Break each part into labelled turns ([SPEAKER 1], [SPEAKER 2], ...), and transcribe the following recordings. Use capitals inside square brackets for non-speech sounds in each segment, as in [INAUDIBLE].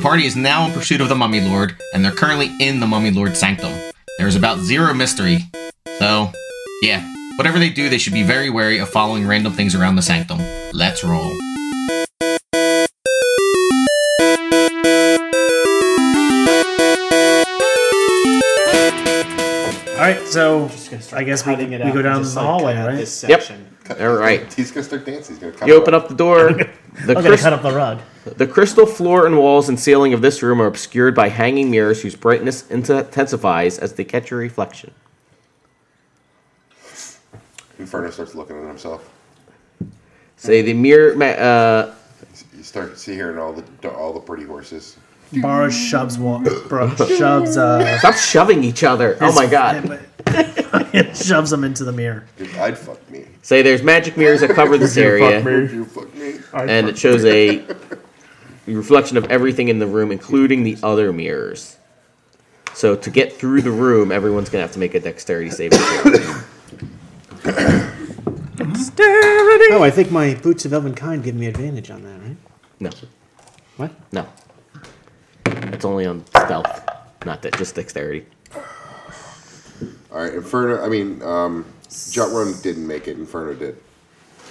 [SPEAKER 1] party is now in pursuit of the Mummy Lord, and they're currently in the Mummy Lord Sanctum. There's about zero mystery, so yeah, whatever they do, they should be very wary of following random things around the Sanctum. Let's roll.
[SPEAKER 2] All right, so
[SPEAKER 3] Just gonna start
[SPEAKER 2] I guess we,
[SPEAKER 3] cutting
[SPEAKER 2] we
[SPEAKER 3] it out
[SPEAKER 2] go
[SPEAKER 3] and
[SPEAKER 2] down
[SPEAKER 3] just,
[SPEAKER 2] the
[SPEAKER 3] like,
[SPEAKER 2] hallway,
[SPEAKER 3] cut out
[SPEAKER 2] right?
[SPEAKER 3] This section.
[SPEAKER 4] All right.
[SPEAKER 5] He's gonna start dancing. He's gonna cut
[SPEAKER 4] You
[SPEAKER 5] it
[SPEAKER 4] open up the
[SPEAKER 2] [LAUGHS]
[SPEAKER 4] door. The,
[SPEAKER 2] I'm gonna
[SPEAKER 4] crys-
[SPEAKER 2] cut up the rug.
[SPEAKER 4] the crystal floor and walls and ceiling of this room are obscured by hanging mirrors whose brightness intensifies as they catch your reflection.
[SPEAKER 5] Inferno starts looking at himself.
[SPEAKER 4] Say the mirror. Ma- uh,
[SPEAKER 5] You start see hearing all the all the pretty horses.
[SPEAKER 2] Borrow shoves one. Bro, shoves.
[SPEAKER 3] [LAUGHS]
[SPEAKER 2] Uh,
[SPEAKER 4] stop shoving each other. Oh my god.
[SPEAKER 2] [LAUGHS] shoves him into the mirror.
[SPEAKER 5] Dude, I'd fuck me.
[SPEAKER 4] Say there's magic mirrors that cover this area.
[SPEAKER 5] Would you fuck me?
[SPEAKER 4] and it shows a reflection of everything in the room, including the other mirrors. So to get through the room, everyone's gonna have to make a dexterity saving throw.
[SPEAKER 3] Oh, I think my boots of elven kind give me advantage on that, right?
[SPEAKER 4] No,
[SPEAKER 3] What?
[SPEAKER 4] no, it's only on stealth, not that, just dexterity.
[SPEAKER 5] All right, Inferno. I mean, um, Jutrun didn't make it. Inferno did.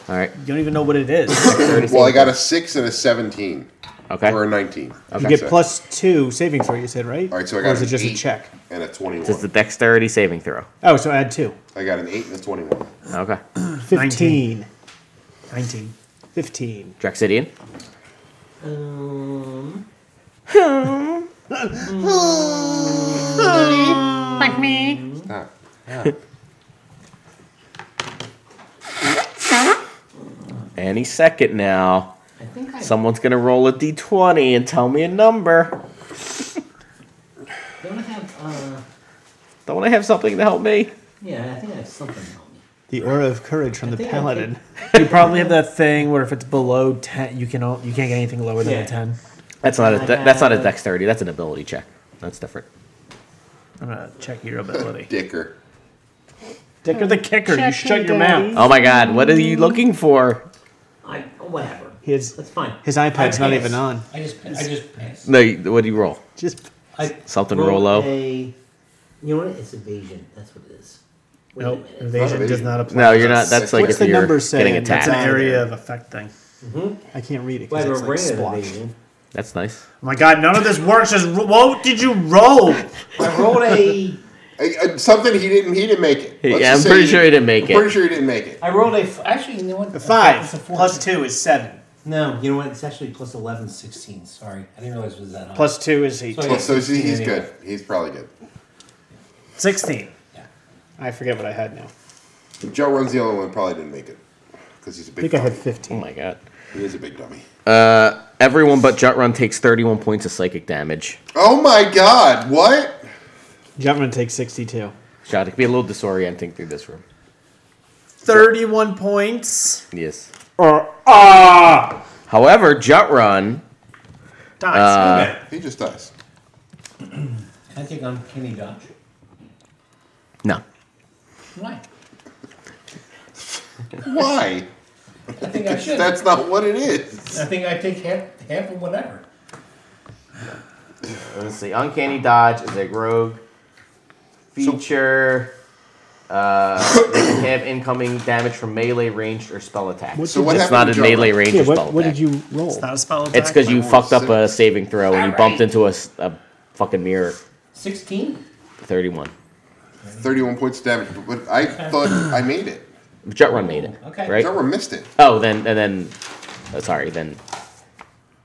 [SPEAKER 4] All right,
[SPEAKER 2] You don't even know what it is.
[SPEAKER 3] [LAUGHS]
[SPEAKER 4] dexterity
[SPEAKER 5] Well, I
[SPEAKER 4] saving
[SPEAKER 5] got a six and a seventeen,
[SPEAKER 4] throw. okay.
[SPEAKER 5] or a nineteen.
[SPEAKER 3] You get
[SPEAKER 5] So-
[SPEAKER 3] plus two saving throw, you said, right?
[SPEAKER 5] All right, so I
[SPEAKER 3] or
[SPEAKER 5] got
[SPEAKER 3] is it
[SPEAKER 5] an
[SPEAKER 3] just a
[SPEAKER 5] eight
[SPEAKER 3] check?
[SPEAKER 5] and a
[SPEAKER 4] It's a
[SPEAKER 5] twenty-one.
[SPEAKER 4] dexterity saving throw.
[SPEAKER 3] Oh, so add two.
[SPEAKER 5] I got an eight and a twenty-one.
[SPEAKER 4] Okay,
[SPEAKER 3] 15.
[SPEAKER 2] Nineteen.
[SPEAKER 3] 15.
[SPEAKER 4] Draxidian.
[SPEAKER 5] Stop.
[SPEAKER 4] Any second now,
[SPEAKER 6] I think I
[SPEAKER 4] someone's gonna roll a d20 and tell me a number.
[SPEAKER 6] don't have. Uh,
[SPEAKER 4] Don't I have something to help me?
[SPEAKER 6] yeah, I think I have something to help me.
[SPEAKER 3] The aura of courage from
[SPEAKER 6] I
[SPEAKER 3] the
[SPEAKER 6] think I
[SPEAKER 3] paladin. [LAUGHS]
[SPEAKER 2] You probably have that thing where if it's below ten, you can o- you can't get anything lower than
[SPEAKER 6] Yeah.
[SPEAKER 2] a ten.
[SPEAKER 4] That's not a
[SPEAKER 6] I
[SPEAKER 4] de- that's not a
[SPEAKER 6] have-
[SPEAKER 4] dexterity. That's an ability check. That's different.
[SPEAKER 2] I'm gonna check your ability.
[SPEAKER 5] Dicker.
[SPEAKER 2] Dicker the kicker. You shut your mouth.
[SPEAKER 4] Oh my god, what are you looking for?
[SPEAKER 6] I whatever.
[SPEAKER 3] His-
[SPEAKER 6] That's fine.
[SPEAKER 3] His iPad's
[SPEAKER 6] I
[SPEAKER 3] not
[SPEAKER 6] pass.
[SPEAKER 3] even on.
[SPEAKER 6] I just I just passed.
[SPEAKER 4] No, you- what do you roll?
[SPEAKER 3] Just
[SPEAKER 6] I
[SPEAKER 4] Something
[SPEAKER 6] rolled
[SPEAKER 4] roll low?
[SPEAKER 6] a- you know what? It's evasion. That's what it is. Wait
[SPEAKER 2] Nope.
[SPEAKER 6] a minute.
[SPEAKER 2] Invasion does not apply.
[SPEAKER 4] No, you're not. That's like
[SPEAKER 3] What's
[SPEAKER 4] if
[SPEAKER 3] the
[SPEAKER 4] you're
[SPEAKER 3] numbers
[SPEAKER 4] getting
[SPEAKER 3] saying?
[SPEAKER 2] That's
[SPEAKER 4] attacked.
[SPEAKER 2] an
[SPEAKER 3] Attack.
[SPEAKER 2] area of effect thing.
[SPEAKER 3] Mm-hmm. I can't read it
[SPEAKER 6] Well, I
[SPEAKER 3] because
[SPEAKER 6] have a
[SPEAKER 3] it's like
[SPEAKER 6] ring of
[SPEAKER 3] splotch.
[SPEAKER 6] evasion.
[SPEAKER 4] that's nice.
[SPEAKER 2] Oh my god, none of this works. Just ro- what did you roll?
[SPEAKER 6] I rolled a
[SPEAKER 5] I, I, something he didn't. He didn't make it.
[SPEAKER 4] Yeah,
[SPEAKER 5] Let's
[SPEAKER 4] I'm
[SPEAKER 5] just say
[SPEAKER 4] pretty sure he didn't make
[SPEAKER 5] I'm
[SPEAKER 4] it.
[SPEAKER 5] Pretty sure he didn't make it.
[SPEAKER 6] I rolled a f- actually you know what
[SPEAKER 3] A five
[SPEAKER 6] It's a four.
[SPEAKER 3] plus two is seven.
[SPEAKER 6] no you know what it's actually plus 11 16 sorry I didn't realize it was that high
[SPEAKER 3] Plus two is eight.
[SPEAKER 6] So I
[SPEAKER 5] Well,
[SPEAKER 6] got
[SPEAKER 5] so see,
[SPEAKER 6] 16
[SPEAKER 5] he's
[SPEAKER 6] anyway.
[SPEAKER 5] good. He's probably good.
[SPEAKER 2] Sixteen.
[SPEAKER 6] Yeah.
[SPEAKER 3] I forget what I had now.
[SPEAKER 5] Joe runs the only one who probably didn't make it because he's a
[SPEAKER 3] I
[SPEAKER 5] big.
[SPEAKER 3] think I
[SPEAKER 5] Dummy.
[SPEAKER 3] had
[SPEAKER 4] Oh
[SPEAKER 3] 15.
[SPEAKER 4] my god.
[SPEAKER 5] He is a big dummy.
[SPEAKER 4] Everyone but Jutrun takes 31 points of psychic damage.
[SPEAKER 5] Oh my God! What?
[SPEAKER 3] Jumpman takes 62.
[SPEAKER 4] Shot, it can be a little disorienting through this room.
[SPEAKER 2] Thirty-one points.
[SPEAKER 4] Yes.
[SPEAKER 3] Or ah!
[SPEAKER 4] However, Jutrun,
[SPEAKER 2] Dice. Okay.
[SPEAKER 5] He just dies.
[SPEAKER 6] Can I take on Kenny Dodge
[SPEAKER 4] no.
[SPEAKER 6] why
[SPEAKER 5] Why?
[SPEAKER 6] I
[SPEAKER 5] [LAUGHS]
[SPEAKER 6] think I should
[SPEAKER 5] That's not what it is.
[SPEAKER 6] I think I take half half of whatever
[SPEAKER 4] Let's see. Uncanny dodge is a rogue feature. Uh, they can have incoming damage from melee, ranged, or spell attack.
[SPEAKER 3] What's
[SPEAKER 5] So what
[SPEAKER 4] it's not
[SPEAKER 5] happened?
[SPEAKER 4] a
[SPEAKER 5] to
[SPEAKER 4] melee, ranged,
[SPEAKER 3] Yeah,
[SPEAKER 4] or spell
[SPEAKER 3] what, what
[SPEAKER 4] attack.
[SPEAKER 3] did you roll?
[SPEAKER 2] Not a spell attack.
[SPEAKER 4] It's because you
[SPEAKER 5] Roll
[SPEAKER 4] fucked up uh,
[SPEAKER 5] six.
[SPEAKER 4] a saving throw and you bumped
[SPEAKER 6] Alright.
[SPEAKER 4] into a, s- a fucking mirror.
[SPEAKER 6] 16
[SPEAKER 4] 31.
[SPEAKER 5] Thirty-one points of damage, but- but I thought I made it.
[SPEAKER 4] Jutrun made it.
[SPEAKER 6] Okay.
[SPEAKER 4] [LAUGHS] Right?
[SPEAKER 5] Joe missed it.
[SPEAKER 4] Oh, then, and then, uh, sorry, then,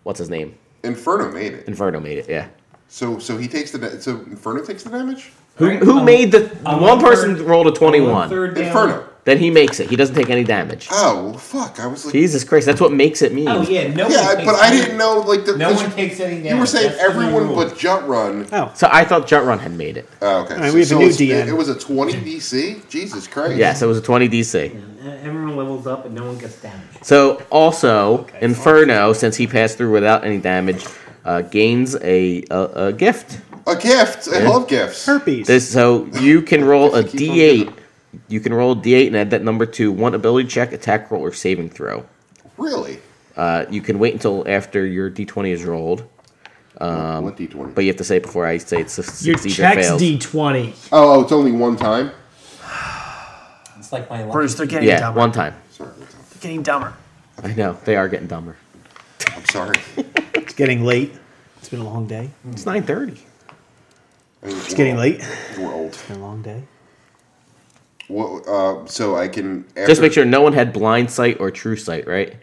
[SPEAKER 4] what's his name?
[SPEAKER 5] Inferno made it.
[SPEAKER 4] Inferno made it, yeah.
[SPEAKER 5] So so he takes the da- so Inferno takes the damage.
[SPEAKER 4] Who,
[SPEAKER 6] Alright,
[SPEAKER 4] who
[SPEAKER 6] I'm-
[SPEAKER 4] made the.
[SPEAKER 6] I'm
[SPEAKER 4] one
[SPEAKER 6] one
[SPEAKER 4] person
[SPEAKER 6] third-
[SPEAKER 4] rolled a 21.
[SPEAKER 6] Third down.
[SPEAKER 5] Inferno.
[SPEAKER 4] Then he makes it. He doesn't take any damage.
[SPEAKER 5] Oh fuck! I was like,
[SPEAKER 4] Jesus Christ, that's what makes it mean.
[SPEAKER 6] Oh yeah, no.
[SPEAKER 5] yeah,
[SPEAKER 6] one
[SPEAKER 5] I-
[SPEAKER 6] takes
[SPEAKER 5] but I
[SPEAKER 6] any-
[SPEAKER 5] didn't know like the,
[SPEAKER 6] No
[SPEAKER 5] this-
[SPEAKER 6] one takes any damage.
[SPEAKER 5] You were saying
[SPEAKER 6] That's the new
[SPEAKER 5] everyone
[SPEAKER 6] rule.
[SPEAKER 5] but Jump
[SPEAKER 6] [LAUGHS]
[SPEAKER 5] Run.
[SPEAKER 3] Oh,
[SPEAKER 4] So I thought Jutrun had made it.
[SPEAKER 5] Oh, okay.
[SPEAKER 3] right, we have a new
[SPEAKER 5] it's- it-
[SPEAKER 3] DM.
[SPEAKER 5] It was a 20 DC? Jesus Christ.
[SPEAKER 4] Yes, it was a 20 DC.
[SPEAKER 6] Uh, Everyone levels up and no one gets damage.
[SPEAKER 4] So also, Inferno, since he passed through without any damage, uh, gains a, a, a gift.
[SPEAKER 5] A gift. I
[SPEAKER 4] Yeah.
[SPEAKER 5] love gifts.
[SPEAKER 3] herpes.
[SPEAKER 4] This, so you can roll a
[SPEAKER 5] If you keep on
[SPEAKER 4] D8. You can roll a D8 and add that number to one ability check, attack roll, or saving throw.
[SPEAKER 5] Really?
[SPEAKER 4] Uh, you can wait until after your D20 is rolled,
[SPEAKER 5] what D twenty?
[SPEAKER 7] But you have to say it before I say it's a
[SPEAKER 8] Your
[SPEAKER 7] succeeds or
[SPEAKER 8] checks
[SPEAKER 7] fails.
[SPEAKER 8] D twenty.
[SPEAKER 5] Oh, oh, it's only one time.
[SPEAKER 6] It's like my luck.
[SPEAKER 8] Bruce, they're getting
[SPEAKER 7] yeah,
[SPEAKER 8] dumber.
[SPEAKER 7] one time.
[SPEAKER 5] Sorry, one time.
[SPEAKER 8] They're getting dumber.
[SPEAKER 7] I know they are getting dumber.
[SPEAKER 5] I'm sorry.
[SPEAKER 3] It's getting late. It's been a long day.
[SPEAKER 7] It's nine thirty.
[SPEAKER 3] It's getting late.
[SPEAKER 5] We're old.
[SPEAKER 3] Been a long day.
[SPEAKER 5] What, uh, so I can after,
[SPEAKER 7] Just make sure no one had blind sight or true sight, right?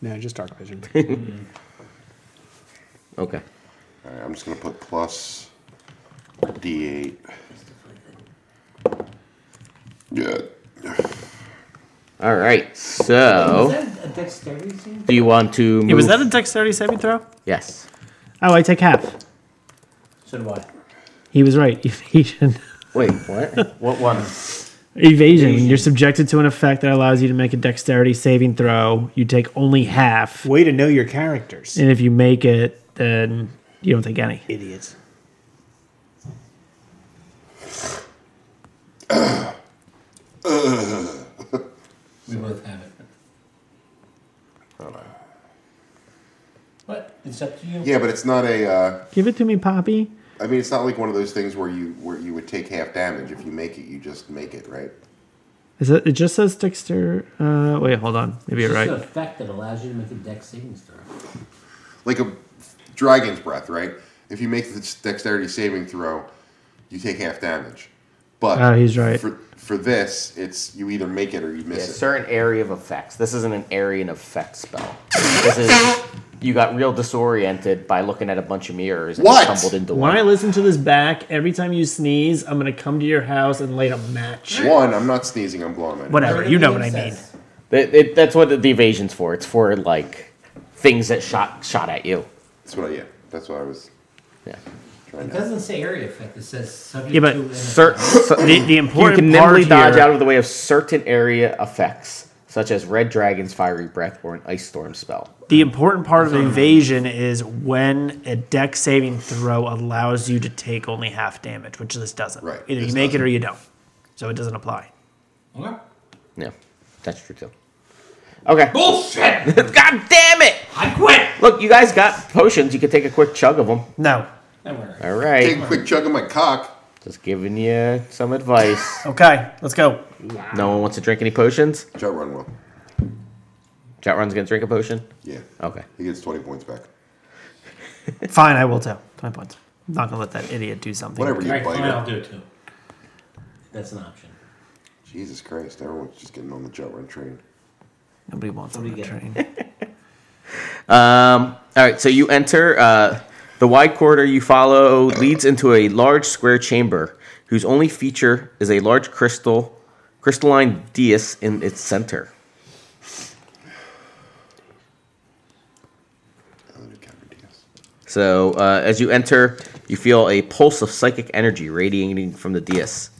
[SPEAKER 3] No, just dark vision.
[SPEAKER 7] Okay.
[SPEAKER 5] All right, I'm just gonna put plus D8. Yeah.
[SPEAKER 7] All right. So,
[SPEAKER 6] Is that a dexterity thing?
[SPEAKER 7] do you want to? Move?
[SPEAKER 8] Yeah, was that a dexterity saving throw?
[SPEAKER 7] yes.
[SPEAKER 2] Oh, I take half.
[SPEAKER 6] So do I.
[SPEAKER 2] He was right. [LAUGHS] Evasion.
[SPEAKER 7] Wait,
[SPEAKER 6] [LAUGHS]
[SPEAKER 7] what?
[SPEAKER 6] What one?
[SPEAKER 2] Evasion. When you're subjected to an effect that allows you to make a dexterity saving throw, you take only half.
[SPEAKER 3] Way to know your characters,
[SPEAKER 2] And if you make it, then you don't take any.
[SPEAKER 3] idiots.
[SPEAKER 6] We both have it. But it's up to you.
[SPEAKER 5] Yeah, but it's not a. Uh,
[SPEAKER 2] Give it to me, Poppy.
[SPEAKER 5] I mean, it's not like one of those things where you where you would take half damage if you make it. You just make it, right?
[SPEAKER 2] Is it, it just says dexter. Uh, wait, hold on. Maybe
[SPEAKER 6] It's
[SPEAKER 2] you're
[SPEAKER 6] just an
[SPEAKER 2] right.
[SPEAKER 6] effect that allows you to make a dex saving throw.
[SPEAKER 5] Like a dragon's breath, right? If you make the dexterity saving throw, you take half damage. But
[SPEAKER 2] Oh, he's right.
[SPEAKER 5] For, for this, it's you either make it or you
[SPEAKER 7] Yeah,
[SPEAKER 5] miss it.
[SPEAKER 7] certain area of effects. This isn't an area of effect spell. This is you got real disoriented by looking at a bunch of mirrors and
[SPEAKER 5] What?
[SPEAKER 7] stumbled into
[SPEAKER 2] When I
[SPEAKER 7] one.
[SPEAKER 2] listen to this back, every time you sneeze, I'm gonna come to your house and light a match.
[SPEAKER 5] One, I'm not sneezing. I'm blowing my.
[SPEAKER 2] Whatever, you know what I mean.
[SPEAKER 6] Says,
[SPEAKER 7] That- it- that's what the, the evasion's for. It's for like things that shot shot at you.
[SPEAKER 5] That's what I. Yeah, that's what I was
[SPEAKER 7] Yeah.
[SPEAKER 5] trying
[SPEAKER 6] It
[SPEAKER 5] to.
[SPEAKER 6] doesn't say area effect. It says subject
[SPEAKER 2] Yeah, but
[SPEAKER 6] to. an
[SPEAKER 7] Cer- cer-
[SPEAKER 2] The, the
[SPEAKER 7] you
[SPEAKER 2] important
[SPEAKER 7] can
[SPEAKER 2] part
[SPEAKER 7] nimbly
[SPEAKER 2] here,
[SPEAKER 7] dodge out of the way of certain area effects, such as red dragon's fiery breath or an ice storm spell.
[SPEAKER 2] the important part of evasion is when a deck saving throw allows you to take only half damage, which this doesn't.
[SPEAKER 5] Right,
[SPEAKER 2] Either you
[SPEAKER 5] this
[SPEAKER 2] make it or you don't. So it doesn't apply.
[SPEAKER 6] Okay.
[SPEAKER 7] Yeah, that's true too. Okay.
[SPEAKER 6] Bullshit!
[SPEAKER 7] [LAUGHS] God damn it!
[SPEAKER 6] I quit!
[SPEAKER 7] Look, you guys got potions. You can take a quick chug of them.
[SPEAKER 2] No.
[SPEAKER 6] Don't worry.
[SPEAKER 7] All
[SPEAKER 5] Take
[SPEAKER 7] right.
[SPEAKER 5] a quick chug of my cock.
[SPEAKER 7] Just giving you some advice.
[SPEAKER 2] Okay, let's go.
[SPEAKER 7] No one wants to drink any potions.
[SPEAKER 5] Jet run will.
[SPEAKER 7] Jatrun's gonna drink a potion.
[SPEAKER 5] Yeah.
[SPEAKER 7] Okay.
[SPEAKER 5] He gets 20 points back.
[SPEAKER 2] Fine, I will too. 20 points. I'm not gonna let that idiot do something.
[SPEAKER 5] Whatever you
[SPEAKER 6] Alright, fine, I'll
[SPEAKER 5] bite it.
[SPEAKER 6] do it too. That's an option.
[SPEAKER 5] Jesus Christ, everyone's just getting on the jet run train.
[SPEAKER 2] Nobody wants on
[SPEAKER 6] Nobody
[SPEAKER 2] the
[SPEAKER 6] get
[SPEAKER 2] train.
[SPEAKER 7] Um, all right. So you enter uh, the wide corridor you follow leads into a large square chamber whose only feature is a large crystal, crystalline dais in its center.
[SPEAKER 5] Elliot Cameron Diaz.
[SPEAKER 7] So uh, as you enter, you feel a pulse of psychic energy radiating from the dais.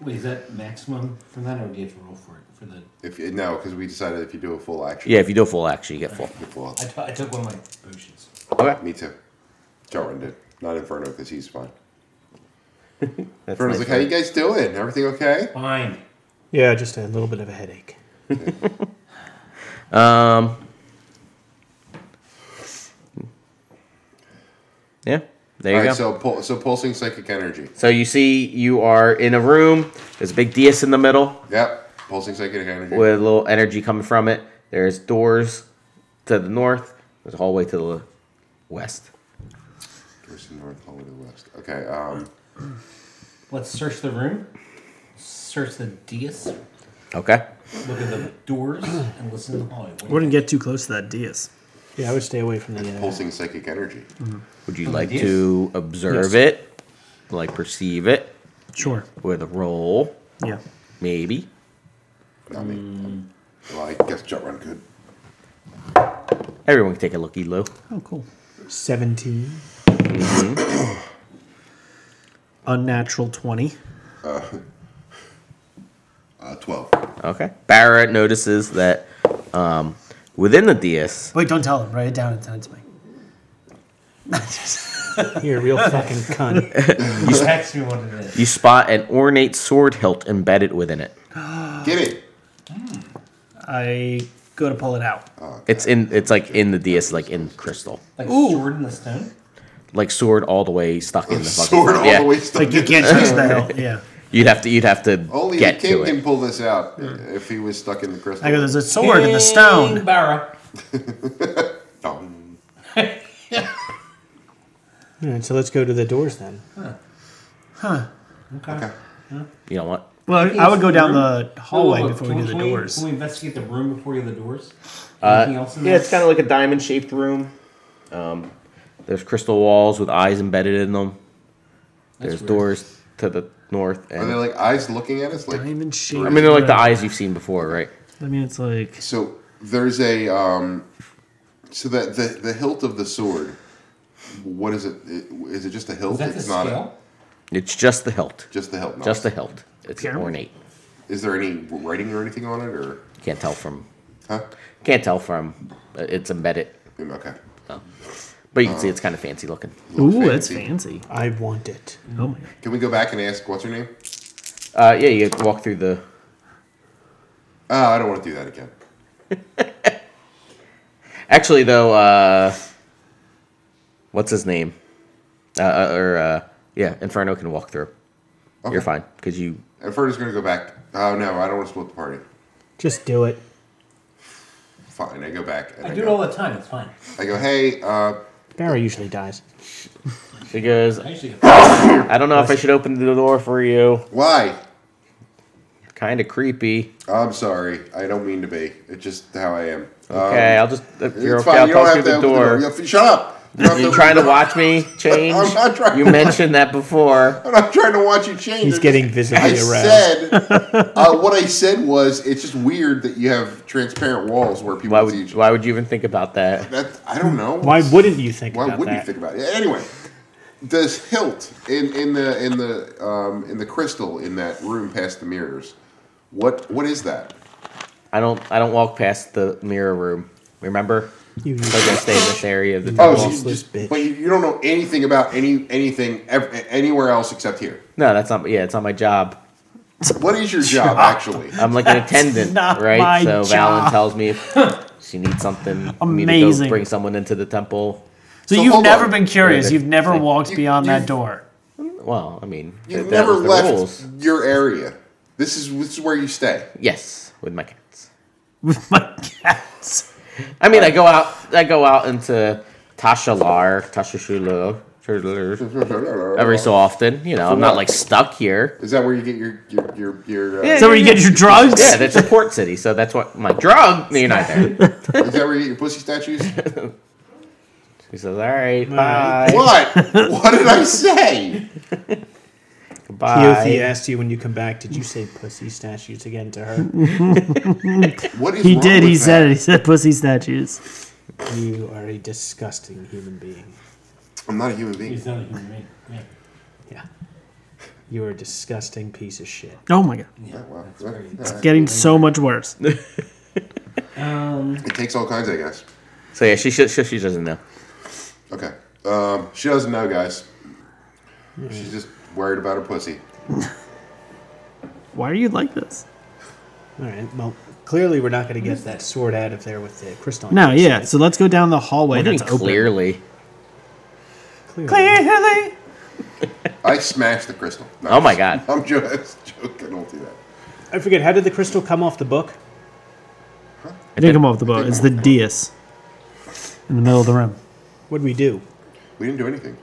[SPEAKER 6] Wait, is that maximum from that, or do you have to roll for it? For the
[SPEAKER 5] If you, no, because we decided if you do a full action,
[SPEAKER 7] Yeah, if you do a full action, you get full.
[SPEAKER 5] you pull out.
[SPEAKER 6] I, t- I took one of my potions.
[SPEAKER 7] Okay.
[SPEAKER 5] Me too. Jet run did. Not Inferno because he's fine.
[SPEAKER 7] That's
[SPEAKER 5] Inferno's
[SPEAKER 7] nice,
[SPEAKER 5] like, how you
[SPEAKER 7] right?
[SPEAKER 5] guys doing? Everything okay?
[SPEAKER 6] Fine.
[SPEAKER 3] Yeah, just a little bit of a headache.
[SPEAKER 7] Yeah. There you
[SPEAKER 5] All right,
[SPEAKER 7] go.
[SPEAKER 5] so pul- so pulsing psychic energy.
[SPEAKER 7] So you see, you are in a room. There's a big dais in the middle
[SPEAKER 5] Yep, pulsing psychic energy.
[SPEAKER 7] with a little energy coming from it. There's doors to the north. There's a hallway to the west.
[SPEAKER 5] Towards the north, all the way to the west. Okay. Um,
[SPEAKER 6] Let's search the room. Search the dais.
[SPEAKER 7] Okay.
[SPEAKER 6] Look at the doors and listen to the hallway. What do
[SPEAKER 2] Wouldn't get too close to that dais.
[SPEAKER 3] Yeah, I would stay away from the. Uh,
[SPEAKER 5] pulsing psychic energy.
[SPEAKER 7] Would you like
[SPEAKER 6] dais?
[SPEAKER 7] to observe it, like perceive it
[SPEAKER 2] Sure.
[SPEAKER 7] with a roll,
[SPEAKER 2] Yeah.
[SPEAKER 7] maybe?
[SPEAKER 5] Not me. Well, I guess jet run could.
[SPEAKER 7] Everyone can take a looky loo.
[SPEAKER 2] Oh, cool.
[SPEAKER 3] 17.
[SPEAKER 2] Unnatural 20.
[SPEAKER 5] Uh, Twelve.
[SPEAKER 7] Okay. Barra notices that um, within the dais,
[SPEAKER 2] Wait, don't tell him. Write it down and send it to me.
[SPEAKER 3] [LAUGHS] You're a real fucking cunt.
[SPEAKER 6] you do? Text me what it is.
[SPEAKER 7] you spot an ornate sword hilt embedded within it.
[SPEAKER 5] Get it.
[SPEAKER 2] I go to pull it out.
[SPEAKER 5] Oh.
[SPEAKER 7] It's in. It's like in the DS, like in crystal,
[SPEAKER 6] Like sword in the stone?
[SPEAKER 7] like sword all the way
[SPEAKER 5] [LAUGHS]
[SPEAKER 7] stuck in the fucking.
[SPEAKER 5] Sword all
[SPEAKER 7] yeah.
[SPEAKER 5] the way stuck.
[SPEAKER 2] Like you
[SPEAKER 5] in- [LAUGHS]
[SPEAKER 2] can't touch that. Yeah.
[SPEAKER 7] You'd have to. You'd have to
[SPEAKER 5] Only
[SPEAKER 7] get
[SPEAKER 5] the king
[SPEAKER 7] to it.
[SPEAKER 5] can pull this out if he was stuck in the crystal.
[SPEAKER 2] I go. There's a sword in the stone.
[SPEAKER 6] Barra.
[SPEAKER 5] Dong.
[SPEAKER 3] All right, so let's go to the doors then.
[SPEAKER 6] Okay.
[SPEAKER 7] You know what?
[SPEAKER 2] Well, I would go down the hallway
[SPEAKER 6] Whoa, whoa,
[SPEAKER 2] before
[SPEAKER 6] can
[SPEAKER 2] we do the
[SPEAKER 6] can
[SPEAKER 2] doors.
[SPEAKER 6] Can we investigate the room before we do the doors? Anything else in
[SPEAKER 7] Yeah,
[SPEAKER 6] there?
[SPEAKER 7] it's kind of like a diamond shaped room. Um, there's crystal walls with eyes embedded in them. There's
[SPEAKER 6] weird.
[SPEAKER 7] doors to the north. And,
[SPEAKER 5] Are they like eyes looking at us? Like
[SPEAKER 2] Diamond shape.
[SPEAKER 7] I mean, they're like the eyes you've seen before, right?
[SPEAKER 2] I mean, it's like
[SPEAKER 5] so. There's a um. So that the the hilt of the sword. What is it? I- Is it just a hilt?
[SPEAKER 6] Is that the
[SPEAKER 5] it's not a,
[SPEAKER 6] scale?
[SPEAKER 7] It's just the hilt.
[SPEAKER 5] just the hilt. Not
[SPEAKER 7] Just the hilt. It's
[SPEAKER 2] Pyramid?
[SPEAKER 7] ornate.
[SPEAKER 5] Is there any writing or anything on it or?
[SPEAKER 7] Can't tell from.
[SPEAKER 5] Huh? Mm,
[SPEAKER 7] Can't tell from. uh, It's embedded,
[SPEAKER 5] Okay.
[SPEAKER 7] but you can
[SPEAKER 5] Oh.
[SPEAKER 7] see it's kind of fancy looking.
[SPEAKER 2] ooh, that's fancy.
[SPEAKER 3] I want it.
[SPEAKER 2] Oh my god.
[SPEAKER 5] Can we go back and ask what's her name?
[SPEAKER 7] Uh, yeah, you walk through the.
[SPEAKER 5] Oh, I don't want to do that again.
[SPEAKER 7] Actually, though, uh, what's his name? Uh, Uh, or uh, yeah, Inferno can walk through. You're fine because you
[SPEAKER 5] And Ferdy's going to go back. Oh no, I don't want to split the party.
[SPEAKER 3] Just do it.
[SPEAKER 5] Fine, I go back. And I,
[SPEAKER 6] I do it
[SPEAKER 5] go,
[SPEAKER 6] all the time. It's fine.
[SPEAKER 5] I go, hey, uh,
[SPEAKER 3] Barry usually dies.
[SPEAKER 7] He goes,
[SPEAKER 6] I usually get
[SPEAKER 7] I don't know if I should open the door for you.
[SPEAKER 5] why?
[SPEAKER 7] Kind of creepy.
[SPEAKER 5] I'm sorry. I don't mean to be. It's just how I am. Uh,
[SPEAKER 7] Okay, I'll just. If you're okay, I'll
[SPEAKER 5] don't
[SPEAKER 7] talk through the door.
[SPEAKER 5] You have- Shut up. You don't
[SPEAKER 7] You're
[SPEAKER 5] have
[SPEAKER 7] trying to watch me change?
[SPEAKER 5] I'm not trying
[SPEAKER 7] You
[SPEAKER 5] to-
[SPEAKER 7] mentioned that before.
[SPEAKER 5] [LAUGHS] I'm not trying to watch you change.
[SPEAKER 3] He's
[SPEAKER 5] I'm
[SPEAKER 3] getting
[SPEAKER 5] just-
[SPEAKER 3] visibly
[SPEAKER 5] I
[SPEAKER 3] aroused.
[SPEAKER 7] [LAUGHS]
[SPEAKER 5] said uh, what I said was it's just weird that you have transparent walls where people
[SPEAKER 7] Why
[SPEAKER 5] see each
[SPEAKER 7] would, why would you even think about that?
[SPEAKER 5] That I don't know.
[SPEAKER 3] Why wouldn't you think
[SPEAKER 5] Why
[SPEAKER 3] about
[SPEAKER 5] wouldn't
[SPEAKER 3] that?
[SPEAKER 5] you think about it? Anyway, this hilt in, in the in the um, in the crystal in that room past the mirrors. What what is that?
[SPEAKER 7] I don't I don't walk past the mirror room. Remember?
[SPEAKER 3] You-
[SPEAKER 7] So I gotta stay in this area of the
[SPEAKER 5] Oh,
[SPEAKER 7] temple.
[SPEAKER 5] so you
[SPEAKER 3] Useless
[SPEAKER 5] just,
[SPEAKER 3] bitch.
[SPEAKER 5] but you, you don't know anything about any anything ev- anywhere else except here.
[SPEAKER 7] No, that's not. Yeah, it's not my job.
[SPEAKER 5] What is your job actually?
[SPEAKER 7] I'm like an attendant,
[SPEAKER 2] not
[SPEAKER 7] right?
[SPEAKER 2] my
[SPEAKER 7] so Valen
[SPEAKER 2] job.
[SPEAKER 7] tells
[SPEAKER 2] [LAUGHS]
[SPEAKER 7] me if she needs something. for me to go
[SPEAKER 2] Amazing.
[SPEAKER 7] Bring someone into the temple.
[SPEAKER 2] So,
[SPEAKER 5] So
[SPEAKER 2] you've
[SPEAKER 5] hold
[SPEAKER 2] never
[SPEAKER 5] on.
[SPEAKER 2] been curious.
[SPEAKER 7] Wait,
[SPEAKER 2] You've never
[SPEAKER 7] wait.
[SPEAKER 2] walked
[SPEAKER 5] You-
[SPEAKER 2] beyond
[SPEAKER 5] you-
[SPEAKER 2] that
[SPEAKER 3] [LAUGHS]
[SPEAKER 2] door.
[SPEAKER 7] Well, I mean,
[SPEAKER 5] You
[SPEAKER 7] th- that
[SPEAKER 5] never
[SPEAKER 7] was the
[SPEAKER 5] left
[SPEAKER 7] rules.
[SPEAKER 5] your area. This is this is where you stay.
[SPEAKER 7] Yes, with my cats.
[SPEAKER 2] My cats.
[SPEAKER 7] I mean, I go out. I go out into Tasha Lar, Tasha Shulu, Shulu, every so often. You know, I'm not like stuck here.
[SPEAKER 5] [LAUGHS] Is that where you get your your your, your uh,
[SPEAKER 7] Yeah.
[SPEAKER 2] Is that where you get your drugs?
[SPEAKER 7] Yeah, that's a port city, so that's what my drug. No, you're not there.
[SPEAKER 5] is that where you get your pussy statues?
[SPEAKER 7] He says, "All right, bye,
[SPEAKER 5] what? What did I say?
[SPEAKER 3] Keothi
[SPEAKER 7] goodbye."
[SPEAKER 3] asked you when you come back, did you say pussy statues again to her?
[SPEAKER 5] What is
[SPEAKER 2] He
[SPEAKER 5] wrong
[SPEAKER 2] did. He
[SPEAKER 5] with that?
[SPEAKER 2] said it. He said pussy statues.
[SPEAKER 3] you are a disgusting human being.
[SPEAKER 5] I'm not a human being.
[SPEAKER 6] He's not a human being. Yeah.
[SPEAKER 3] Yeah. You are a disgusting piece of shit.
[SPEAKER 2] Oh my god.
[SPEAKER 5] Yeah, well, yeah,
[SPEAKER 2] Getting so much
[SPEAKER 3] [LAUGHS]
[SPEAKER 2] worse.
[SPEAKER 5] It takes all kinds, I guess.
[SPEAKER 7] So yeah, she she, she she doesn't know.
[SPEAKER 5] Okay. Um, she doesn't know, guys. She's just worried about her pussy.
[SPEAKER 2] Why are you like this?
[SPEAKER 3] All right. Well, clearly we're not going to get that sword out of there with the crystal.
[SPEAKER 2] No, yeah. So let's go down the hallway
[SPEAKER 7] What do you
[SPEAKER 2] that's
[SPEAKER 7] mean
[SPEAKER 2] open.
[SPEAKER 7] clearly?
[SPEAKER 3] Clearly.
[SPEAKER 2] Clearly.
[SPEAKER 5] I smashed the crystal. No,
[SPEAKER 7] Oh my God.
[SPEAKER 5] [LAUGHS] I'm just joking. Don't do that.
[SPEAKER 3] I forget. How did the crystal come off the book?
[SPEAKER 2] It didn't come off the boat. It's the dais in the middle of the room.
[SPEAKER 3] What did we do?
[SPEAKER 5] We didn't do anything.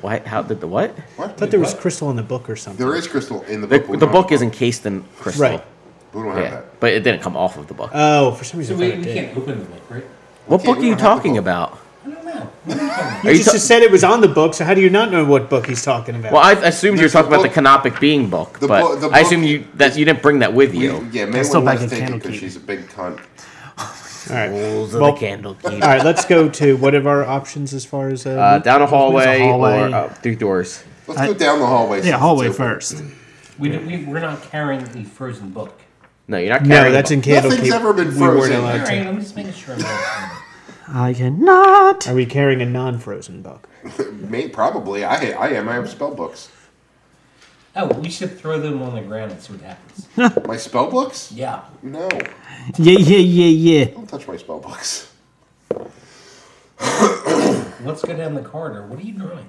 [SPEAKER 7] Why? How did the what?
[SPEAKER 5] What?
[SPEAKER 3] I thought there was crystal in the book or something.
[SPEAKER 5] There is crystal in the
[SPEAKER 7] The,
[SPEAKER 5] book. but we
[SPEAKER 7] the
[SPEAKER 5] don't
[SPEAKER 7] book
[SPEAKER 5] have
[SPEAKER 7] is encased in crystal.
[SPEAKER 3] Right.
[SPEAKER 5] it. We don't have
[SPEAKER 7] Yeah,
[SPEAKER 5] that.
[SPEAKER 7] but it didn't come off of the book.
[SPEAKER 3] Oh, for some reason
[SPEAKER 6] So
[SPEAKER 3] I
[SPEAKER 6] we,
[SPEAKER 3] thought
[SPEAKER 6] we
[SPEAKER 3] it did.
[SPEAKER 6] can't open the book, right?
[SPEAKER 7] what
[SPEAKER 5] can't-
[SPEAKER 7] book are
[SPEAKER 5] we
[SPEAKER 7] you
[SPEAKER 5] don't have the
[SPEAKER 7] talking
[SPEAKER 5] book.
[SPEAKER 7] about?
[SPEAKER 6] I don't know. What are you talking about?
[SPEAKER 3] You
[SPEAKER 7] Are you
[SPEAKER 3] just,
[SPEAKER 7] ta-
[SPEAKER 3] said it was on the book, so how do you not know what book he's talking about?
[SPEAKER 7] Well, I assumed you were
[SPEAKER 5] There's the
[SPEAKER 7] talking about the
[SPEAKER 5] book-
[SPEAKER 7] Canopic Being book,
[SPEAKER 5] The
[SPEAKER 7] but
[SPEAKER 5] bo- the
[SPEAKER 7] I
[SPEAKER 5] book
[SPEAKER 7] assume you that you didn't bring that with
[SPEAKER 5] We,
[SPEAKER 7] you.
[SPEAKER 5] yeah, Maylin
[SPEAKER 2] still
[SPEAKER 5] wants
[SPEAKER 2] back
[SPEAKER 5] to
[SPEAKER 2] at
[SPEAKER 5] take it
[SPEAKER 2] Candlekeep.
[SPEAKER 5] because she's a big cunt.
[SPEAKER 3] All right.
[SPEAKER 7] Rules of
[SPEAKER 3] Well-
[SPEAKER 7] the candle
[SPEAKER 3] All right, let's go to what are our options as far as. Uh,
[SPEAKER 7] Uh, down a hallway,
[SPEAKER 2] hallway.
[SPEAKER 7] or uh, through doors.
[SPEAKER 5] Let's go down the hallway. since
[SPEAKER 2] Yeah, hallway
[SPEAKER 5] it's open.
[SPEAKER 2] first.
[SPEAKER 6] We, do, we, we're not carrying the frozen book.
[SPEAKER 7] No, you're not
[SPEAKER 3] no,
[SPEAKER 7] carrying.
[SPEAKER 3] that's
[SPEAKER 7] a
[SPEAKER 3] in
[SPEAKER 7] book.
[SPEAKER 3] Candlekeep.
[SPEAKER 5] Nothing's ever been
[SPEAKER 3] We weren't
[SPEAKER 5] frozen.
[SPEAKER 3] allowed
[SPEAKER 6] All
[SPEAKER 3] to.
[SPEAKER 6] right, I'm just making sure. I'm not-
[SPEAKER 2] I cannot.
[SPEAKER 3] Are we carrying a non frozen book?
[SPEAKER 5] May, probably. I I am. I have spell books.
[SPEAKER 6] Oh, we should throw them on the ground and see what [LAUGHS] happens.
[SPEAKER 5] My spell books?
[SPEAKER 6] yeah.
[SPEAKER 5] No,
[SPEAKER 3] Yeah, yeah, yeah, yeah.
[SPEAKER 5] don't touch my spell books.
[SPEAKER 6] Let's go down the corridor. What are you drawing?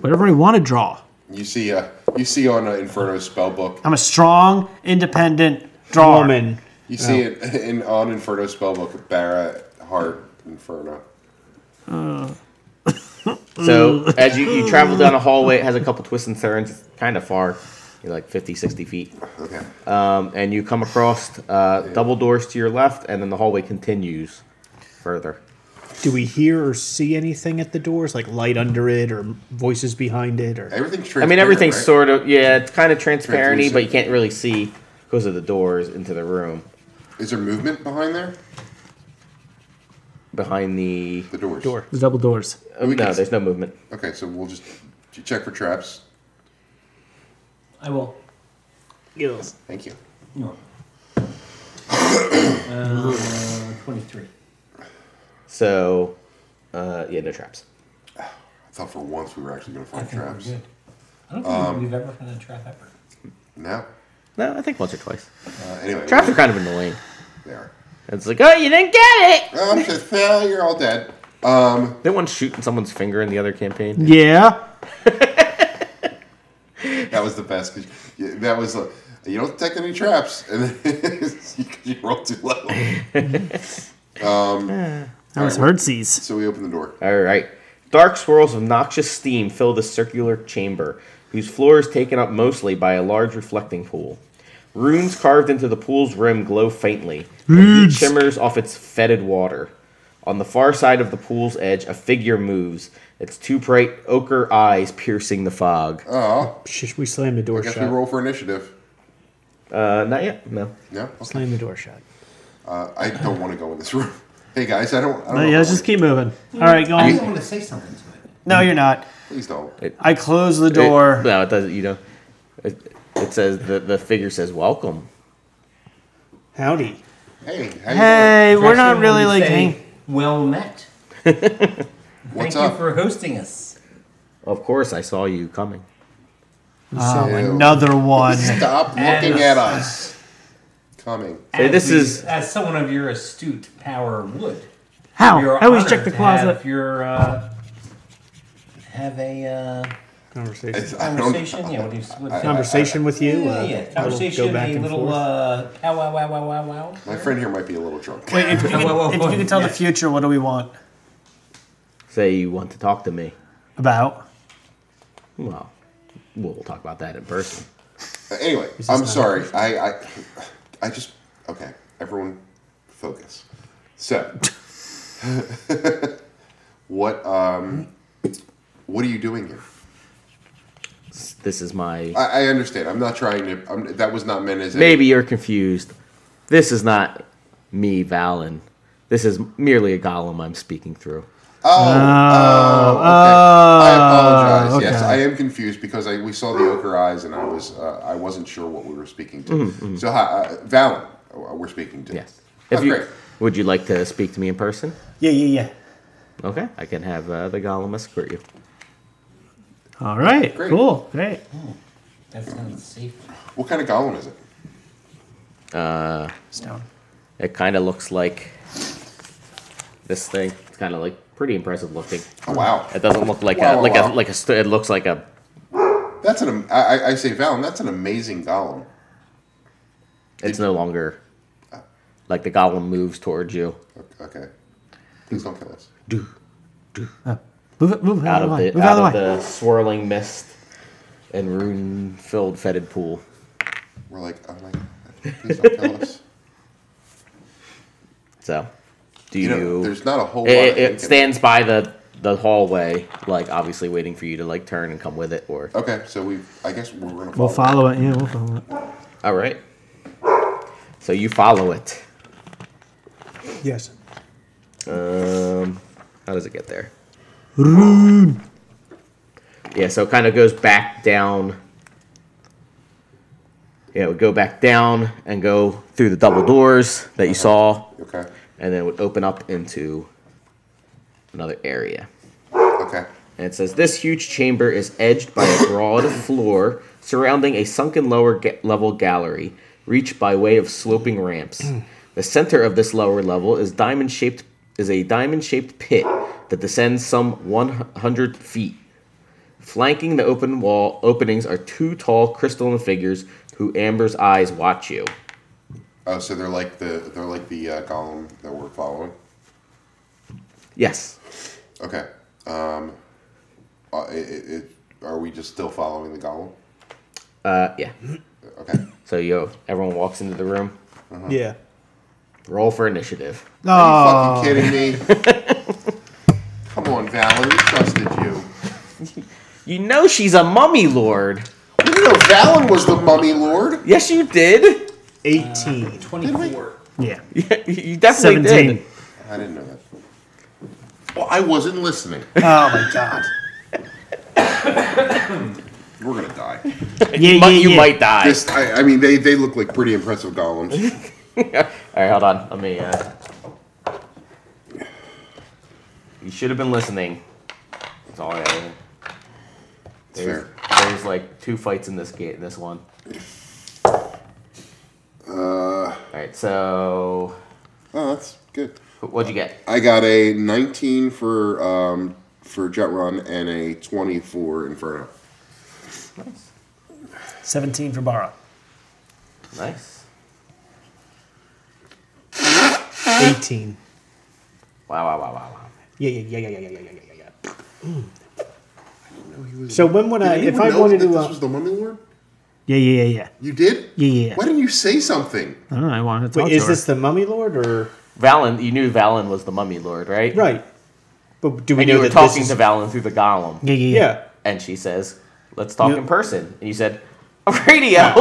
[SPEAKER 3] Whatever I want to draw.
[SPEAKER 5] You see, uh, you see on uh, Inferno's spell book.
[SPEAKER 3] I'm a strong, independent drawer.
[SPEAKER 9] Woman.
[SPEAKER 5] You see it [LAUGHS] in on Inferno's spell book. Barra Heart Inferno.
[SPEAKER 7] So as you, you travel down a hallway, it has a couple twists and turns. It's kind of far, you're like 50, 60 feet.
[SPEAKER 5] Okay.
[SPEAKER 7] Um, and you come across uh, double doors to your left, and then the hallway continues further.
[SPEAKER 9] Do we hear or see anything at the doors, like light under it or voices behind it? Or
[SPEAKER 5] Everything's
[SPEAKER 7] I mean,
[SPEAKER 5] transparent,
[SPEAKER 7] everything's
[SPEAKER 5] right?
[SPEAKER 7] sort of, yeah, it's kind of transparent
[SPEAKER 5] Translucent.
[SPEAKER 7] but you can't really see because of the doors into the room
[SPEAKER 5] Is there movement behind there?
[SPEAKER 7] behind the.
[SPEAKER 5] The doors.
[SPEAKER 9] Door.
[SPEAKER 3] The double doors.
[SPEAKER 7] Oh,
[SPEAKER 5] We
[SPEAKER 7] no,
[SPEAKER 5] can-
[SPEAKER 7] there's no movement.
[SPEAKER 5] Okay, so we'll just ch- check for traps.
[SPEAKER 6] I will.
[SPEAKER 3] Yes.
[SPEAKER 5] Thank you.
[SPEAKER 6] No. uh, 23.
[SPEAKER 7] So, uh, yeah, no traps.
[SPEAKER 5] I thought for once we were actually going to
[SPEAKER 6] I
[SPEAKER 5] find
[SPEAKER 6] think we're
[SPEAKER 5] traps. Um,
[SPEAKER 6] good. I don't think we've ever found a trap ever.
[SPEAKER 5] No.
[SPEAKER 7] No, I think once or twice.
[SPEAKER 5] Uh, anyway,
[SPEAKER 7] Traps are kind of annoying.
[SPEAKER 5] there.
[SPEAKER 7] It's like, oh, you didn't get it!
[SPEAKER 5] Um, just, well, you're all dead. Um,
[SPEAKER 7] They one shooting someone's finger in the other campaign.
[SPEAKER 3] Yeah.
[SPEAKER 5] that was the best. 'cause you- that was uh you don't detect any traps, [LAUGHS] and then you roll too low.
[SPEAKER 3] That was Hertz's.
[SPEAKER 5] So we open the door.
[SPEAKER 7] All right. Dark swirls of noxious steam fill the circular chamber, whose floor is taken up mostly by a large reflecting pool. Runes carved into the pool's rim glow faintly, and heat shimmers off its fetid water. On the far side of the pool's edge, a figure moves, its two bright ochre eyes piercing the fog.
[SPEAKER 5] Oh,
[SPEAKER 9] Shh, we slam the
[SPEAKER 5] I
[SPEAKER 9] door
[SPEAKER 5] guess
[SPEAKER 9] shut.
[SPEAKER 5] we roll for initiative.
[SPEAKER 7] Uh, not yet, no.
[SPEAKER 5] No, Okay.
[SPEAKER 9] Slam the door shut.
[SPEAKER 5] uh, I don't want to go in this room. Hey guys, I don't. I don't
[SPEAKER 3] No,
[SPEAKER 5] know
[SPEAKER 3] Uh, yeah,
[SPEAKER 5] if I
[SPEAKER 3] let's
[SPEAKER 5] wanna-
[SPEAKER 3] just keep moving. All right, go
[SPEAKER 6] I
[SPEAKER 3] on.
[SPEAKER 6] don't want to say something to it.
[SPEAKER 3] No, you're not.
[SPEAKER 5] Please don't.
[SPEAKER 3] I close the door.
[SPEAKER 7] It, no, it doesn't, you know. It, it says, the, the figure says, welcome.
[SPEAKER 9] Howdy.
[SPEAKER 5] Hey, how you
[SPEAKER 3] Hey, we're
[SPEAKER 6] Actually,
[SPEAKER 3] not
[SPEAKER 6] when
[SPEAKER 3] really
[SPEAKER 6] we
[SPEAKER 3] like.
[SPEAKER 6] say,
[SPEAKER 3] hang-
[SPEAKER 6] Well met.
[SPEAKER 5] doing? What's
[SPEAKER 6] Thank
[SPEAKER 5] up?
[SPEAKER 6] you for hosting us.
[SPEAKER 7] Of course, I saw you coming.
[SPEAKER 5] Ew.
[SPEAKER 3] Another one.
[SPEAKER 5] Stop looking at us. Coming.
[SPEAKER 7] Hey,
[SPEAKER 6] As
[SPEAKER 7] this
[SPEAKER 6] we-
[SPEAKER 7] is-
[SPEAKER 6] as someone of your astute power would.
[SPEAKER 3] How?
[SPEAKER 6] we are
[SPEAKER 3] Oh, I always
[SPEAKER 6] honored
[SPEAKER 3] check the
[SPEAKER 6] to have
[SPEAKER 3] closet.
[SPEAKER 6] Your uh, have a uh,
[SPEAKER 9] Conversation.
[SPEAKER 5] It's- I don't-
[SPEAKER 6] conversation. Yeah, what do you what do you-
[SPEAKER 9] Conversation with you.
[SPEAKER 6] Yeah,
[SPEAKER 9] uh,
[SPEAKER 6] yeah,
[SPEAKER 9] we'll
[SPEAKER 6] conversation.
[SPEAKER 9] Go back
[SPEAKER 6] a
[SPEAKER 9] and
[SPEAKER 6] little
[SPEAKER 9] forth.
[SPEAKER 6] uh, pow wow wow wow wow wow.
[SPEAKER 5] My friend here might be a little drunk.
[SPEAKER 3] Wait, if you
[SPEAKER 6] Whoa, whoa,
[SPEAKER 3] can, if
[SPEAKER 6] whoa.
[SPEAKER 3] you can tell the
[SPEAKER 6] Yeah.
[SPEAKER 3] future, what do we want
[SPEAKER 7] Say you want to talk to me.
[SPEAKER 3] about?
[SPEAKER 7] Well, we'll talk about that in person.
[SPEAKER 5] Uh, Anyway, I'm sorry. I, I, I just okay. Everyone, focus. So, [LAUGHS] what um, what are you doing here?
[SPEAKER 7] This is my.
[SPEAKER 5] I, I understand. I'm not trying to. I'm, that was not meant as a-
[SPEAKER 7] Maybe you're confused. This is not me, Valen. This is merely a golem I'm speaking through.
[SPEAKER 5] Oh, oh, okay. I apologize. Yes,
[SPEAKER 3] okay.
[SPEAKER 5] I am confused because I, we saw the ochre eyes and I was uh, I wasn't sure what we were speaking to. So, hi, uh, Valen, uh, we're speaking to.
[SPEAKER 7] Yes.
[SPEAKER 5] Oh,
[SPEAKER 7] If you,
[SPEAKER 5] great.
[SPEAKER 7] would you like to speak to me in person?
[SPEAKER 3] Yeah, yeah, yeah.
[SPEAKER 7] Okay, I can have uh, the golem escort you.
[SPEAKER 3] All right.
[SPEAKER 5] Great.
[SPEAKER 3] Cool. Great.
[SPEAKER 6] That sounds safe.
[SPEAKER 5] What kind of golem is it?
[SPEAKER 3] Stone.
[SPEAKER 7] It kind of looks like this thing. It's kind of like pretty impressive looking.
[SPEAKER 5] Oh, wow.
[SPEAKER 7] It doesn't look like
[SPEAKER 5] Wow,
[SPEAKER 7] a
[SPEAKER 5] wow,
[SPEAKER 7] like
[SPEAKER 5] wow.
[SPEAKER 7] a like a. St- it looks like a.
[SPEAKER 5] That's an. am- I, I- I say, Valen. That's an amazing golem.
[SPEAKER 7] It's no longer like the golem moves towards you.
[SPEAKER 5] Okay. Please don't kill us.
[SPEAKER 3] Move it. Move it
[SPEAKER 7] out of
[SPEAKER 3] way.
[SPEAKER 7] the
[SPEAKER 3] move
[SPEAKER 7] out of
[SPEAKER 3] the way.
[SPEAKER 7] the swirling mist and rune filled fetid pool.
[SPEAKER 5] We're like, oh my god. Please don't kill us.
[SPEAKER 7] So, do you? Eh,
[SPEAKER 5] You know, there's not a whole
[SPEAKER 7] it,
[SPEAKER 5] lot.
[SPEAKER 7] it-
[SPEAKER 5] of
[SPEAKER 7] it
[SPEAKER 5] ink in
[SPEAKER 7] stands by the the hallway, like obviously waiting for you to like turn and come with it. Or
[SPEAKER 5] Okay, so we. I guess we're gonna.
[SPEAKER 3] We'll
[SPEAKER 5] follow.
[SPEAKER 3] follow it. Yeah, we'll follow it.
[SPEAKER 7] all right. So you follow it.
[SPEAKER 9] Yes.
[SPEAKER 7] Um, how does it get there? Yeah, so it kind of goes back down. Yeah, it would go back down and go through the double doors that you saw.
[SPEAKER 5] Okay.
[SPEAKER 7] and then it would open up into another area.
[SPEAKER 5] Okay.
[SPEAKER 7] And it says this huge chamber is edged by a broad [COUGHS] floor surrounding a sunken lower ga- level gallery reached by way of sloping ramps. The center of this lower level is diamond shaped is a diamond shaped pit that descends some 100 feet. Flanking the open wall openings are two tall crystalline figures who Amber's eyes watch you.
[SPEAKER 5] Oh, so they're like the they're like the uh, golem that we're following.
[SPEAKER 7] Yes.
[SPEAKER 5] Okay. Um, uh, it, it, it, are we just still following the golem?
[SPEAKER 7] Uh, yeah.
[SPEAKER 5] Okay.
[SPEAKER 7] So yo, everyone walks into the room.
[SPEAKER 9] Yeah.
[SPEAKER 7] Roll for initiative.
[SPEAKER 5] Are you fucking kidding me? Come on, Val. We trusted you.
[SPEAKER 7] You know she's a mummy lord.
[SPEAKER 5] We didn't know Valen was the mummy lord.
[SPEAKER 7] Yes, you did. [LAUGHS]
[SPEAKER 9] 18.
[SPEAKER 6] 24.
[SPEAKER 3] Yeah.
[SPEAKER 7] you
[SPEAKER 3] 17.
[SPEAKER 7] definitely did.
[SPEAKER 5] I didn't know that. Well, I wasn't listening.
[SPEAKER 9] Oh my god.
[SPEAKER 5] [COUGHS] We're gonna die.
[SPEAKER 3] Yeah,
[SPEAKER 7] you might,
[SPEAKER 3] yeah,
[SPEAKER 7] you
[SPEAKER 3] yeah.
[SPEAKER 7] might die.
[SPEAKER 5] This, I, I mean, they, they look like pretty impressive golems.
[SPEAKER 7] [LAUGHS] All right, hold on. Let me. Uh... You should have been listening. That's all I know. There's, there's like two fights in this game. This one.
[SPEAKER 5] Uh,
[SPEAKER 7] All right. So
[SPEAKER 5] oh, that's good.
[SPEAKER 7] what'd you get?
[SPEAKER 5] I got a 19 for um, for jet run and a 20 for inferno.
[SPEAKER 3] 17 for Bara.
[SPEAKER 7] Nice.
[SPEAKER 9] 18.
[SPEAKER 7] Wow! Wow! Wow! Wow! Wow!
[SPEAKER 9] Yeah, yeah, yeah, yeah, yeah, yeah, yeah, yeah, yeah, yeah. So when would I, if I wanted
[SPEAKER 5] that
[SPEAKER 9] to,
[SPEAKER 5] this
[SPEAKER 9] uh,
[SPEAKER 5] was the mummy lord,
[SPEAKER 3] Yeah, yeah, yeah, yeah.
[SPEAKER 5] you did.
[SPEAKER 3] Yeah, yeah.
[SPEAKER 5] Why didn't you say something?
[SPEAKER 3] I don't know. I wanted to talk
[SPEAKER 9] wait,
[SPEAKER 3] to
[SPEAKER 9] is
[SPEAKER 3] her.
[SPEAKER 9] this the Mummy Lord or
[SPEAKER 7] Valen, you knew Valen was the mummy lord, right?
[SPEAKER 9] right? But do we
[SPEAKER 7] And
[SPEAKER 9] know
[SPEAKER 7] you were
[SPEAKER 9] that
[SPEAKER 7] talking
[SPEAKER 9] this
[SPEAKER 7] to
[SPEAKER 9] is,
[SPEAKER 7] Valen through the golem.
[SPEAKER 3] Yeah, yeah, yeah.
[SPEAKER 9] Yeah,
[SPEAKER 7] and she says, "Let's talk in person." And you said, "Radio." I [LAUGHS]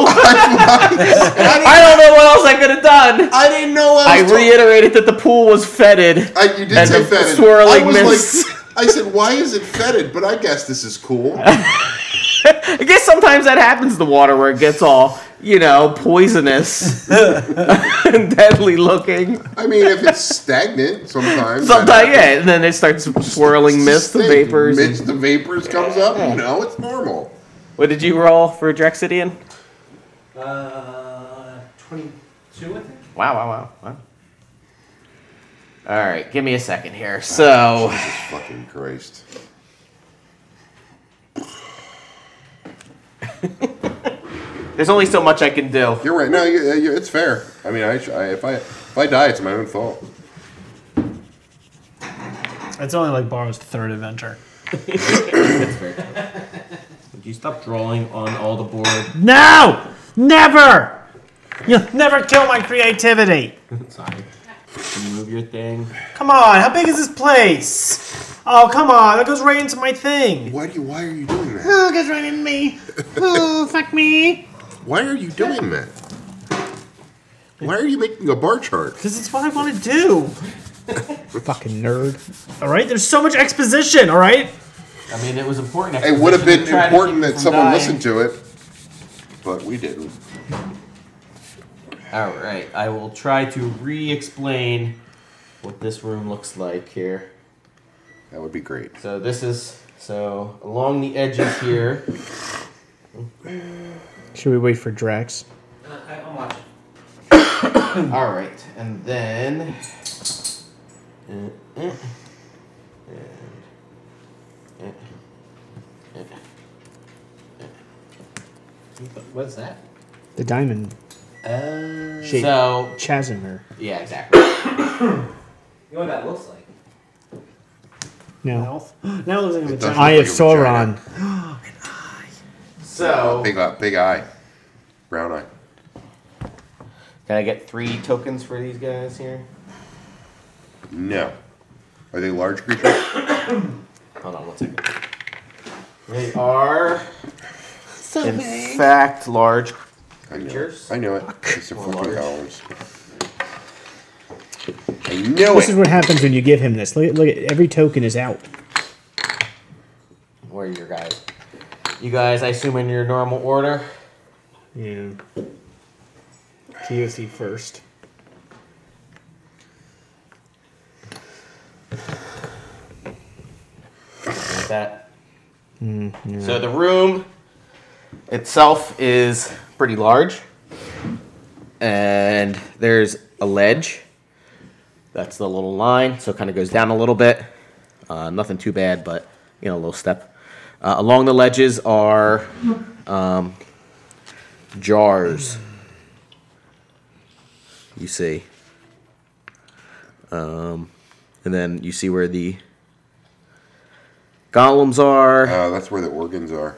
[SPEAKER 7] don't know what else I could have done.
[SPEAKER 5] I didn't know.
[SPEAKER 7] I
[SPEAKER 5] was talking-
[SPEAKER 7] reiterated that the pool was fetid.
[SPEAKER 5] I, you did
[SPEAKER 7] and
[SPEAKER 5] say
[SPEAKER 7] the
[SPEAKER 5] fetid.
[SPEAKER 7] swirling
[SPEAKER 5] I was
[SPEAKER 7] mists.
[SPEAKER 5] like, I said, why is it fetid? But I guess this is cool.
[SPEAKER 7] I guess sometimes that happens to water where it gets all, you know, poisonous [LAUGHS] and deadly looking.
[SPEAKER 5] I mean, if it's stagnant, sometimes. that
[SPEAKER 7] Sometimes,
[SPEAKER 5] happens.
[SPEAKER 7] yeah, and then it starts swirling mist and
[SPEAKER 5] Stink.
[SPEAKER 7] vapors. and-
[SPEAKER 5] Mist, the vapors comes up. You know, it's normal.
[SPEAKER 7] what did you roll for Drexidian?
[SPEAKER 6] Uh, 22, I think.
[SPEAKER 7] Wow, wow, wow, wow. All right, give me a second here. So.
[SPEAKER 5] Jesus fucking Christ.
[SPEAKER 7] There's only so much I can do.
[SPEAKER 5] You're right. No, you, you, it's fair. I mean, I, sh- I if I if I die, it's my own fault.
[SPEAKER 3] It's only like Bara's third adventure.
[SPEAKER 6] Would you stop drawing on all the board?
[SPEAKER 3] No! Never! You'll never kill my creativity.
[SPEAKER 6] Sorry. Can you move your thing?
[SPEAKER 3] Come on, how big is this place? Oh, come on, that goes right into my thing.
[SPEAKER 5] Why do you? Why are you doing that?
[SPEAKER 3] Oh, goes right into me. [LAUGHS] Oh, fuck me.
[SPEAKER 5] Why are you doing that? Why are you making a bar chart?
[SPEAKER 3] Because it's what I want to do.
[SPEAKER 9] fucking nerd.
[SPEAKER 3] All right, there's so much exposition, all right?
[SPEAKER 6] I mean, it was important.
[SPEAKER 5] It would have been
[SPEAKER 6] Try to keep
[SPEAKER 5] important
[SPEAKER 6] you
[SPEAKER 5] that
[SPEAKER 6] from
[SPEAKER 5] someone
[SPEAKER 6] dying.
[SPEAKER 5] listened to it, but we didn't.
[SPEAKER 6] All right, I will try to re-explain what this room looks like here.
[SPEAKER 5] That would be great.
[SPEAKER 6] So this is so along the edges here.
[SPEAKER 9] Should we wait for Drax?
[SPEAKER 6] I'm watching. All right, and then. Uh, uh, and, uh, uh, uh. What's that?
[SPEAKER 9] The diamond
[SPEAKER 6] Uh,
[SPEAKER 9] Shape.
[SPEAKER 6] so
[SPEAKER 9] chasm here.
[SPEAKER 6] yeah, exactly. you know what that looks like?
[SPEAKER 9] No,
[SPEAKER 3] Now it looks like a
[SPEAKER 5] It
[SPEAKER 3] vagina.
[SPEAKER 5] does
[SPEAKER 9] Eye of
[SPEAKER 5] look like a
[SPEAKER 9] Sauron.
[SPEAKER 5] vagina.
[SPEAKER 6] So
[SPEAKER 5] Big eye, big eye, brown eye.
[SPEAKER 7] Can I get three tokens for these guys here?
[SPEAKER 5] No, are they large creatures?
[SPEAKER 7] Hold on one second. They are, in fact, large.
[SPEAKER 5] I know.
[SPEAKER 7] Creatures?
[SPEAKER 5] It. I know it. It's a
[SPEAKER 7] Or
[SPEAKER 5] fucking
[SPEAKER 7] large.
[SPEAKER 5] columns. I know
[SPEAKER 9] this is
[SPEAKER 5] it.
[SPEAKER 9] what happens when you give him this. Look, at- look at every token is out.
[SPEAKER 7] Where are your guys? You guys, I assume, in your normal order.
[SPEAKER 9] Yeah. Teothy first.
[SPEAKER 7] Like that. So the room itself is pretty large, and there's a ledge. That's the little line, so it kind of goes down a little bit. Uh, nothing too bad, but you know, a little step. Uh, along the ledges are um, jars. You see, um, and then you see where the golems are.
[SPEAKER 5] Uh, that's where the organs are.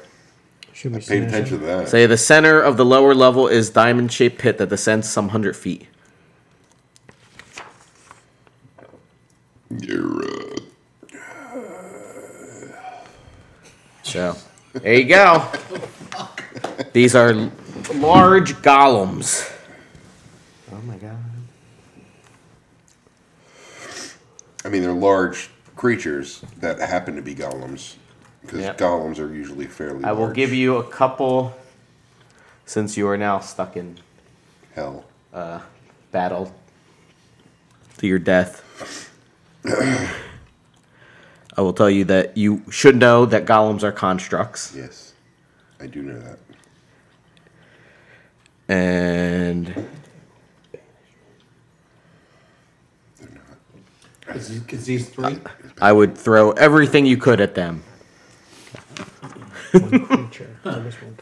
[SPEAKER 9] Should we
[SPEAKER 5] Pay
[SPEAKER 9] smash
[SPEAKER 5] attention
[SPEAKER 9] it?
[SPEAKER 5] to that.
[SPEAKER 7] Say the center of the lower level is diamond shaped pit that descends some hundred feet.
[SPEAKER 5] You're, uh,
[SPEAKER 7] So there you go. These are l- large golems. Oh my god.
[SPEAKER 5] I mean, they're large creatures that happen to be golems. Because
[SPEAKER 7] Yep.
[SPEAKER 5] golems are usually fairly
[SPEAKER 7] I will
[SPEAKER 5] large.
[SPEAKER 7] give you a couple since you are now stuck in
[SPEAKER 5] Hell.
[SPEAKER 7] battle to your death. [CLEARS THROAT] I will tell you that you should know that golems are constructs.
[SPEAKER 5] Yes. I do know that.
[SPEAKER 7] And
[SPEAKER 6] Is, is these three?
[SPEAKER 7] I would throw everything you could at them.
[SPEAKER 10] creature. I just won't count.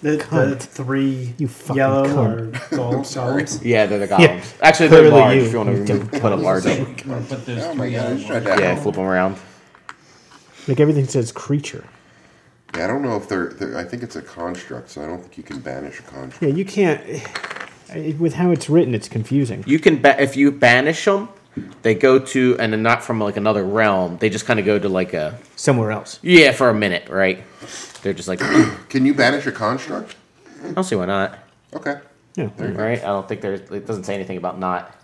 [SPEAKER 10] The, the three
[SPEAKER 3] You fucking
[SPEAKER 10] yellow
[SPEAKER 3] cunt.
[SPEAKER 5] [LAUGHS]
[SPEAKER 10] or gold solids.
[SPEAKER 7] Yeah, they're the goblins. Actually, they're
[SPEAKER 3] clearly
[SPEAKER 7] large.
[SPEAKER 3] you-
[SPEAKER 7] if you want to put a large, up.
[SPEAKER 6] But there's
[SPEAKER 5] Oh my
[SPEAKER 6] three
[SPEAKER 5] god, I
[SPEAKER 6] other
[SPEAKER 5] just tried that.
[SPEAKER 6] ones.
[SPEAKER 7] yeah, flip them around.
[SPEAKER 3] Like everything says creature.
[SPEAKER 5] Yeah, I don't know if they're, they're. I think it's a construct, so I don't think you can banish a construct.
[SPEAKER 3] Yeah, you can't. it- With how it's written, it's confusing.
[SPEAKER 7] You can ba- if you banish them, they go to and they're not from like another realm. They just kind of go to like a
[SPEAKER 3] Somewhere else.
[SPEAKER 7] yeah for a minute, right? They're just like [CLEARS THROAT] I
[SPEAKER 5] Can you banish a construct?
[SPEAKER 7] don't see why not,
[SPEAKER 5] Okay.
[SPEAKER 3] Yeah.
[SPEAKER 7] right? I don't think there's it doesn't say anything about not.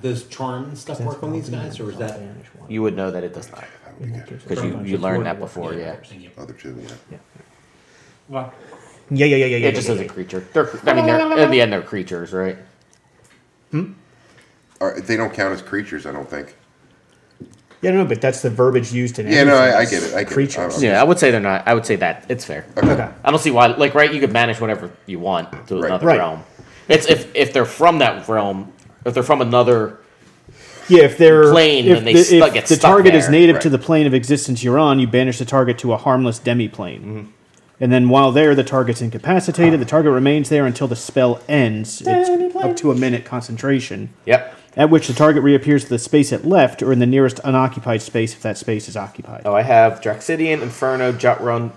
[SPEAKER 6] Does charm and stuff work on these guys, or is that?
[SPEAKER 7] You would know that it does not because you you learned that before, yeah.
[SPEAKER 5] Other two, yeah.
[SPEAKER 6] Well,
[SPEAKER 3] Yeah, yeah, yeah, yeah.
[SPEAKER 7] It just says a creature. They're I mean they're in the end they're creatures, right?
[SPEAKER 5] Or, they don't count as creatures, I don't think.
[SPEAKER 3] Yeah, no, but that's the verbiage used in
[SPEAKER 5] Yeah, no,
[SPEAKER 3] everything.
[SPEAKER 5] I, I get it. I get
[SPEAKER 3] Creatures.
[SPEAKER 5] It.
[SPEAKER 7] Yeah, I would say they're not. I would say that it's fair.
[SPEAKER 3] Okay.
[SPEAKER 7] I don't see why. Like, right? You could banish whenever you want to
[SPEAKER 5] Right.
[SPEAKER 7] another
[SPEAKER 3] Right.
[SPEAKER 7] realm. It's if if they're from that realm, if they're from another
[SPEAKER 3] Yeah, if they're
[SPEAKER 7] Plane,
[SPEAKER 3] if
[SPEAKER 7] then they
[SPEAKER 3] the,
[SPEAKER 7] stuck-
[SPEAKER 3] if
[SPEAKER 7] get
[SPEAKER 3] the
[SPEAKER 7] stuck
[SPEAKER 3] target is
[SPEAKER 7] there,
[SPEAKER 3] native
[SPEAKER 7] right.
[SPEAKER 3] to the plane of existence you're on, you banish the target to a harmless demi-plane. And then while there, the target's incapacitated. The target remains there until the spell ends. It's up to a minute concentration.
[SPEAKER 7] Yep.
[SPEAKER 3] At which the target reappears to the space it left, or in the nearest unoccupied space if that space is occupied.
[SPEAKER 7] Oh, I have Draxidian, Inferno, Jutrun,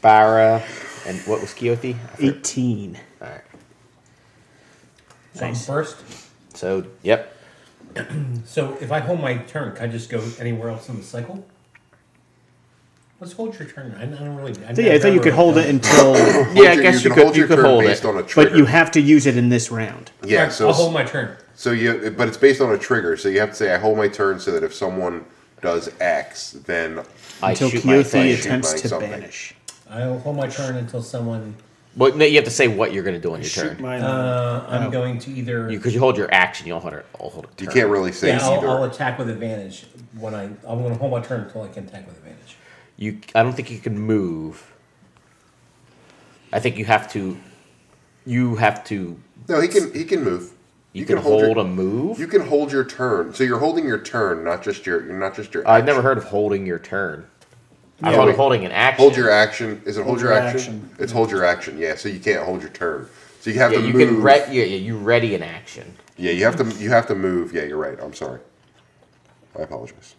[SPEAKER 7] Bara, and what was Keothi?
[SPEAKER 3] Eighteen.
[SPEAKER 7] All right.
[SPEAKER 6] so I'm first.
[SPEAKER 7] So, yep.
[SPEAKER 6] So if I hold my turn, can I just go anywhere else in the cycle? Let's hold your turn. I I don't really. I,
[SPEAKER 3] Yeah, I thought you could hold it until,
[SPEAKER 7] Yeah, I
[SPEAKER 5] Hold your-
[SPEAKER 7] guess you
[SPEAKER 5] can
[SPEAKER 7] could
[SPEAKER 5] hold
[SPEAKER 7] you
[SPEAKER 5] your
[SPEAKER 7] could
[SPEAKER 5] turn
[SPEAKER 7] hold
[SPEAKER 5] based
[SPEAKER 7] it.
[SPEAKER 5] on a
[SPEAKER 3] [COUGHS]
[SPEAKER 5] trigger.
[SPEAKER 3] but you have to use it in this round.
[SPEAKER 5] yeah, so
[SPEAKER 6] I'll hold my turn.
[SPEAKER 5] so you but it's based on a trigger, so you have to say I hold my turn so that if someone does X, then
[SPEAKER 7] I
[SPEAKER 3] Until
[SPEAKER 7] shoot my thing.
[SPEAKER 3] Kyothi
[SPEAKER 5] shoot
[SPEAKER 3] attempts
[SPEAKER 5] my
[SPEAKER 3] to
[SPEAKER 5] something.
[SPEAKER 3] banish.
[SPEAKER 6] I'll hold my turn until someone.
[SPEAKER 7] But no, you have to say what you're going to do on your
[SPEAKER 3] Shoot
[SPEAKER 7] turn.
[SPEAKER 3] my
[SPEAKER 6] Uh, I'm going to either.
[SPEAKER 7] Because you, hold your action, you'll hold it. I'll hold it.
[SPEAKER 5] you can't really say
[SPEAKER 6] yeah, I'll,
[SPEAKER 5] either.
[SPEAKER 6] I'll attack with advantage when I. I'm going to hold my turn until I can attack with advantage.
[SPEAKER 7] You, I don't think you can move. I think you have to. You have to.
[SPEAKER 5] no, he can he can move.
[SPEAKER 7] You, can, hold,
[SPEAKER 5] your,
[SPEAKER 7] a move.
[SPEAKER 5] You can hold your turn. So you're holding your turn, not just your you're not just your
[SPEAKER 7] Uh, I've
[SPEAKER 5] action.
[SPEAKER 7] never heard of holding your turn. I
[SPEAKER 5] Yeah,
[SPEAKER 7] thought of
[SPEAKER 5] wait.
[SPEAKER 7] holding an action.
[SPEAKER 5] Hold your action. Is it hold,
[SPEAKER 10] Hold
[SPEAKER 5] your,
[SPEAKER 10] your
[SPEAKER 5] action?
[SPEAKER 10] action.
[SPEAKER 5] It's hold your action. Yeah, so you can't hold your turn. So you have
[SPEAKER 7] Yeah,
[SPEAKER 5] to
[SPEAKER 7] you
[SPEAKER 5] move.
[SPEAKER 7] can. Re- yeah, yeah, you ready an
[SPEAKER 5] [LAUGHS]
[SPEAKER 7] action.
[SPEAKER 5] yeah, you have to you have to move. Yeah, you're right. I'm sorry. I apologize.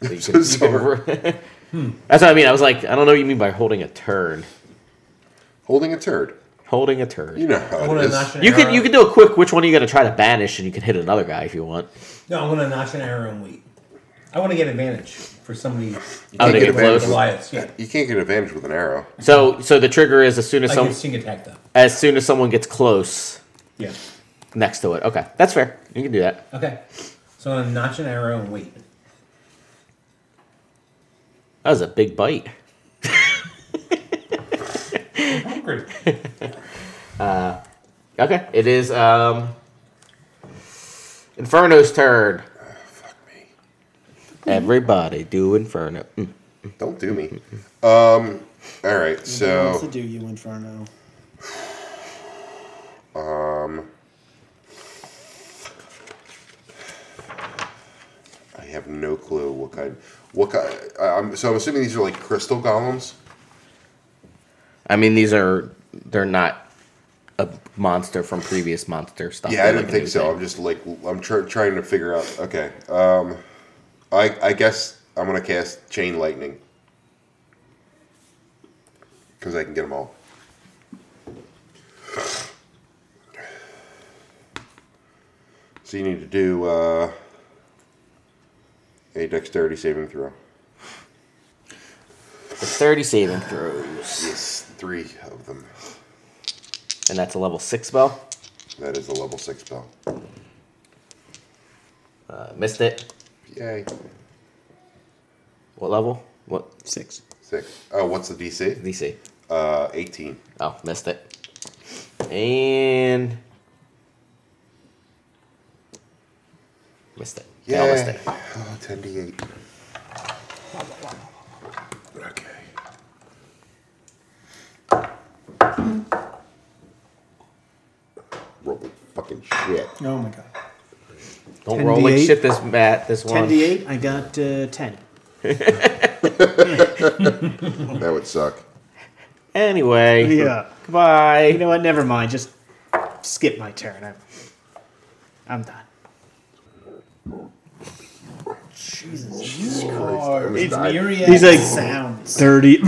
[SPEAKER 7] So you can,
[SPEAKER 5] so
[SPEAKER 7] you can re- [LAUGHS]
[SPEAKER 6] Hmm.
[SPEAKER 7] That's what I mean. I was like, I don't know what you mean by holding a turn.
[SPEAKER 5] Holding a turd.
[SPEAKER 7] Holding a turn.
[SPEAKER 5] You
[SPEAKER 7] You,
[SPEAKER 5] know how
[SPEAKER 6] I
[SPEAKER 5] it
[SPEAKER 6] want to
[SPEAKER 5] is.
[SPEAKER 6] notch an
[SPEAKER 7] can
[SPEAKER 6] arrow.
[SPEAKER 7] you can do a quick. Which one are you gonna try to banish? And you can hit another guy if you want.
[SPEAKER 6] No, I'm going to notch an arrow and wait. I want to get advantage for somebody.
[SPEAKER 7] Oh, to
[SPEAKER 5] get
[SPEAKER 7] get
[SPEAKER 5] advantage
[SPEAKER 7] close.
[SPEAKER 5] with-
[SPEAKER 6] Goliaths. Yeah.
[SPEAKER 5] You can't get advantage with an arrow.
[SPEAKER 7] So so the trigger is as soon as
[SPEAKER 6] I
[SPEAKER 7] some
[SPEAKER 6] can sing attack though.
[SPEAKER 7] as soon as someone gets close
[SPEAKER 6] Yeah.
[SPEAKER 7] next to it. Okay, that's fair. You can do that.
[SPEAKER 6] Okay. So I'm going to notch an arrow and wait.
[SPEAKER 7] That was a big bite.
[SPEAKER 6] [LAUGHS] Hungry.
[SPEAKER 7] Okay, it is um Inferno's turn. Everybody do Inferno. Mm,
[SPEAKER 5] Don't do
[SPEAKER 7] [LAUGHS]
[SPEAKER 5] me. Um. All right.
[SPEAKER 11] Wants to
[SPEAKER 5] So
[SPEAKER 11] do you Inferno?
[SPEAKER 5] I have no clue what kind. What kind? I- I'm so I'm assuming these are like crystal golems.
[SPEAKER 7] I mean, these are they're not a monster from previous monster stuff.
[SPEAKER 5] Yeah, I
[SPEAKER 7] They're
[SPEAKER 5] didn't
[SPEAKER 7] like a
[SPEAKER 5] think
[SPEAKER 7] new
[SPEAKER 5] so.
[SPEAKER 7] thing.
[SPEAKER 5] I'm just like I'm tr- trying to figure out. Okay. Um. I I guess I'm gonna cast chain lightning because I can get them all. So you need to do uh, a dexterity saving throw.
[SPEAKER 7] It's thirty saving throws,
[SPEAKER 5] Yes, three of them.
[SPEAKER 7] and that's a level six spell.
[SPEAKER 5] That is a level six spell.
[SPEAKER 7] Uh, missed it.
[SPEAKER 5] Yay.
[SPEAKER 7] What level? What
[SPEAKER 11] Six.
[SPEAKER 5] Six. Oh, what's the DC?
[SPEAKER 7] DC?
[SPEAKER 5] Uh, 18.
[SPEAKER 7] Oh, missed it. And missed it. Yeah, I missed
[SPEAKER 5] Yay.
[SPEAKER 7] it.
[SPEAKER 5] Oh, 10d8. Okay. Roll fucking shit.
[SPEAKER 11] Oh my god.
[SPEAKER 7] Don't roll like
[SPEAKER 3] 10d8.
[SPEAKER 7] shit. This mat. This one.
[SPEAKER 11] 10d8, I got uh, 10.
[SPEAKER 5] That would suck.
[SPEAKER 7] Anyway.
[SPEAKER 11] Yeah. You
[SPEAKER 7] Goodbye.
[SPEAKER 11] know what? Never mind. Just skip my turn. I'm, I'm done.
[SPEAKER 5] Almost
[SPEAKER 11] It's
[SPEAKER 5] died.
[SPEAKER 11] myriad
[SPEAKER 3] He's like-
[SPEAKER 11] sounds.
[SPEAKER 3] 30.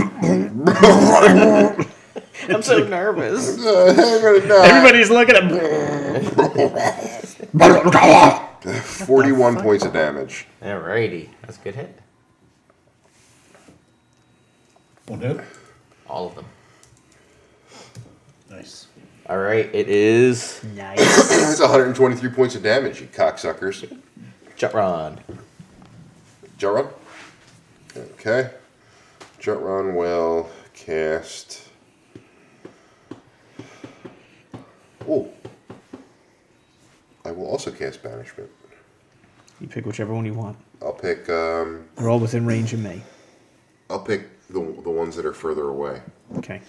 [SPEAKER 7] I'm so nervous.
[SPEAKER 5] Uh, I'm gonna die.
[SPEAKER 3] Everybody's looking at
[SPEAKER 5] 41 points of damage.
[SPEAKER 7] Alrighty, that's a good hit.
[SPEAKER 6] Will do.
[SPEAKER 7] All of them.
[SPEAKER 6] Nice.
[SPEAKER 7] All right, it is
[SPEAKER 11] Nice.
[SPEAKER 5] That's 123 points of damage, you cocksuckers.
[SPEAKER 7] Jutron.
[SPEAKER 5] Jut Run. Okay. Jut Run will cast. Oh. I will also cast Banishment.
[SPEAKER 3] You pick whichever one you want.
[SPEAKER 5] I'll pick. Um,
[SPEAKER 3] They're all within range of me.
[SPEAKER 5] I'll pick the, the ones that are further away.
[SPEAKER 3] Okay.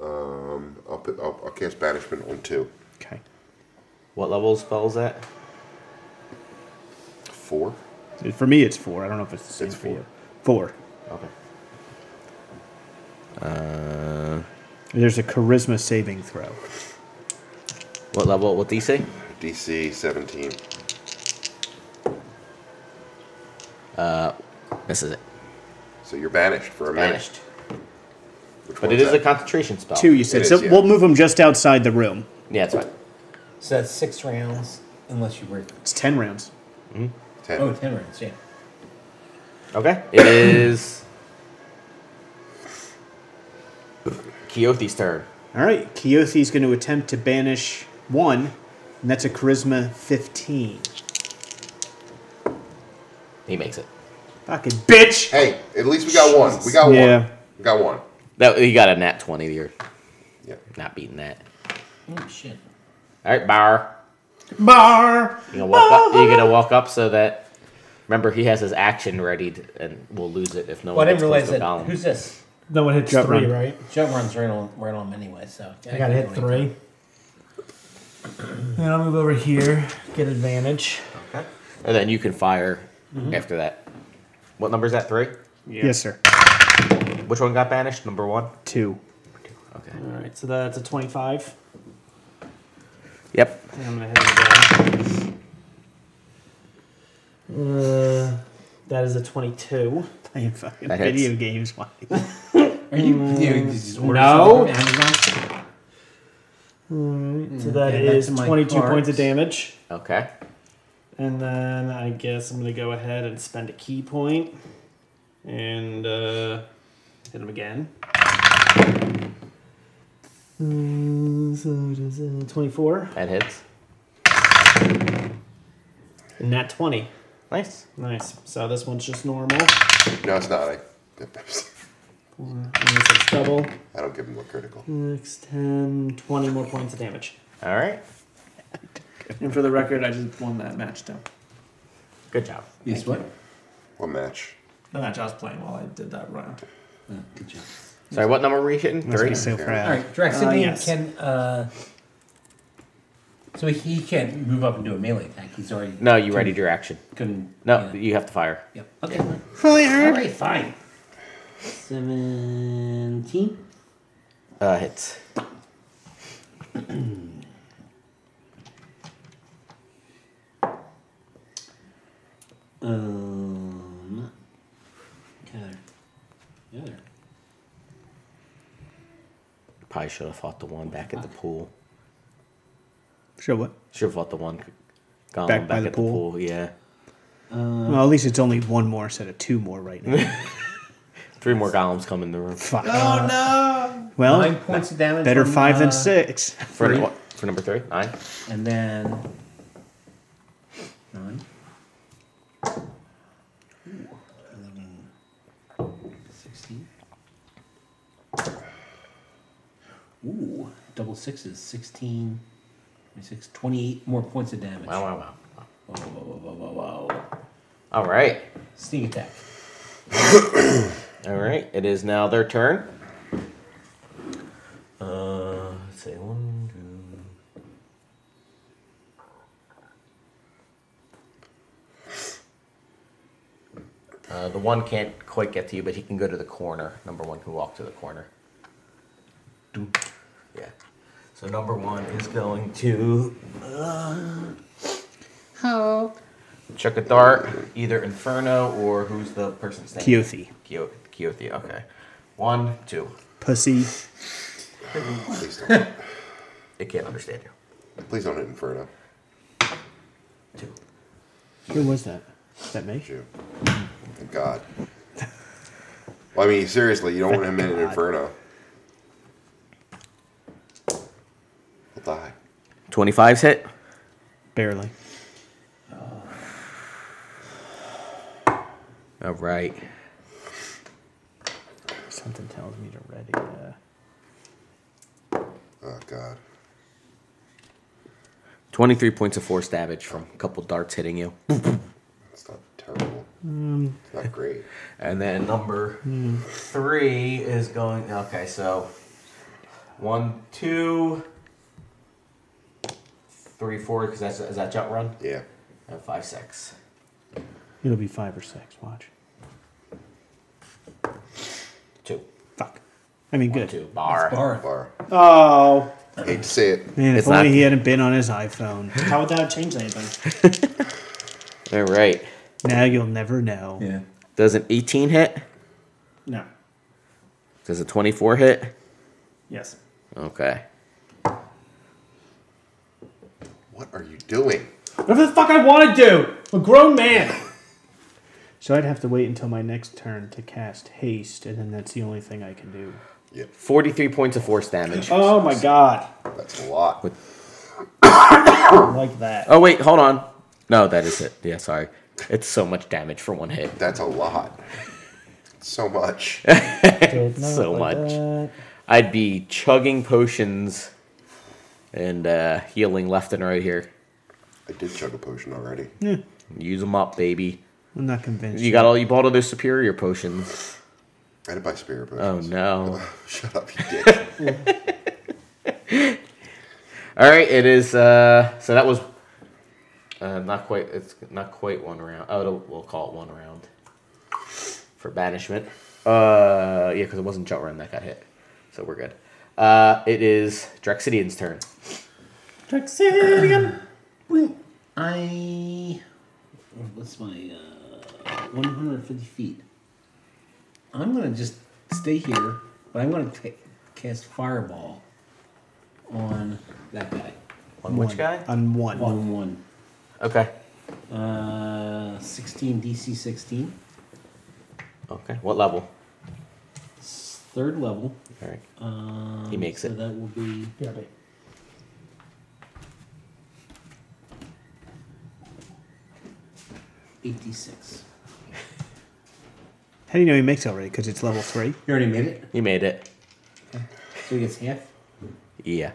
[SPEAKER 5] I'll, pick, I'll, I'll cast Banishment on two.
[SPEAKER 3] Okay.
[SPEAKER 7] What level spell is that?
[SPEAKER 5] Four.
[SPEAKER 3] For me, it's four. I don't know if it's the same
[SPEAKER 5] It's
[SPEAKER 3] for you. Four.
[SPEAKER 7] Okay. Uh,
[SPEAKER 3] There's a charisma saving throw.
[SPEAKER 7] what level? What DC?
[SPEAKER 5] DC 17.
[SPEAKER 7] Misses it.
[SPEAKER 5] So you're banished for a minute.
[SPEAKER 7] Banished.
[SPEAKER 5] Which
[SPEAKER 7] But it
[SPEAKER 5] one's
[SPEAKER 7] is a
[SPEAKER 5] that?
[SPEAKER 7] concentration spell.
[SPEAKER 3] Two, you said.
[SPEAKER 5] is,
[SPEAKER 3] so
[SPEAKER 5] yeah.
[SPEAKER 3] we'll move them just outside the room.
[SPEAKER 7] Yeah, that's right.
[SPEAKER 6] So that's six rounds, unless you were.
[SPEAKER 3] It's 10 rounds.
[SPEAKER 5] Ten.
[SPEAKER 6] Oh, 10 rounds, yeah.
[SPEAKER 7] Okay, it [COUGHS] is Keothi's turn.
[SPEAKER 3] All right. Keothi's going to attempt to banish one, and that's a charisma 15.
[SPEAKER 7] He makes it.
[SPEAKER 3] Fucking bitch!
[SPEAKER 5] Hey, at least we got one. We got one.
[SPEAKER 3] Yeah.
[SPEAKER 5] We got one.
[SPEAKER 7] That he got a nat twenty. You're
[SPEAKER 5] Yeah.
[SPEAKER 7] not beating that.
[SPEAKER 6] Oh, shit.
[SPEAKER 7] All right, Bauer.
[SPEAKER 3] Bar!
[SPEAKER 7] You gonna walk up? You gonna walk up so that? Remember, he has his action ready, to, and we'll lose it if no
[SPEAKER 6] Well,
[SPEAKER 7] one
[SPEAKER 6] I didn't
[SPEAKER 7] gets
[SPEAKER 6] realize
[SPEAKER 7] close to
[SPEAKER 6] that.
[SPEAKER 7] Gollum.
[SPEAKER 6] Who's this?
[SPEAKER 10] No one hits
[SPEAKER 3] Jump
[SPEAKER 10] three,
[SPEAKER 3] run.
[SPEAKER 10] right?
[SPEAKER 6] Jump runs right on, right on him anyway, so.
[SPEAKER 10] I gotta hit three. Then I'll move over here, get advantage.
[SPEAKER 7] And then you can fire
[SPEAKER 6] Mm-hmm.
[SPEAKER 7] after that. What number is that? Three?
[SPEAKER 3] Yes, sir.
[SPEAKER 7] Which one got banished? Number one?
[SPEAKER 3] Two.
[SPEAKER 7] Okay.
[SPEAKER 10] All right, so that's a 25.
[SPEAKER 7] Yep.
[SPEAKER 10] And I'm gonna hit it again. Uh, that is a 22.
[SPEAKER 3] Playing fucking
[SPEAKER 7] That hits.
[SPEAKER 3] video games. Why?
[SPEAKER 6] Are you. Dude, did you order
[SPEAKER 10] [LAUGHS] no.
[SPEAKER 6] something from Amazon?
[SPEAKER 10] So that
[SPEAKER 6] Okay, back
[SPEAKER 10] is
[SPEAKER 6] to my
[SPEAKER 10] 22 points
[SPEAKER 6] cards.
[SPEAKER 10] of damage.
[SPEAKER 7] Okay.
[SPEAKER 10] And then I guess I'm gonna go ahead and spend a key point and uh, hit him again. Mm, so does uh, 24
[SPEAKER 7] That hits.
[SPEAKER 10] and nat 20.
[SPEAKER 7] Nice.
[SPEAKER 10] Nice. So this one's just normal.
[SPEAKER 5] No, it's not. I, [LAUGHS]
[SPEAKER 10] And this is double.
[SPEAKER 5] I don't give him a critical.
[SPEAKER 10] Six, 10, 20 more points of damage.
[SPEAKER 7] All right.
[SPEAKER 10] And for the record, I just won that match, though.
[SPEAKER 7] Good job.
[SPEAKER 6] Yes, what?
[SPEAKER 5] One match.
[SPEAKER 10] The match I was playing while I did that round.
[SPEAKER 7] Sorry, what number were you hitting? Three.
[SPEAKER 6] Mm. All right, Draxidian
[SPEAKER 10] Uh, yes.
[SPEAKER 6] can. Uh, so he can't move up and do a melee attack. He's already
[SPEAKER 7] No, you readied your action.
[SPEAKER 6] couldn't.
[SPEAKER 7] No,
[SPEAKER 6] Yeah.
[SPEAKER 7] you have to fire.
[SPEAKER 6] yeah. Okay. Fire. All right. Fine. Seventeen.
[SPEAKER 7] Uh, hits.
[SPEAKER 6] Um. Yeah. Yeah.
[SPEAKER 7] Probably should have fought the one back at the pool.
[SPEAKER 3] Sure, what?
[SPEAKER 7] Should have fought the one gone
[SPEAKER 3] Back
[SPEAKER 7] back,
[SPEAKER 3] by
[SPEAKER 7] at
[SPEAKER 3] the
[SPEAKER 7] the
[SPEAKER 3] pool?
[SPEAKER 7] pool. Yeah,
[SPEAKER 3] well, Uh, at least it's only one more instead of two more right now.
[SPEAKER 7] three more golems come in the room
[SPEAKER 3] Fuck. Uh,
[SPEAKER 6] no!
[SPEAKER 3] well,
[SPEAKER 6] Nine points of damage.
[SPEAKER 3] better
[SPEAKER 6] from,
[SPEAKER 3] five
[SPEAKER 6] uh,
[SPEAKER 3] than six.
[SPEAKER 7] for
[SPEAKER 6] Three.
[SPEAKER 7] for number three. Nine.
[SPEAKER 6] And then nine. Ooh, 11, 16. Ooh, double sixes, 16, 26, 28 more points of damage.
[SPEAKER 7] Wow, wow, wow.
[SPEAKER 6] Whoa, whoa, whoa, whoa, whoa, whoa.
[SPEAKER 7] All right,
[SPEAKER 6] Sneak attack.
[SPEAKER 7] all right. It is now their turn. Uh, let's say one, two. Uh, the one can't quite get to you, but he can go to the corner. Number one can walk to the corner. Doop. Yeah. So number one is going to uh, chuck a dart, either Inferno or who's the person's name?
[SPEAKER 3] Kyothi.
[SPEAKER 7] Kyo- Kyothi, okay. One, two.
[SPEAKER 3] Pussy.
[SPEAKER 5] Please don't. [LAUGHS]
[SPEAKER 7] It can't understand you.
[SPEAKER 5] Please don't hit Inferno.
[SPEAKER 7] Two.
[SPEAKER 3] Who was that? Is that me?
[SPEAKER 5] You. Thank God. Well, I mean, seriously, you don't want him in an Inferno. He'll die.
[SPEAKER 7] 25's hit.
[SPEAKER 3] Barely.
[SPEAKER 7] All right.
[SPEAKER 3] Something tells me to ready. Uh,
[SPEAKER 5] Oh, God.
[SPEAKER 7] 23 points of force damage from a couple darts hitting you.
[SPEAKER 5] That's not terrible.
[SPEAKER 3] Um.
[SPEAKER 5] It's not great.
[SPEAKER 7] And then number three is going. Okay, so one, two, three, four, because that's is that jump run?
[SPEAKER 5] Yeah.
[SPEAKER 7] And five, six.
[SPEAKER 3] it'll be five or six. Watch.
[SPEAKER 7] Two.
[SPEAKER 3] Fuck. I mean,
[SPEAKER 7] One,
[SPEAKER 3] good.
[SPEAKER 7] two. Bar.
[SPEAKER 6] Bar.
[SPEAKER 5] Bar.
[SPEAKER 9] Oh,
[SPEAKER 5] Hate to say it.
[SPEAKER 3] Man,
[SPEAKER 7] It's
[SPEAKER 3] if only
[SPEAKER 7] not-
[SPEAKER 3] he hadn't been on his iPhone.
[SPEAKER 10] How would that have changed anything?
[SPEAKER 7] All right.
[SPEAKER 3] now you'll never know.
[SPEAKER 6] Yeah.
[SPEAKER 7] Does an 18 hit?
[SPEAKER 10] No.
[SPEAKER 7] Does a 24 hit?
[SPEAKER 10] Yes.
[SPEAKER 7] Okay.
[SPEAKER 5] What are you doing?
[SPEAKER 10] Whatever the fuck I want to do. I'm a grown man.
[SPEAKER 3] So I'd have to wait until my next turn to cast haste, and then that's the only thing I can do.
[SPEAKER 7] 43 points of force damage.
[SPEAKER 10] Oh my god.
[SPEAKER 5] That's a lot.
[SPEAKER 10] I like that.
[SPEAKER 7] Oh, wait, hold on. No, that is it. Yeah, sorry. It's so much damage for one hit.
[SPEAKER 5] That's a lot. So
[SPEAKER 3] [LAUGHS]
[SPEAKER 5] much.
[SPEAKER 7] so much. I'd be chugging potions and uh, healing left and right here.
[SPEAKER 5] I did chug a potion already.
[SPEAKER 7] Use them up, baby.
[SPEAKER 3] I'm not convinced.
[SPEAKER 7] You got all you bought all those superior potions.
[SPEAKER 5] I did buy spirit
[SPEAKER 7] Oh
[SPEAKER 5] potions.
[SPEAKER 7] no.
[SPEAKER 5] [LAUGHS] Shut up, you dick.
[SPEAKER 7] All right, it is. Uh, so that was uh, not quite. It's not quite one round. Oh, it'll- we'll call it one round for banishment. Uh, yeah, because it wasn't Jotrun that got hit, so we're good. Uh, it is Drexidian's turn.
[SPEAKER 6] Draxidian. I. What's my uh, 150 feet? I'm gonna just stay here, but I'm gonna ta cast fireball on that guy.
[SPEAKER 7] On which guy?
[SPEAKER 3] on one.
[SPEAKER 6] On one.
[SPEAKER 7] Okay.
[SPEAKER 6] Uh, 16 DC 16,
[SPEAKER 7] Okay. What level?
[SPEAKER 6] It's third level.
[SPEAKER 7] All right.
[SPEAKER 6] Um,
[SPEAKER 7] He makes
[SPEAKER 6] so
[SPEAKER 7] it.
[SPEAKER 6] That will be eighty six.
[SPEAKER 3] How do you know he makes already? Because it's level three.
[SPEAKER 6] You already made it.
[SPEAKER 7] He made it.
[SPEAKER 6] So he gets half
[SPEAKER 7] Yeah.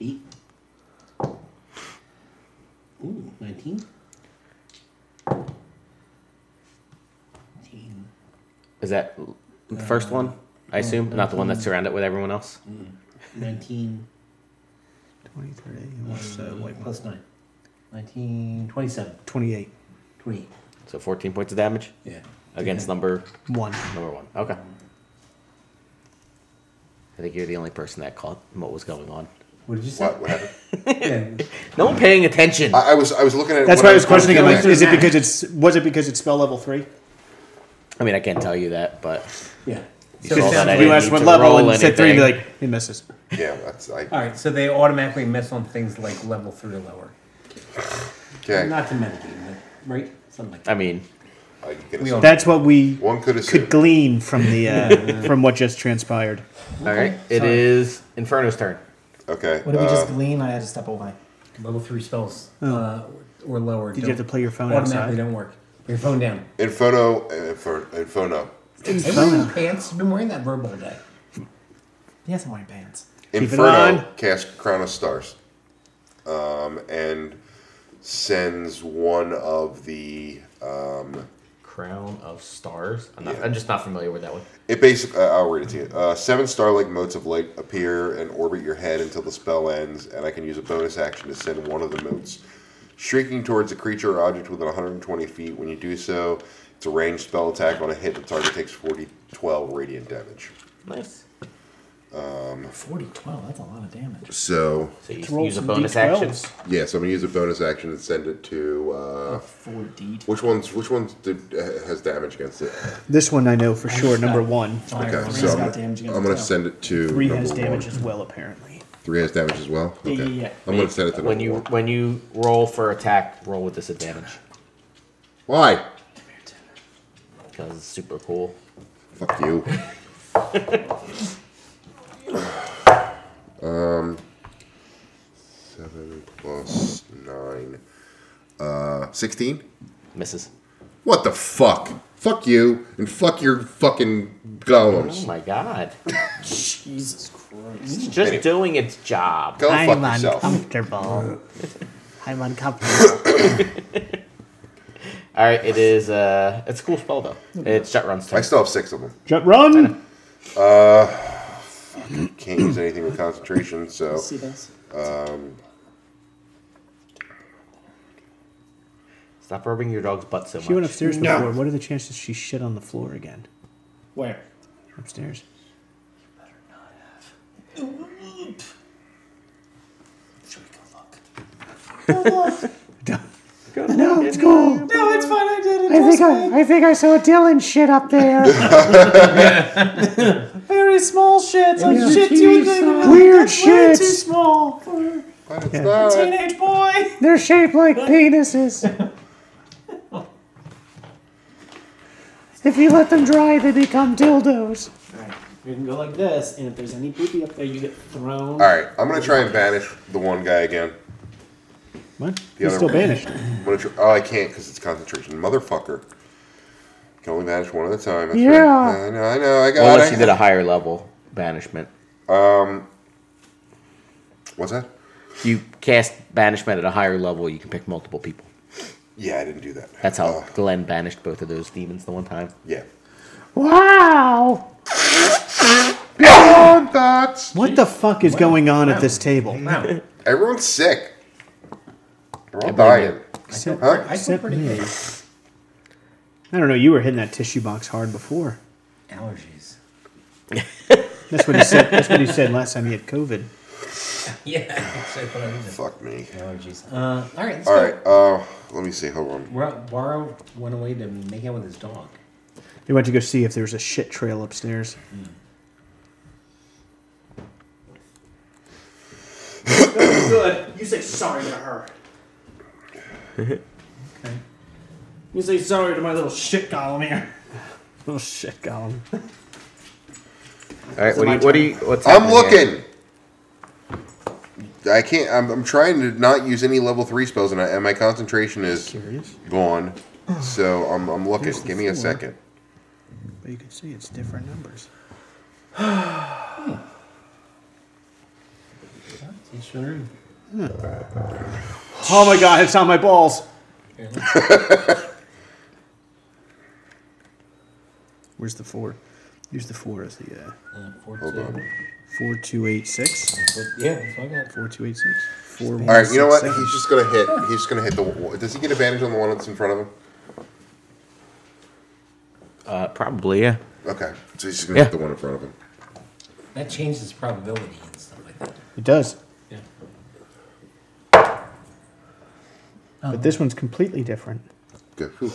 [SPEAKER 6] eight. Ooh, nineteen.
[SPEAKER 7] Is that the first one?
[SPEAKER 6] Oh,
[SPEAKER 7] I assume not the one that's surrounded with everyone else.
[SPEAKER 6] 19
[SPEAKER 3] 23.
[SPEAKER 6] uh, plus 9. 19, 27,
[SPEAKER 3] 28.
[SPEAKER 6] 28.
[SPEAKER 7] So 14 points of damage
[SPEAKER 6] Yeah.
[SPEAKER 7] against number
[SPEAKER 3] One.
[SPEAKER 7] number one. Okay. I think you're the only person that caught what was going on.
[SPEAKER 6] What did you say?
[SPEAKER 5] What, what happened?
[SPEAKER 6] Yeah.
[SPEAKER 7] No one paying attention.
[SPEAKER 5] I, I was I was looking at.
[SPEAKER 3] That's
[SPEAKER 5] what
[SPEAKER 3] why I was questioning it.
[SPEAKER 5] gonna
[SPEAKER 3] Like,
[SPEAKER 5] do
[SPEAKER 3] is it because it's was it because it's spell level three?
[SPEAKER 7] I mean, I can't tell you that, but
[SPEAKER 6] yeah.
[SPEAKER 7] you
[SPEAKER 6] So
[SPEAKER 7] saw
[SPEAKER 6] it
[SPEAKER 7] that
[SPEAKER 6] sounds
[SPEAKER 7] I
[SPEAKER 3] You
[SPEAKER 7] didn't
[SPEAKER 3] asked
[SPEAKER 7] need
[SPEAKER 3] what
[SPEAKER 7] to
[SPEAKER 3] level
[SPEAKER 7] roll
[SPEAKER 3] and said three, and be
[SPEAKER 7] anything.
[SPEAKER 3] like, it misses.
[SPEAKER 5] next. Yeah, that's I.
[SPEAKER 6] All right, so they automatically miss on things like level three or lower.
[SPEAKER 5] Okay,
[SPEAKER 6] Not to mitigate, but, right? Something like that.
[SPEAKER 7] I mean,
[SPEAKER 5] I can
[SPEAKER 6] We
[SPEAKER 5] assume.
[SPEAKER 6] all-
[SPEAKER 3] That's what we
[SPEAKER 5] One
[SPEAKER 3] could
[SPEAKER 5] could assume.
[SPEAKER 3] glean from the
[SPEAKER 7] [LAUGHS]
[SPEAKER 3] uh, from what just transpired.
[SPEAKER 7] all right. It
[SPEAKER 2] sorry.
[SPEAKER 7] is Inferno's turn.
[SPEAKER 5] Okay.
[SPEAKER 2] What did we just
[SPEAKER 5] uh,
[SPEAKER 2] glean? I had to step away.
[SPEAKER 6] Level three spells uh, or lower.
[SPEAKER 3] Oh. Did you have to play your phone
[SPEAKER 6] automatically
[SPEAKER 3] outside?
[SPEAKER 6] don't work. Put Your phone down.
[SPEAKER 5] Inferno. Infer, Inferno.
[SPEAKER 6] Hey, wearing pants. You've been wearing that verb all
[SPEAKER 3] [LAUGHS]
[SPEAKER 6] day.
[SPEAKER 2] Yes, I'm wearing pants.
[SPEAKER 3] it
[SPEAKER 5] Inferno
[SPEAKER 3] on.
[SPEAKER 5] casts Crown of Stars, um, and sends one of the. Um,
[SPEAKER 7] Crown of Stars. I'm, not,
[SPEAKER 5] Yeah.
[SPEAKER 7] I'm just not familiar with that one.
[SPEAKER 5] it basically. Uh, I'll read it to you. Uh, seven star-like motes of light appear and orbit your head until the spell ends, and I can use a bonus action to send one of the motes shrieking towards a creature or object within 120 feet. When you do so, it's a ranged spell attack on a hit. The target takes 40, 12 radiant damage. Um,
[SPEAKER 7] Nice.
[SPEAKER 2] 40, 12, that's a lot of damage.
[SPEAKER 5] So
[SPEAKER 7] So
[SPEAKER 3] roll
[SPEAKER 7] you use a
[SPEAKER 3] some
[SPEAKER 7] bonus action.
[SPEAKER 3] D12s.
[SPEAKER 5] yes, I'm gonna use a bonus action and send it to. Uh,
[SPEAKER 2] 4D.
[SPEAKER 5] Which ones? Which ones did, has damage against it?
[SPEAKER 3] This one I know for sure. Number one,
[SPEAKER 2] Fire.
[SPEAKER 5] Okay,
[SPEAKER 2] Three's
[SPEAKER 5] so I'm,
[SPEAKER 2] got
[SPEAKER 5] gonna-
[SPEAKER 2] damage against
[SPEAKER 5] I'm gonna
[SPEAKER 2] the
[SPEAKER 5] send it to
[SPEAKER 3] three
[SPEAKER 5] number
[SPEAKER 3] has damage
[SPEAKER 5] One.
[SPEAKER 3] as well. Apparently,
[SPEAKER 5] Three has damage as well.
[SPEAKER 2] Yeah,
[SPEAKER 5] Okay.
[SPEAKER 2] yeah, yeah.
[SPEAKER 5] I'm gonna send it to
[SPEAKER 7] when
[SPEAKER 5] number
[SPEAKER 7] you
[SPEAKER 5] One.
[SPEAKER 7] when you roll for attack, roll with disadvantage
[SPEAKER 5] Why?
[SPEAKER 7] because it's super cool.
[SPEAKER 5] Fuck you. um, Um, seven plus nine. Uh, sixteen.
[SPEAKER 7] Misses.
[SPEAKER 5] What the fuck? Fuck you and fuck your fucking golems.
[SPEAKER 7] Oh my god!
[SPEAKER 2] Jesus Christ.
[SPEAKER 7] It's just doing its job.
[SPEAKER 5] Go
[SPEAKER 12] I'm
[SPEAKER 5] fuck yourself.
[SPEAKER 12] uncomfortable. I'm uncomfortable.
[SPEAKER 7] All right, it is. Uh, it's a cool spell though. It's shut runs
[SPEAKER 5] I
[SPEAKER 7] turn.
[SPEAKER 5] still have six of them.
[SPEAKER 3] Jut run.
[SPEAKER 5] Can't use anything with concentration, so
[SPEAKER 2] See
[SPEAKER 10] [LAUGHS]
[SPEAKER 2] this?
[SPEAKER 7] Stop rubbing your dog's butt so much.
[SPEAKER 3] She went upstairs before. What are the chances she shit on the floor again?
[SPEAKER 2] Where?
[SPEAKER 3] Upstairs.
[SPEAKER 2] Should we go look?
[SPEAKER 3] No, it's cool.
[SPEAKER 2] No, it's fine. I did it.
[SPEAKER 12] I think I, I think I saw Dylan shit up there.
[SPEAKER 2] [LAUGHS] Very small shit. Like shit you think of.
[SPEAKER 12] Weird
[SPEAKER 2] That's way
[SPEAKER 12] shit.
[SPEAKER 2] too small for
[SPEAKER 5] but it's not.
[SPEAKER 2] a teenage boy.
[SPEAKER 12] They're shaped like penises. If you let them dry, they become dildos.
[SPEAKER 2] Alright, we can go like this, and if there's any poopy up there, you get thrown.
[SPEAKER 5] All right, I'm gonna try and banish the one guy again.
[SPEAKER 3] What?
[SPEAKER 5] The
[SPEAKER 3] He's
[SPEAKER 5] other
[SPEAKER 3] still
[SPEAKER 5] one.
[SPEAKER 3] banished.
[SPEAKER 5] I'm gonna try, oh, I can't because it's concentration, motherfucker. Can only banish one at a time. That's
[SPEAKER 12] Yeah.
[SPEAKER 5] Right. I know. I know. I
[SPEAKER 7] Well,
[SPEAKER 5] got
[SPEAKER 7] unless you
[SPEAKER 5] it.
[SPEAKER 7] did a higher level banishment.
[SPEAKER 5] What's that?
[SPEAKER 7] You cast banishment at a higher level. You can pick multiple people.
[SPEAKER 5] Yeah, I didn't do that.
[SPEAKER 7] That's how
[SPEAKER 3] Oh.
[SPEAKER 5] Uh,
[SPEAKER 7] Glenn banished both of those demons the one time.
[SPEAKER 5] yeah.
[SPEAKER 12] Wow!
[SPEAKER 5] Beyond thoughts.
[SPEAKER 3] What the fuck is going on at this table?
[SPEAKER 6] Wow.
[SPEAKER 5] Everyone's sick. They're all
[SPEAKER 7] believe
[SPEAKER 5] dying.
[SPEAKER 3] Except,
[SPEAKER 5] Huh?
[SPEAKER 6] I feel
[SPEAKER 3] except
[SPEAKER 6] pretty
[SPEAKER 3] me.
[SPEAKER 6] good.
[SPEAKER 3] I don't know. You were hitting that tissue box hard before.
[SPEAKER 6] [LAUGHS] Allergies.
[SPEAKER 3] That's what he said. That's what he said last time he had COVID.
[SPEAKER 6] Yeah. [LAUGHS] so I thought I was
[SPEAKER 5] Fuck me.
[SPEAKER 6] allergies. Uh, all right. Let's
[SPEAKER 5] All
[SPEAKER 6] go.
[SPEAKER 5] right. Uh, let me see. Hold on.
[SPEAKER 6] Ro- Borrow went away to make out with his dog.
[SPEAKER 3] They went to go see if there was a shit trail upstairs.
[SPEAKER 12] Good. You say sorry to
[SPEAKER 3] [LAUGHS]
[SPEAKER 12] her.
[SPEAKER 2] You say sorry to my little shit column here.
[SPEAKER 3] Oh shit, Gollum.
[SPEAKER 7] All right, what do you? What do you? What's
[SPEAKER 5] I'm
[SPEAKER 7] happening here?
[SPEAKER 5] looking. I can't. I'm, I'm trying to not use any level three spells, and, I, and my concentration is
[SPEAKER 3] Curious.
[SPEAKER 5] gone. So I'm, I'm looking. Give me a second.
[SPEAKER 3] But you can see it's different numbers.
[SPEAKER 6] Each their own.
[SPEAKER 3] Oh my god, it's on my balls.
[SPEAKER 6] Apparently.
[SPEAKER 3] We're Where's the four? Use the four as the uh,
[SPEAKER 6] Uh, four,
[SPEAKER 5] Hold
[SPEAKER 6] two.
[SPEAKER 5] on.
[SPEAKER 3] four two eight six.
[SPEAKER 6] Four- yeah, that's what I got.
[SPEAKER 3] Four two eight six. Four
[SPEAKER 5] All right, you know what? He's just gonna hit. He's just gonna hit the. wa- Does he get advantage on the one that's in front of him?
[SPEAKER 7] Uh, probably, yeah.
[SPEAKER 5] Okay, so he's just gonna
[SPEAKER 7] Yeah.
[SPEAKER 5] hit the one in front of him.
[SPEAKER 6] That changes probability and stuff like that.
[SPEAKER 3] It does.
[SPEAKER 6] Yeah.
[SPEAKER 7] Um,
[SPEAKER 3] But this one's completely different.
[SPEAKER 5] Good. Whew.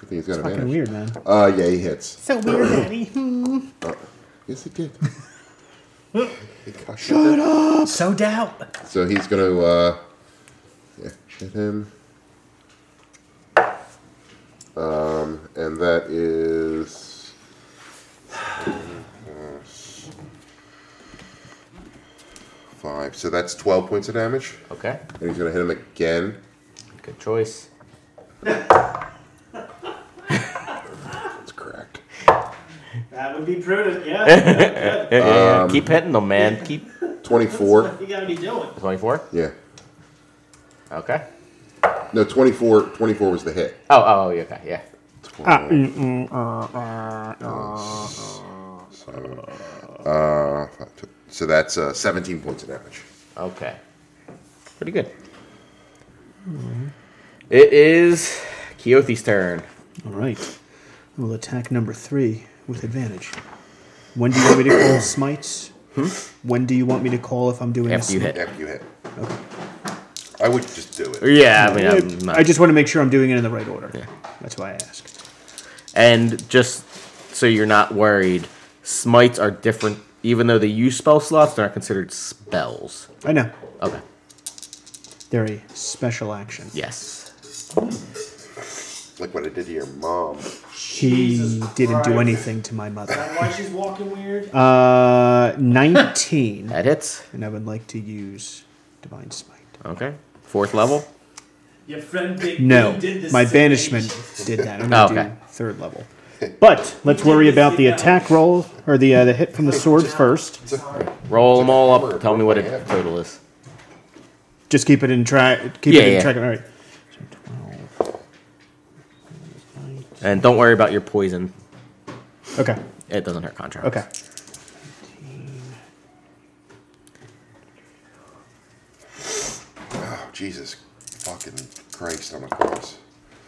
[SPEAKER 5] Good thing he's got
[SPEAKER 3] Fucking
[SPEAKER 5] advantage.
[SPEAKER 3] weird, man.
[SPEAKER 5] Uh, yeah, he hits. Uh,
[SPEAKER 11] So
[SPEAKER 5] [CLEARS THROAT]
[SPEAKER 11] weird, Daddy.
[SPEAKER 5] Yes, he did. He got- Shut up.
[SPEAKER 11] so doubt.
[SPEAKER 5] So he's gonna uh, yeah, hit him. Um, and that is. [SIGHS] Five. So that's twelve points of damage,
[SPEAKER 7] Okay.
[SPEAKER 5] and he's gonna hit him again.
[SPEAKER 7] Good choice.
[SPEAKER 5] That's correct.
[SPEAKER 10] That would be prudent, yeah.
[SPEAKER 7] Yeah,
[SPEAKER 3] Um,
[SPEAKER 7] yeah, yeah. Keep hitting them, man. [LAUGHS] Keep
[SPEAKER 5] Twenty-four.
[SPEAKER 10] you gotta be doing.
[SPEAKER 7] 24.
[SPEAKER 5] Yeah.
[SPEAKER 7] Okay.
[SPEAKER 5] No, 24, 24 was the hit.
[SPEAKER 7] Oh, oh, oh, yeah, okay, yeah. Ah, mm, uh,
[SPEAKER 5] Uh, so that's uh, 17 points of damage.
[SPEAKER 7] Okay. Pretty good.
[SPEAKER 3] Mm-hmm.
[SPEAKER 7] It is Keothi's turn.
[SPEAKER 3] All right. We'll attack number three with advantage. When do you want me to
[SPEAKER 7] [COUGHS]
[SPEAKER 3] call smites? When do you want me to call if I'm doing a
[SPEAKER 7] Hmm? After you
[SPEAKER 3] smite?
[SPEAKER 7] hit.
[SPEAKER 5] After you hit. I would just do it.
[SPEAKER 7] Yeah, I mean, I'm not-
[SPEAKER 3] I just want to make sure I'm doing it in the right order. That's why I asked.
[SPEAKER 7] And just so you're not worried, smites are different. Even though they use spell slots, they're not considered spells.
[SPEAKER 3] I know.
[SPEAKER 7] Okay.
[SPEAKER 3] They're a special action.
[SPEAKER 7] Yes.
[SPEAKER 5] Like what I did to your mom.
[SPEAKER 3] She didn't do anything to my mother.
[SPEAKER 10] Why she's walking weird?
[SPEAKER 3] Uh, 19.
[SPEAKER 7] That hits.
[SPEAKER 3] and I would like to use Divine Smite.
[SPEAKER 7] Okay. Fourth level.
[SPEAKER 10] Your friend Big
[SPEAKER 3] No,
[SPEAKER 10] B did this
[SPEAKER 3] my
[SPEAKER 10] to me.
[SPEAKER 3] banishment [LAUGHS] did that. I'm gonna
[SPEAKER 7] Okay.
[SPEAKER 3] do third level. But let's worry about the
[SPEAKER 10] Yeah.
[SPEAKER 3] attack roll or the uh, the hit from the sword first.
[SPEAKER 7] Roll them all up.
[SPEAKER 5] Or-
[SPEAKER 7] Tell me what a
[SPEAKER 5] yeah.
[SPEAKER 7] total is.
[SPEAKER 3] Just keep it in track. Keep
[SPEAKER 7] Yeah,
[SPEAKER 3] it in
[SPEAKER 7] yeah.
[SPEAKER 3] track. All right. So 12.
[SPEAKER 7] And don't worry about your poison.
[SPEAKER 3] Okay.
[SPEAKER 7] It doesn't hurt contracts.
[SPEAKER 3] Okay.
[SPEAKER 5] Oh, Jesus fucking Christ on the cross.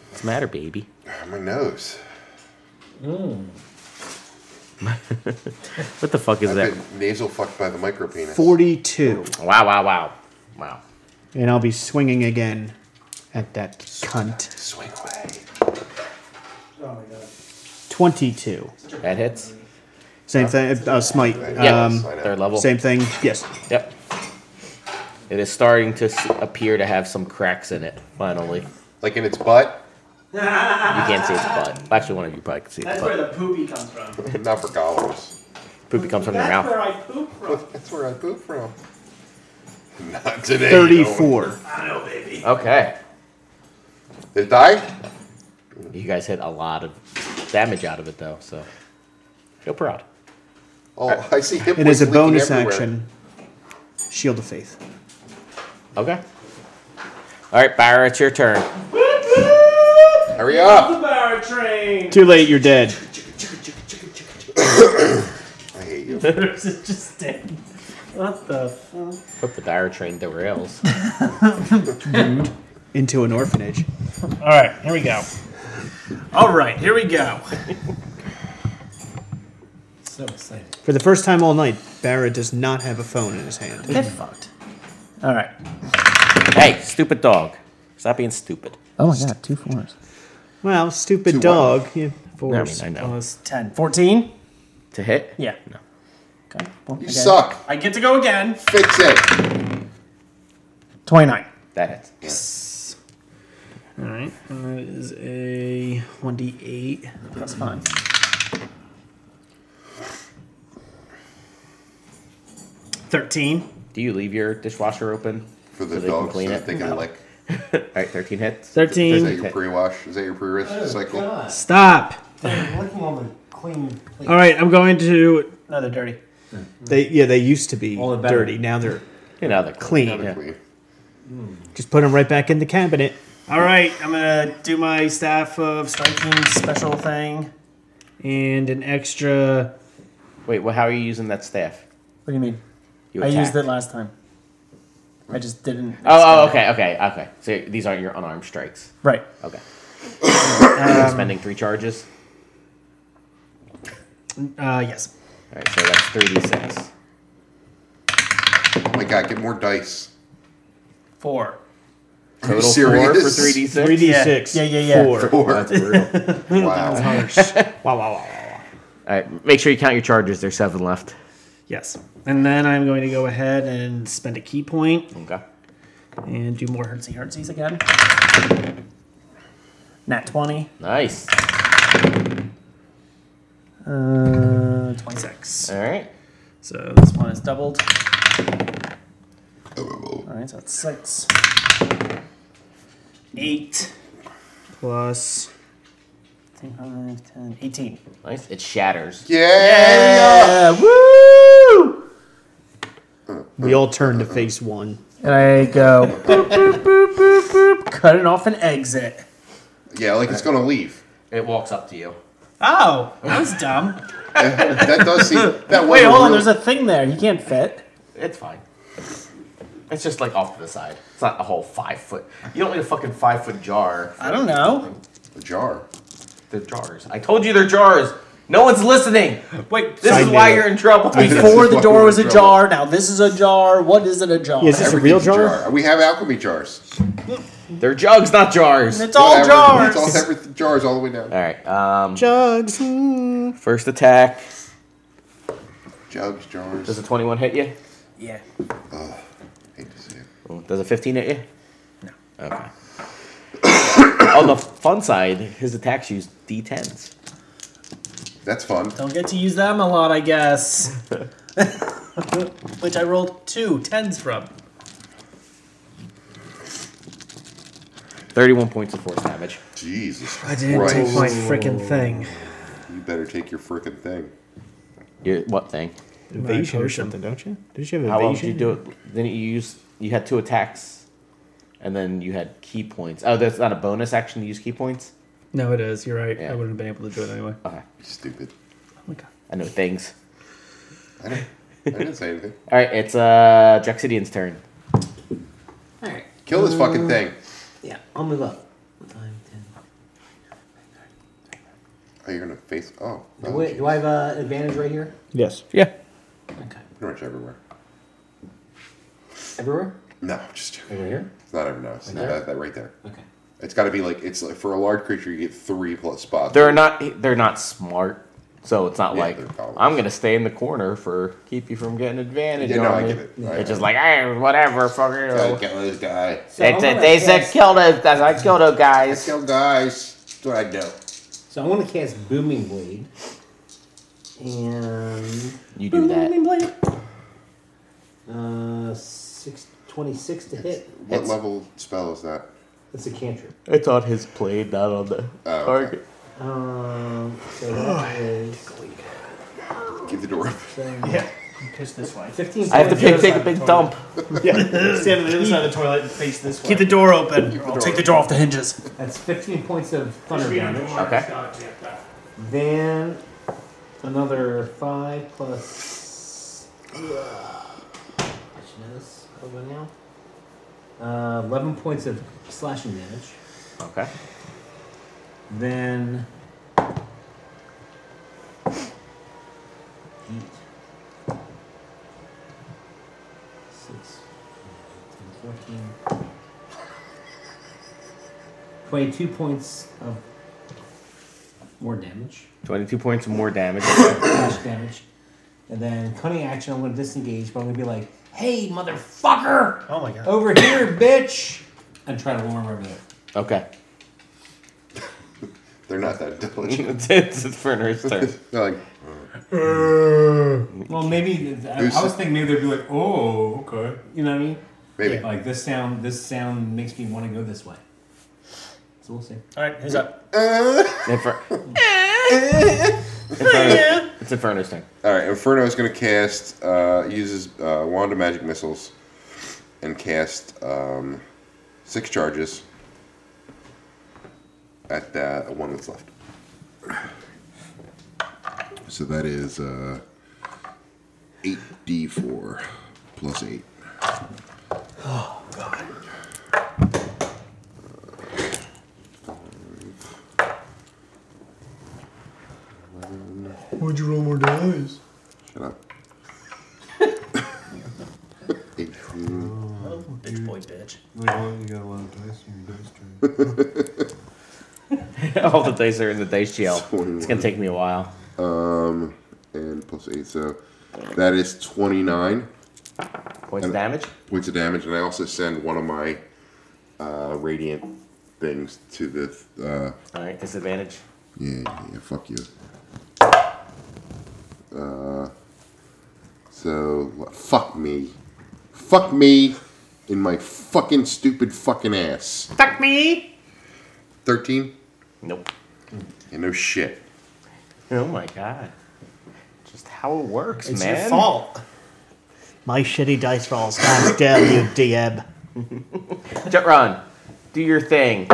[SPEAKER 7] What's the matter, baby?
[SPEAKER 5] Ah, My nose.
[SPEAKER 7] What the fuck is
[SPEAKER 5] I've
[SPEAKER 7] that?
[SPEAKER 5] been nasal fucked by the micropenis.
[SPEAKER 3] 42.
[SPEAKER 7] Wow, wow, wow. Wow.
[SPEAKER 3] And I'll be swinging again at that cunt.
[SPEAKER 5] Swing away.
[SPEAKER 3] 22.
[SPEAKER 7] That hits.
[SPEAKER 3] Same thing. Uh, smite.
[SPEAKER 7] Yeah.
[SPEAKER 3] Um,
[SPEAKER 7] Third level.
[SPEAKER 3] same thing. Yes.
[SPEAKER 7] Yep. It is starting to s- appear to have some cracks in it, finally. You
[SPEAKER 5] Like in its butt?
[SPEAKER 7] can't see its butt. Actually, one of you probably can see its
[SPEAKER 10] That's where
[SPEAKER 7] butt.
[SPEAKER 10] the poopy comes from.
[SPEAKER 5] Not for goblins.
[SPEAKER 7] Poopy comes from their
[SPEAKER 10] That's
[SPEAKER 7] mouth.
[SPEAKER 10] where I poop from.
[SPEAKER 5] That's where I poop from. Not today. Owen.
[SPEAKER 3] 34.
[SPEAKER 10] I know, baby.
[SPEAKER 7] Okay.
[SPEAKER 5] Did it die?
[SPEAKER 7] You guys hit a lot of damage out of it, though, so feel proud.
[SPEAKER 5] Oh, I see hit
[SPEAKER 3] It is
[SPEAKER 5] points
[SPEAKER 3] a
[SPEAKER 5] leaking
[SPEAKER 3] bonus
[SPEAKER 5] everywhere.
[SPEAKER 3] action. Shield of Faith.
[SPEAKER 7] Okay. All right, Barra, it's your turn.
[SPEAKER 5] Hurry up!
[SPEAKER 10] The
[SPEAKER 2] [LAUGHS]
[SPEAKER 10] power train.
[SPEAKER 3] Too late. You're dead.
[SPEAKER 5] I hate you.
[SPEAKER 2] It's just dead. What the fuck?
[SPEAKER 7] Put the Barra train to rails.
[SPEAKER 3] Into an orphanage.
[SPEAKER 2] All right, here we go. All right, here we go.
[SPEAKER 6] So excited.
[SPEAKER 3] For the first time all night, Barra does not have a phone in his hand.
[SPEAKER 2] Get fucked. All right.
[SPEAKER 7] hey, stupid dog. Stop being stupid.
[SPEAKER 2] Oh my god, two fours.
[SPEAKER 3] Well, stupid
[SPEAKER 5] Two
[SPEAKER 3] dog. Yeah,
[SPEAKER 7] I
[SPEAKER 3] fours.
[SPEAKER 7] mean, I know.
[SPEAKER 2] Plus 10. 14?
[SPEAKER 7] To hit?
[SPEAKER 2] Yeah.
[SPEAKER 7] No.
[SPEAKER 2] Okay. well,
[SPEAKER 5] You
[SPEAKER 2] again.
[SPEAKER 5] suck.
[SPEAKER 2] I get to go again.
[SPEAKER 5] Fix it.
[SPEAKER 2] 29.
[SPEAKER 7] That hits.
[SPEAKER 2] All right. And that is a 1d8 plus 5. Thirteen.
[SPEAKER 7] Do you leave your dishwasher open?
[SPEAKER 5] For the
[SPEAKER 7] So they can
[SPEAKER 5] dogs,
[SPEAKER 7] clean
[SPEAKER 5] so
[SPEAKER 7] it?
[SPEAKER 5] they can lick.
[SPEAKER 7] All right, 13 hits.
[SPEAKER 5] Is
[SPEAKER 2] Thirteen.
[SPEAKER 5] that your pre-wash? Is that your pre-wash cycle?
[SPEAKER 2] Stop.
[SPEAKER 6] Looking on the clean plate.
[SPEAKER 2] All right. I'm going to. No, they're dirty.
[SPEAKER 3] They yeah, they used to be
[SPEAKER 6] All the better.
[SPEAKER 3] dirty. Now they're
[SPEAKER 7] You know, they're
[SPEAKER 3] clean.
[SPEAKER 7] Yeah.
[SPEAKER 5] Clean.
[SPEAKER 3] Just put them right back in the cabinet.
[SPEAKER 2] All right. I'm gonna do my staff of striking special thing. and an extra.
[SPEAKER 7] Wait, well, how are you using that staff?
[SPEAKER 13] What do you mean?
[SPEAKER 7] You
[SPEAKER 13] I used
[SPEAKER 7] attacked.
[SPEAKER 13] it last time. I just didn't.
[SPEAKER 7] Oh, oh, okay, okay, okay. So these aren't your unarmed strikes.
[SPEAKER 13] Right. [COUGHS]
[SPEAKER 7] Okay.
[SPEAKER 13] Um,
[SPEAKER 7] spending three charges.
[SPEAKER 2] Uh, yes.
[SPEAKER 7] All right, so that's three d six.
[SPEAKER 5] Oh my god, get more dice.
[SPEAKER 13] Four.
[SPEAKER 5] you
[SPEAKER 7] Total four for
[SPEAKER 5] serious?
[SPEAKER 7] three
[SPEAKER 5] [LAUGHS]
[SPEAKER 7] d six.
[SPEAKER 9] Three d six.
[SPEAKER 13] Yeah, yeah, yeah.
[SPEAKER 9] Four.
[SPEAKER 5] That's brutal. [LAUGHS] Wow.
[SPEAKER 9] Wow, wow, wow, wow.
[SPEAKER 7] All right, make sure you count your charges. There's seven left.
[SPEAKER 2] Yes. And then I'm going to go ahead and spend a key point
[SPEAKER 7] Okay.
[SPEAKER 2] and do more hertzy hertzy.
[SPEAKER 13] Hertzies again. Nat 20.
[SPEAKER 7] Nice.
[SPEAKER 13] Uh, 26.
[SPEAKER 7] All right.
[SPEAKER 2] So this
[SPEAKER 13] One is doubled. Alright, so that's six. Eight.
[SPEAKER 2] plus
[SPEAKER 13] 10, 10, 18.
[SPEAKER 7] Nice. It shatters.
[SPEAKER 5] Yeah!
[SPEAKER 13] Yeah, Uh, woo!
[SPEAKER 9] We all turn to face one.
[SPEAKER 13] And I go boop, boop, boop, boop, boop, cutting off an exit.
[SPEAKER 5] Yeah, like it's gonna leave.
[SPEAKER 7] It walks up to you.
[SPEAKER 13] Oh, that was dumb.
[SPEAKER 5] That does seem. That
[SPEAKER 13] Wait,
[SPEAKER 5] was
[SPEAKER 13] hold on,
[SPEAKER 5] real-
[SPEAKER 13] there's a thing there. You can't fit.
[SPEAKER 7] It's fine. It's just like off to the side. It's not a whole five foot. You don't need a fucking five foot jar.
[SPEAKER 13] I don't know.
[SPEAKER 5] a jar.
[SPEAKER 7] They're jars. I told you they're jars. No one's listening. Wait, this
[SPEAKER 9] I
[SPEAKER 7] is
[SPEAKER 9] knew
[SPEAKER 7] why
[SPEAKER 9] it.
[SPEAKER 7] you're in trouble.
[SPEAKER 13] Before the
[SPEAKER 5] Fucking
[SPEAKER 13] door was a
[SPEAKER 5] trouble.
[SPEAKER 13] jar, now this is a jar. What is it a jar?
[SPEAKER 9] Is this a real
[SPEAKER 5] Everything's
[SPEAKER 9] jar?
[SPEAKER 5] We have alchemy jars.
[SPEAKER 7] [LAUGHS] They're jugs, not jars.
[SPEAKER 13] it's all
[SPEAKER 5] Whatever.
[SPEAKER 13] jars.
[SPEAKER 5] It's all separate jars all the way down.
[SPEAKER 7] All right. Um,
[SPEAKER 9] Jugs.
[SPEAKER 11] Hmm.
[SPEAKER 7] first attack.
[SPEAKER 5] Jugs, jars.
[SPEAKER 7] Does a 21 hit you?
[SPEAKER 13] yeah.
[SPEAKER 5] hate to say it.
[SPEAKER 7] Oh, Does a 15 hit you? No. Okay. On the fun side, his attacks use d10s.
[SPEAKER 5] That's fun.
[SPEAKER 13] Don't get to use them a lot, I guess. Which I rolled two tens from.
[SPEAKER 7] 31 points of force damage.
[SPEAKER 5] Jesus
[SPEAKER 2] I didn't take my freaking thing.
[SPEAKER 5] You better take your freaking thing.
[SPEAKER 7] Your what thing?
[SPEAKER 9] Evasion or something, don't you? Did you have
[SPEAKER 7] How
[SPEAKER 9] evasion?
[SPEAKER 7] well did you do it? Then you use you had two attacks, and then you had key points. Oh, that's not a bonus action to use key points.
[SPEAKER 2] No, it is. You're right.
[SPEAKER 7] Yeah.
[SPEAKER 2] I wouldn't have been able to do it anyway.
[SPEAKER 7] Okay,
[SPEAKER 5] Stupid.
[SPEAKER 7] I know things.
[SPEAKER 5] I didn't, I didn't say anything.
[SPEAKER 7] All right, it's uh Drexidian's turn.
[SPEAKER 6] Alright.
[SPEAKER 5] Kill this fucking thing.
[SPEAKER 6] Yeah, I'll move up. Five, ten.
[SPEAKER 5] Oh, you're gonna face. Oh,
[SPEAKER 6] Do,
[SPEAKER 5] oh
[SPEAKER 6] we- do I have uh, advantage right here?
[SPEAKER 9] Yes.
[SPEAKER 7] Yeah.
[SPEAKER 6] Okay.
[SPEAKER 5] pretty much everywhere.
[SPEAKER 6] Everywhere?
[SPEAKER 5] No, just joking.
[SPEAKER 6] Over here?
[SPEAKER 5] It's not every no. It's
[SPEAKER 6] there?
[SPEAKER 5] that, that right there.
[SPEAKER 6] Okay.
[SPEAKER 5] It's got to be like it's like for a large creature you get three plus spots.
[SPEAKER 7] They're not they're not smart, so it's not
[SPEAKER 5] Yeah,
[SPEAKER 7] like
[SPEAKER 5] they're probably-
[SPEAKER 7] I'm gonna stay in the corner for keep you from getting advantage.
[SPEAKER 5] Yeah, no,
[SPEAKER 7] on
[SPEAKER 5] I
[SPEAKER 7] me."
[SPEAKER 5] get it. I-
[SPEAKER 7] It's just like hey, whatever,
[SPEAKER 5] I
[SPEAKER 7] fucker.
[SPEAKER 5] kill this guy.
[SPEAKER 6] So
[SPEAKER 7] They
[SPEAKER 6] I'm
[SPEAKER 7] said
[SPEAKER 6] gonna
[SPEAKER 7] they said
[SPEAKER 6] cast-
[SPEAKER 7] kill those guys. I killed those
[SPEAKER 5] I
[SPEAKER 7] guys.
[SPEAKER 5] kill guys. That's what I know.
[SPEAKER 6] So I'm gonna cast Booming Blade. And
[SPEAKER 7] You do that.
[SPEAKER 6] Blade. Uh, six twenty-six to hit.
[SPEAKER 5] What
[SPEAKER 7] It's-
[SPEAKER 5] level spell is that?
[SPEAKER 6] That's a cantrip.
[SPEAKER 7] It's on his blade, not on the
[SPEAKER 5] okay.
[SPEAKER 7] target.
[SPEAKER 6] Um, so that is
[SPEAKER 5] Keep the door open.
[SPEAKER 11] Piss this way.
[SPEAKER 6] fifteen.
[SPEAKER 7] I have to
[SPEAKER 6] points.
[SPEAKER 7] pick, take a big dump.
[SPEAKER 11] [LAUGHS] Stand on the other side of the toilet and face this way.
[SPEAKER 10] Keep the door open. I'll take the door off the hinges.
[SPEAKER 6] That's fifteen points of thunder damage.
[SPEAKER 7] Okay.
[SPEAKER 6] Then another five plus. Uh, should know this over now. Uh, Eleven points of slashing damage.
[SPEAKER 7] Okay.
[SPEAKER 6] Then. Eight. Six. Ten, fourteen. Twenty-two points of more damage,
[SPEAKER 7] 22 points more damage.
[SPEAKER 6] flash damage, and then cunning action. I'm gonna disengage, but I'm gonna be like, "Hey, motherfucker!
[SPEAKER 10] Oh my god.
[SPEAKER 6] Over here, bitch!" And try to warm her over there.
[SPEAKER 7] okay.
[SPEAKER 5] They're not that diligent.
[SPEAKER 7] it's, it's Ferner's [LAUGHS] turn.
[SPEAKER 5] [LAUGHS] They're like,
[SPEAKER 6] Well, maybe I, I was thinking maybe they'd be like, "Oh, okay," you know what I mean?
[SPEAKER 5] maybe.
[SPEAKER 6] Like this sound, this sound makes me want to go this way. So we'll see.
[SPEAKER 10] Alright, who's up?
[SPEAKER 7] Infer- Inferno. It's Inferno's turn. [LAUGHS]
[SPEAKER 5] All right, Inferno is going to cast uh, uses uh, wand of magic missiles and cast um, six charges at that one that's left. So that is uh, 8d4 plus 8.
[SPEAKER 14] Would you roll more dice?
[SPEAKER 5] Shut up. [LAUGHS] 18.
[SPEAKER 13] Bitch boy bitch.
[SPEAKER 14] Like, well, you got a lot of dice in your dice tray.
[SPEAKER 7] All the dice are in the dice jail. It's gonna take me a while.
[SPEAKER 5] Um, and plus 8. So that is 29
[SPEAKER 7] Points of damage.
[SPEAKER 5] points of damage. And I also send one of my uh, radiant things to the. Uh,
[SPEAKER 7] All right, disadvantage.
[SPEAKER 5] Yeah, yeah, fuck you. Uh, so fuck me, fuck me, in my fucking stupid fucking ass. Fuck me. Thirteen.
[SPEAKER 7] Nope.
[SPEAKER 5] Yeah, no shit.
[SPEAKER 7] Oh my god. Just how it works,
[SPEAKER 13] It's
[SPEAKER 7] man.
[SPEAKER 13] your fault.
[SPEAKER 9] My shitty dice rolls. God damn you, Dieb.
[SPEAKER 7] Jet run. Do your thing.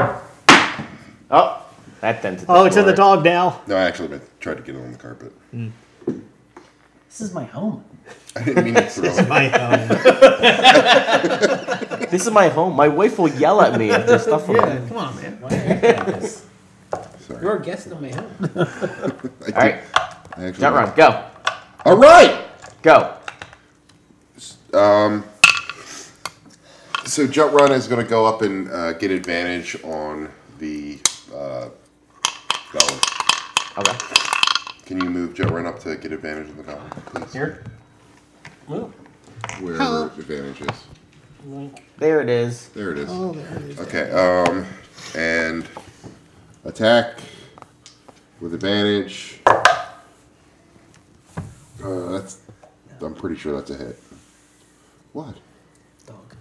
[SPEAKER 7] Oh, that dented.
[SPEAKER 9] Oh, it's in the
[SPEAKER 7] floor.
[SPEAKER 9] dog now.
[SPEAKER 5] No, I actually tried to get it on the carpet.
[SPEAKER 13] This is my home.
[SPEAKER 5] I didn't mean to
[SPEAKER 7] [LAUGHS]
[SPEAKER 5] throw it.
[SPEAKER 9] My own.
[SPEAKER 7] This is my home. My wife will yell at me
[SPEAKER 9] [LAUGHS]
[SPEAKER 7] if there's stuff on
[SPEAKER 6] Yeah,
[SPEAKER 7] it.
[SPEAKER 6] come on, man. Why are you doing this?
[SPEAKER 5] Sorry.
[SPEAKER 6] You're a guest on my home.
[SPEAKER 5] I
[SPEAKER 7] All right,
[SPEAKER 5] I actually-
[SPEAKER 7] jet run. Go,
[SPEAKER 5] All right.
[SPEAKER 7] go.
[SPEAKER 5] So jump run is going to go up and uh, get advantage on the uh, goblin.
[SPEAKER 7] Okay.
[SPEAKER 5] Can you move Jet Run up to get advantage on the goblin, please?
[SPEAKER 13] Here.
[SPEAKER 6] Well,
[SPEAKER 5] Wherever advantage is.
[SPEAKER 7] There it is.
[SPEAKER 5] Oh, There it is. Okay, um, and attack with advantage. Uh, that's, I'm pretty sure that's a hit. What?
[SPEAKER 13] Dog.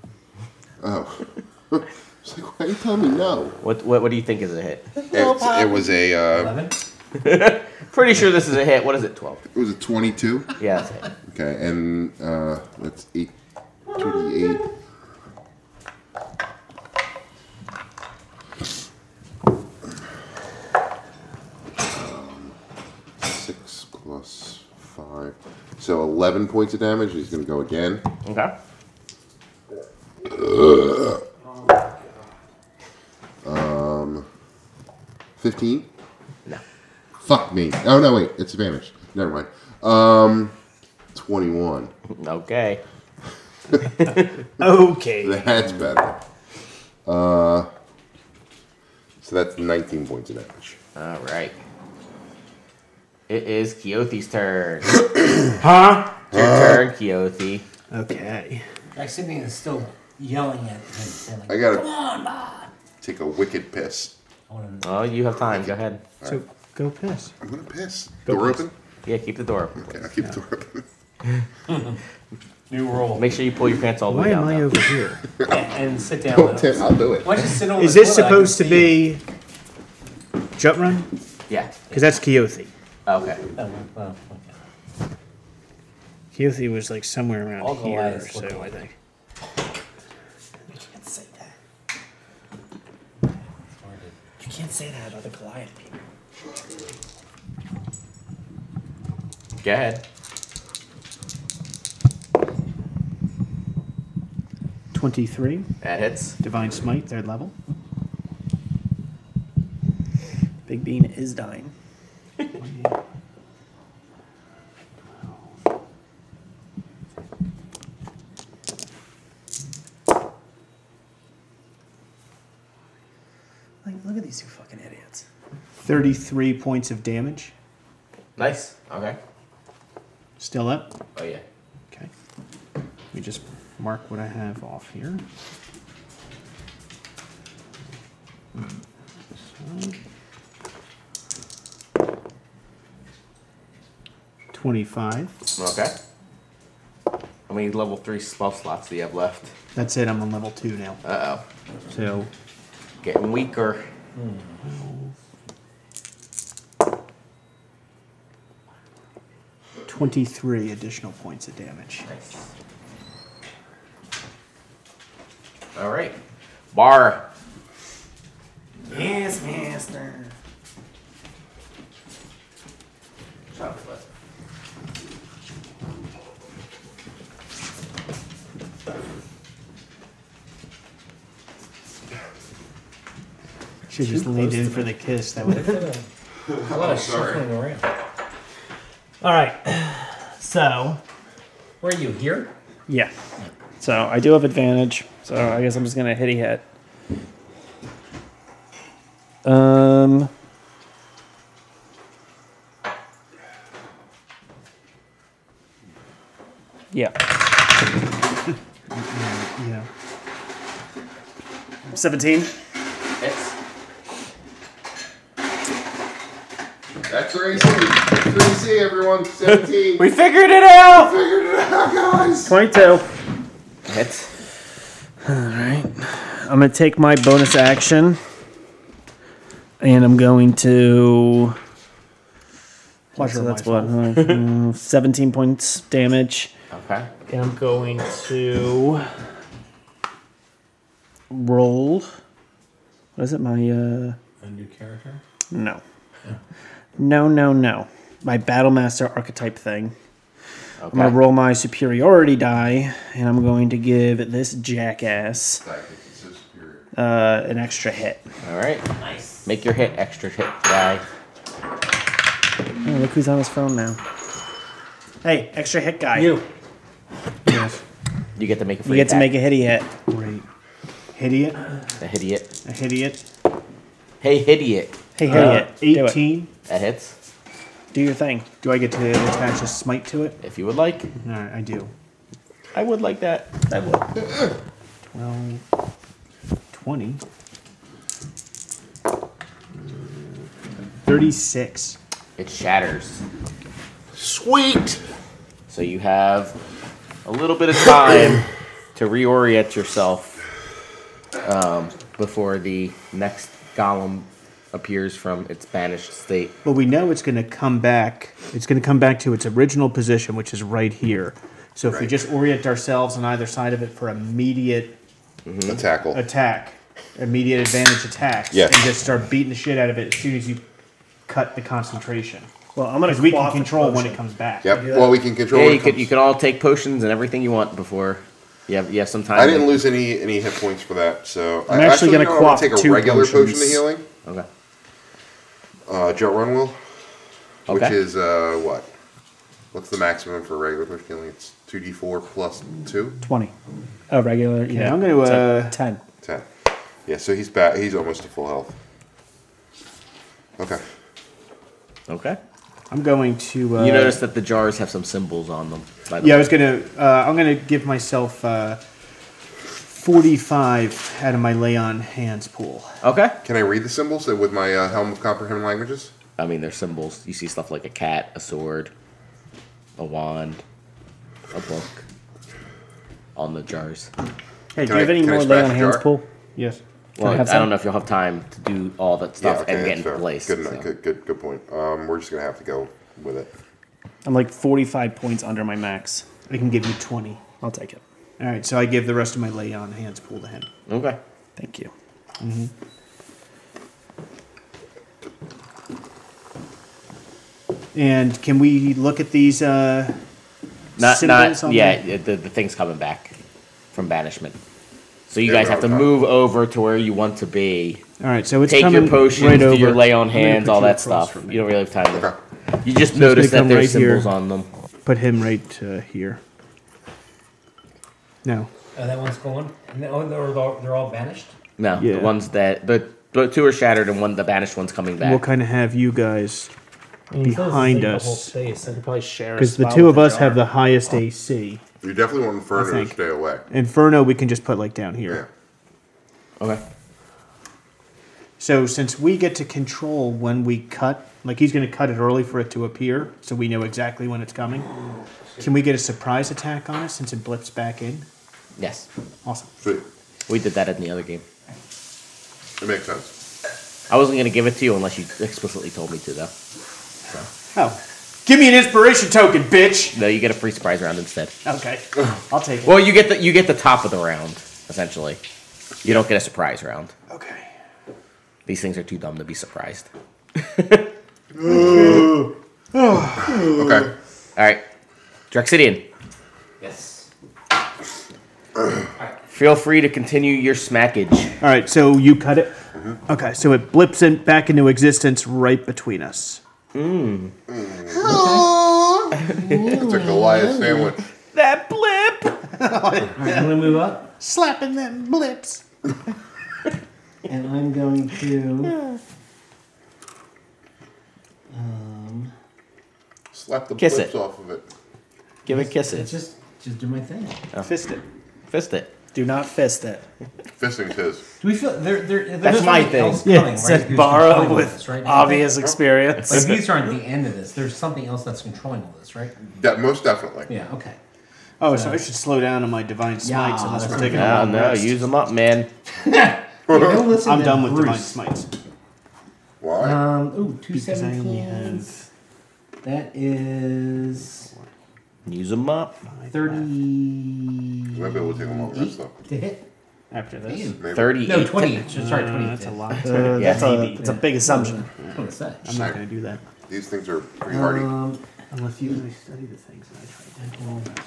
[SPEAKER 5] Oh. [LAUGHS] it's like, why are you telling me no?
[SPEAKER 7] What, what what do you think is a hit?
[SPEAKER 5] It's, it was a, uh,
[SPEAKER 13] Eleven.
[SPEAKER 7] Pretty sure this is a hit. What is it? Twelve.
[SPEAKER 5] it was a 22.
[SPEAKER 7] Yeah, that's a hit.
[SPEAKER 5] Okay, and uh, that's eight, 2d8. Um, Six plus five. So 11 points of damage. He's going to go again.
[SPEAKER 7] Okay.
[SPEAKER 5] Um, 15?
[SPEAKER 7] No.
[SPEAKER 5] Fuck me. Oh, no, wait. It's advantage. Never mind. Um, 21.
[SPEAKER 7] Okay.
[SPEAKER 9] Okay.
[SPEAKER 5] That's better. Uh, so that's 19 points of damage.
[SPEAKER 7] All right. It is Keothi's turn.
[SPEAKER 9] Huh?
[SPEAKER 7] It's your turn, Keothi.
[SPEAKER 9] Okay.
[SPEAKER 6] Maximian is still yelling at me. saying Like,
[SPEAKER 5] I gotta take a wicked piss.
[SPEAKER 6] I want to
[SPEAKER 7] Oh, you have time. Go ahead.
[SPEAKER 9] So go piss.
[SPEAKER 5] I'm gonna piss.
[SPEAKER 9] Go
[SPEAKER 5] door
[SPEAKER 9] piss.
[SPEAKER 5] open?
[SPEAKER 7] Yeah, keep the door open.
[SPEAKER 5] Okay, I'll keep the door open.
[SPEAKER 6] new role
[SPEAKER 7] Make sure you pull your pants all the
[SPEAKER 9] Why
[SPEAKER 7] way down.
[SPEAKER 9] am I
[SPEAKER 7] though.
[SPEAKER 9] over here?
[SPEAKER 6] and sit down.
[SPEAKER 5] Oh, Tim, I'll do it.
[SPEAKER 6] Why don't you sit on
[SPEAKER 9] Is
[SPEAKER 6] the
[SPEAKER 9] this
[SPEAKER 6] toilet? I can
[SPEAKER 9] supposed to
[SPEAKER 6] see you.
[SPEAKER 9] be jump run?
[SPEAKER 7] Yeah.
[SPEAKER 9] Because that's Keothi.
[SPEAKER 7] Okay.
[SPEAKER 6] Oh, well, okay.
[SPEAKER 9] Keothi was like somewhere around
[SPEAKER 6] All the
[SPEAKER 9] here, or
[SPEAKER 6] lights look
[SPEAKER 9] so I
[SPEAKER 6] alike.
[SPEAKER 9] think.
[SPEAKER 13] You can't say that. You can't say that about the Goliath people.
[SPEAKER 7] Go ahead.
[SPEAKER 9] Twenty-three,
[SPEAKER 7] That hits.
[SPEAKER 9] divine smite, third level.
[SPEAKER 2] Big Bean is dying.
[SPEAKER 13] Like, look at these two fucking idiots.
[SPEAKER 9] Thirty-three points of damage.
[SPEAKER 7] Nice. Okay.
[SPEAKER 9] Still up.
[SPEAKER 7] Oh yeah.
[SPEAKER 9] Okay. Let me just mark what I have off here. So. Twenty-five.
[SPEAKER 7] Okay. How many level three spell slots do you have left?
[SPEAKER 9] That's it. I'm on level two now.
[SPEAKER 7] Uh oh.
[SPEAKER 9] So
[SPEAKER 7] Getting weaker.
[SPEAKER 9] twenty-three additional points of damage.
[SPEAKER 7] Nice. All right. Bar.
[SPEAKER 13] Yes, master.
[SPEAKER 7] Chocolate.
[SPEAKER 3] Should just leaned in for the kiss. That would.
[SPEAKER 6] A lot of shuffling around.
[SPEAKER 2] All right. So,
[SPEAKER 6] Where are you? Here?
[SPEAKER 2] yeah. So I do have advantage. So I guess I'm just gonna hitty hit. Um. Yeah.
[SPEAKER 3] Yeah.
[SPEAKER 2] 17.
[SPEAKER 5] That's three C. Three C, everyone.
[SPEAKER 2] [LAUGHS]
[SPEAKER 5] Seventeen.
[SPEAKER 2] We figured it out!
[SPEAKER 5] figured it out, guys.
[SPEAKER 2] 22.
[SPEAKER 7] Hits.
[SPEAKER 2] I'm going to take my bonus action. And I'm going to.
[SPEAKER 3] Pleasure
[SPEAKER 2] so that's
[SPEAKER 3] myself.
[SPEAKER 2] what? uh, [LAUGHS] mm, 17 points damage.
[SPEAKER 7] Okay.
[SPEAKER 2] And I'm going to. Roll. What is it? My. Uh,
[SPEAKER 15] A new character?
[SPEAKER 2] no. No, no, no. My Battlemaster archetype thing. I'm
[SPEAKER 7] Okay.
[SPEAKER 2] going to roll my superiority die, and I'm going to give this jackass uh, an extra hit.
[SPEAKER 7] All right. Nice. Make your hit extra hit die.
[SPEAKER 2] Oh, look who's on his phone now.
[SPEAKER 3] Hey, extra hit guy.
[SPEAKER 6] You.
[SPEAKER 7] You get to make a free
[SPEAKER 2] You get to make a hitty hit.
[SPEAKER 3] Great. Idiot.
[SPEAKER 7] a idiot.
[SPEAKER 3] A idiot.
[SPEAKER 7] Hey, idiot.
[SPEAKER 2] Hey, hitty
[SPEAKER 3] Uh,
[SPEAKER 2] hit. Do it.
[SPEAKER 3] Eighteen.
[SPEAKER 7] That hits.
[SPEAKER 2] Do your thing.
[SPEAKER 3] Do I get to attach a smite to it?
[SPEAKER 7] If you would like,
[SPEAKER 3] All right, I do.
[SPEAKER 7] I would like that. I would.
[SPEAKER 3] 12, 20. 36.
[SPEAKER 7] It shatters.
[SPEAKER 5] Sweet.
[SPEAKER 7] So you have a little bit of time to reorient yourself um, before the next golem appears from its banished state.
[SPEAKER 3] But we know it's going to come back. It's going to come back to its original position, which is right here. So if we just orient ourselves on either side of it for immediate
[SPEAKER 5] A tackle.
[SPEAKER 3] attack, immediate advantage attacks,
[SPEAKER 5] Yes.
[SPEAKER 3] and just start beating the shit out of it as soon as you cut the concentration.
[SPEAKER 2] Well, I'm gonna.
[SPEAKER 3] Because we can
[SPEAKER 2] quaff a
[SPEAKER 3] control when
[SPEAKER 2] potion.
[SPEAKER 3] it comes back.
[SPEAKER 5] Yep. Well, we can control.
[SPEAKER 7] Yeah,
[SPEAKER 5] when
[SPEAKER 7] you
[SPEAKER 5] it
[SPEAKER 7] could
[SPEAKER 5] comes.
[SPEAKER 7] you can all take potions and everything you want before. You have, you have some time.
[SPEAKER 5] I didn't
[SPEAKER 7] to-
[SPEAKER 5] lose any any hit points for that, so
[SPEAKER 3] I'm actually gonna
[SPEAKER 5] you know what, I'm
[SPEAKER 3] quaff
[SPEAKER 5] take a
[SPEAKER 3] two
[SPEAKER 5] regular potion of
[SPEAKER 3] potions.
[SPEAKER 5] healing.
[SPEAKER 7] Okay.
[SPEAKER 5] Uh, Joe Runwell, which
[SPEAKER 7] Okay.
[SPEAKER 5] is uh, what? What's the maximum for a regular potion of healing? It's two d four plus two.
[SPEAKER 2] 20. Oh, regular. Yeah,
[SPEAKER 3] I'm going to. Uh,
[SPEAKER 2] 10.
[SPEAKER 5] Ten. Yeah, so he's back. He's almost to full health. Okay.
[SPEAKER 7] Okay.
[SPEAKER 3] I'm going to. Uh,
[SPEAKER 7] You notice that the jars have some symbols on them. By the
[SPEAKER 3] Yeah, I
[SPEAKER 7] way.
[SPEAKER 3] was gonna. Uh, I'm gonna give myself uh, 45 out of my lay on hands pool.
[SPEAKER 7] Okay.
[SPEAKER 5] Can I read the symbols uh, with my uh, helm of comprehend languages?
[SPEAKER 7] I mean, they're symbols. You see stuff like a cat, a sword, a wand, a book on the jars.
[SPEAKER 2] Hey, do
[SPEAKER 5] Can
[SPEAKER 2] you have
[SPEAKER 5] I-
[SPEAKER 2] any
[SPEAKER 5] can I
[SPEAKER 2] more lay
[SPEAKER 5] scratch
[SPEAKER 2] on
[SPEAKER 5] a
[SPEAKER 2] hands
[SPEAKER 5] jar?
[SPEAKER 2] pool?
[SPEAKER 3] Yes.
[SPEAKER 7] Well,
[SPEAKER 2] I
[SPEAKER 7] I,
[SPEAKER 2] have some?
[SPEAKER 7] don't know if you'll have time to do all that stuff and get
[SPEAKER 5] that's
[SPEAKER 7] in
[SPEAKER 5] fair.
[SPEAKER 7] place.
[SPEAKER 5] Good, enough,
[SPEAKER 7] so.
[SPEAKER 5] good, good, good point. Um, we're just gonna have to go with it.
[SPEAKER 2] I'm like 45 points under my max.
[SPEAKER 3] I can give you 20.
[SPEAKER 2] I'll take it.
[SPEAKER 3] All right, so I give the rest of my lay on hands pool to him.
[SPEAKER 7] Okay.
[SPEAKER 2] Thank you.
[SPEAKER 3] And can we look at these? Uh,
[SPEAKER 7] Not,
[SPEAKER 3] Symbols
[SPEAKER 7] not
[SPEAKER 3] on
[SPEAKER 7] yeah, it- the, the thing's coming back from banishment. So you
[SPEAKER 5] Yeah,
[SPEAKER 7] guys have to
[SPEAKER 5] okay.
[SPEAKER 7] move over to where you want to be.
[SPEAKER 3] all right, so it's
[SPEAKER 7] Take
[SPEAKER 3] coming
[SPEAKER 7] your potions,
[SPEAKER 3] right
[SPEAKER 7] do
[SPEAKER 3] over.
[SPEAKER 7] your lay on
[SPEAKER 3] I'm gonna
[SPEAKER 7] hands,
[SPEAKER 3] put
[SPEAKER 7] all
[SPEAKER 3] you
[SPEAKER 7] that
[SPEAKER 3] across
[SPEAKER 7] stuff.
[SPEAKER 3] from me.
[SPEAKER 7] You don't really have time.
[SPEAKER 5] Okay.
[SPEAKER 7] To, you just notice that
[SPEAKER 3] come
[SPEAKER 7] there's
[SPEAKER 3] right here.
[SPEAKER 7] symbols on them.
[SPEAKER 3] Put him right uh, here. No.
[SPEAKER 6] Oh, that one's gone. No, they're all, they're all banished.
[SPEAKER 7] No,
[SPEAKER 3] Yeah.
[SPEAKER 7] the ones that the, the two are shattered and one the banished one's coming back.
[SPEAKER 3] We'll kind of have you guys behind us.
[SPEAKER 2] Space. I could probably share
[SPEAKER 3] Because the two of us have the highest AC.
[SPEAKER 5] You definitely want
[SPEAKER 3] I
[SPEAKER 5] Inferno
[SPEAKER 3] think.
[SPEAKER 5] to stay away.
[SPEAKER 3] Inferno, we can just put like down
[SPEAKER 5] Yeah.
[SPEAKER 3] here.
[SPEAKER 7] Okay.
[SPEAKER 3] So since we get to control when we cut, like he's going to cut it early for it to appear, so we know exactly when it's coming. Can we get a surprise attack on it since it blips back in?
[SPEAKER 7] Yes.
[SPEAKER 3] Awesome.
[SPEAKER 5] Sweet.
[SPEAKER 7] We did that in the other game.
[SPEAKER 5] It makes sense.
[SPEAKER 7] I wasn't gonna give it to you unless you explicitly told me to though.
[SPEAKER 3] Oh, give me an inspiration token, bitch.
[SPEAKER 7] No, you get a free surprise round instead.
[SPEAKER 2] [LAUGHS]
[SPEAKER 3] Okay, I'll take it.
[SPEAKER 7] Well you get the you get the top of the round, essentially. You don't get a surprise round.
[SPEAKER 3] Okay.
[SPEAKER 7] These things are too dumb to be surprised.
[SPEAKER 5] Okay.
[SPEAKER 7] Alright. Drexidian. [CLEARS THROAT]
[SPEAKER 6] Yes.
[SPEAKER 7] Feel free to continue your smackage.
[SPEAKER 3] All right, so you cut it.
[SPEAKER 2] Mm-hmm.
[SPEAKER 9] Okay, so it blips it back into existence right between us.
[SPEAKER 5] It's a Goliath sandwich.
[SPEAKER 9] That blip!
[SPEAKER 6] Alright, I'm gonna move up.
[SPEAKER 9] Slapping them blips.
[SPEAKER 6] And I'm going to. Um,
[SPEAKER 5] Slap the
[SPEAKER 7] Kiss
[SPEAKER 5] flips
[SPEAKER 7] it.
[SPEAKER 5] off of it.
[SPEAKER 7] Give it kisses.
[SPEAKER 6] just, just do my thing.
[SPEAKER 9] Fist it.
[SPEAKER 7] Fist it.
[SPEAKER 2] Do not fist it.
[SPEAKER 5] Fisting's his.
[SPEAKER 6] Do we feel there? there there's
[SPEAKER 7] That's my
[SPEAKER 6] something
[SPEAKER 7] thing.
[SPEAKER 6] else
[SPEAKER 2] Yeah,
[SPEAKER 6] coming,
[SPEAKER 2] it
[SPEAKER 6] right?
[SPEAKER 2] said
[SPEAKER 6] Who's
[SPEAKER 2] borrow
[SPEAKER 6] controlling
[SPEAKER 2] with
[SPEAKER 6] this, right?
[SPEAKER 2] Obvious experience.
[SPEAKER 6] Like these aren't the end of this. There's something else that's controlling all this, right?
[SPEAKER 5] That most definitely.
[SPEAKER 6] Yeah. Okay.
[SPEAKER 9] Oh, so I should slow down on my divine smites
[SPEAKER 6] Yeah,
[SPEAKER 9] unless
[SPEAKER 6] that's
[SPEAKER 9] we're taking a
[SPEAKER 7] Oh,
[SPEAKER 9] long
[SPEAKER 7] No, no,
[SPEAKER 9] rest.
[SPEAKER 7] use them up, man.
[SPEAKER 6] Don't listen
[SPEAKER 9] I'm
[SPEAKER 6] to
[SPEAKER 9] done with divine
[SPEAKER 6] Bruce.
[SPEAKER 9] smites.
[SPEAKER 5] Why?
[SPEAKER 6] Um. Ooh, two
[SPEAKER 9] Because I only
[SPEAKER 6] seventeen.
[SPEAKER 9] have
[SPEAKER 6] That is
[SPEAKER 7] Use them up.
[SPEAKER 5] We
[SPEAKER 6] thirty
[SPEAKER 5] Might be able to take a long rest though.
[SPEAKER 6] to hit.
[SPEAKER 9] after this.
[SPEAKER 6] Damn.
[SPEAKER 5] Maybe.
[SPEAKER 7] Thirty-eight.
[SPEAKER 6] No, twenty. Sorry,
[SPEAKER 9] Uh,
[SPEAKER 6] twenty.
[SPEAKER 9] that's a lot.
[SPEAKER 2] Uh,
[SPEAKER 7] Yeah,
[SPEAKER 2] that's, a, that's a big assumption.
[SPEAKER 6] That's what it said.
[SPEAKER 9] I'm not going to do that.
[SPEAKER 5] These things are pretty hardy.
[SPEAKER 6] Um,
[SPEAKER 9] Unless you really study the things that I try to do.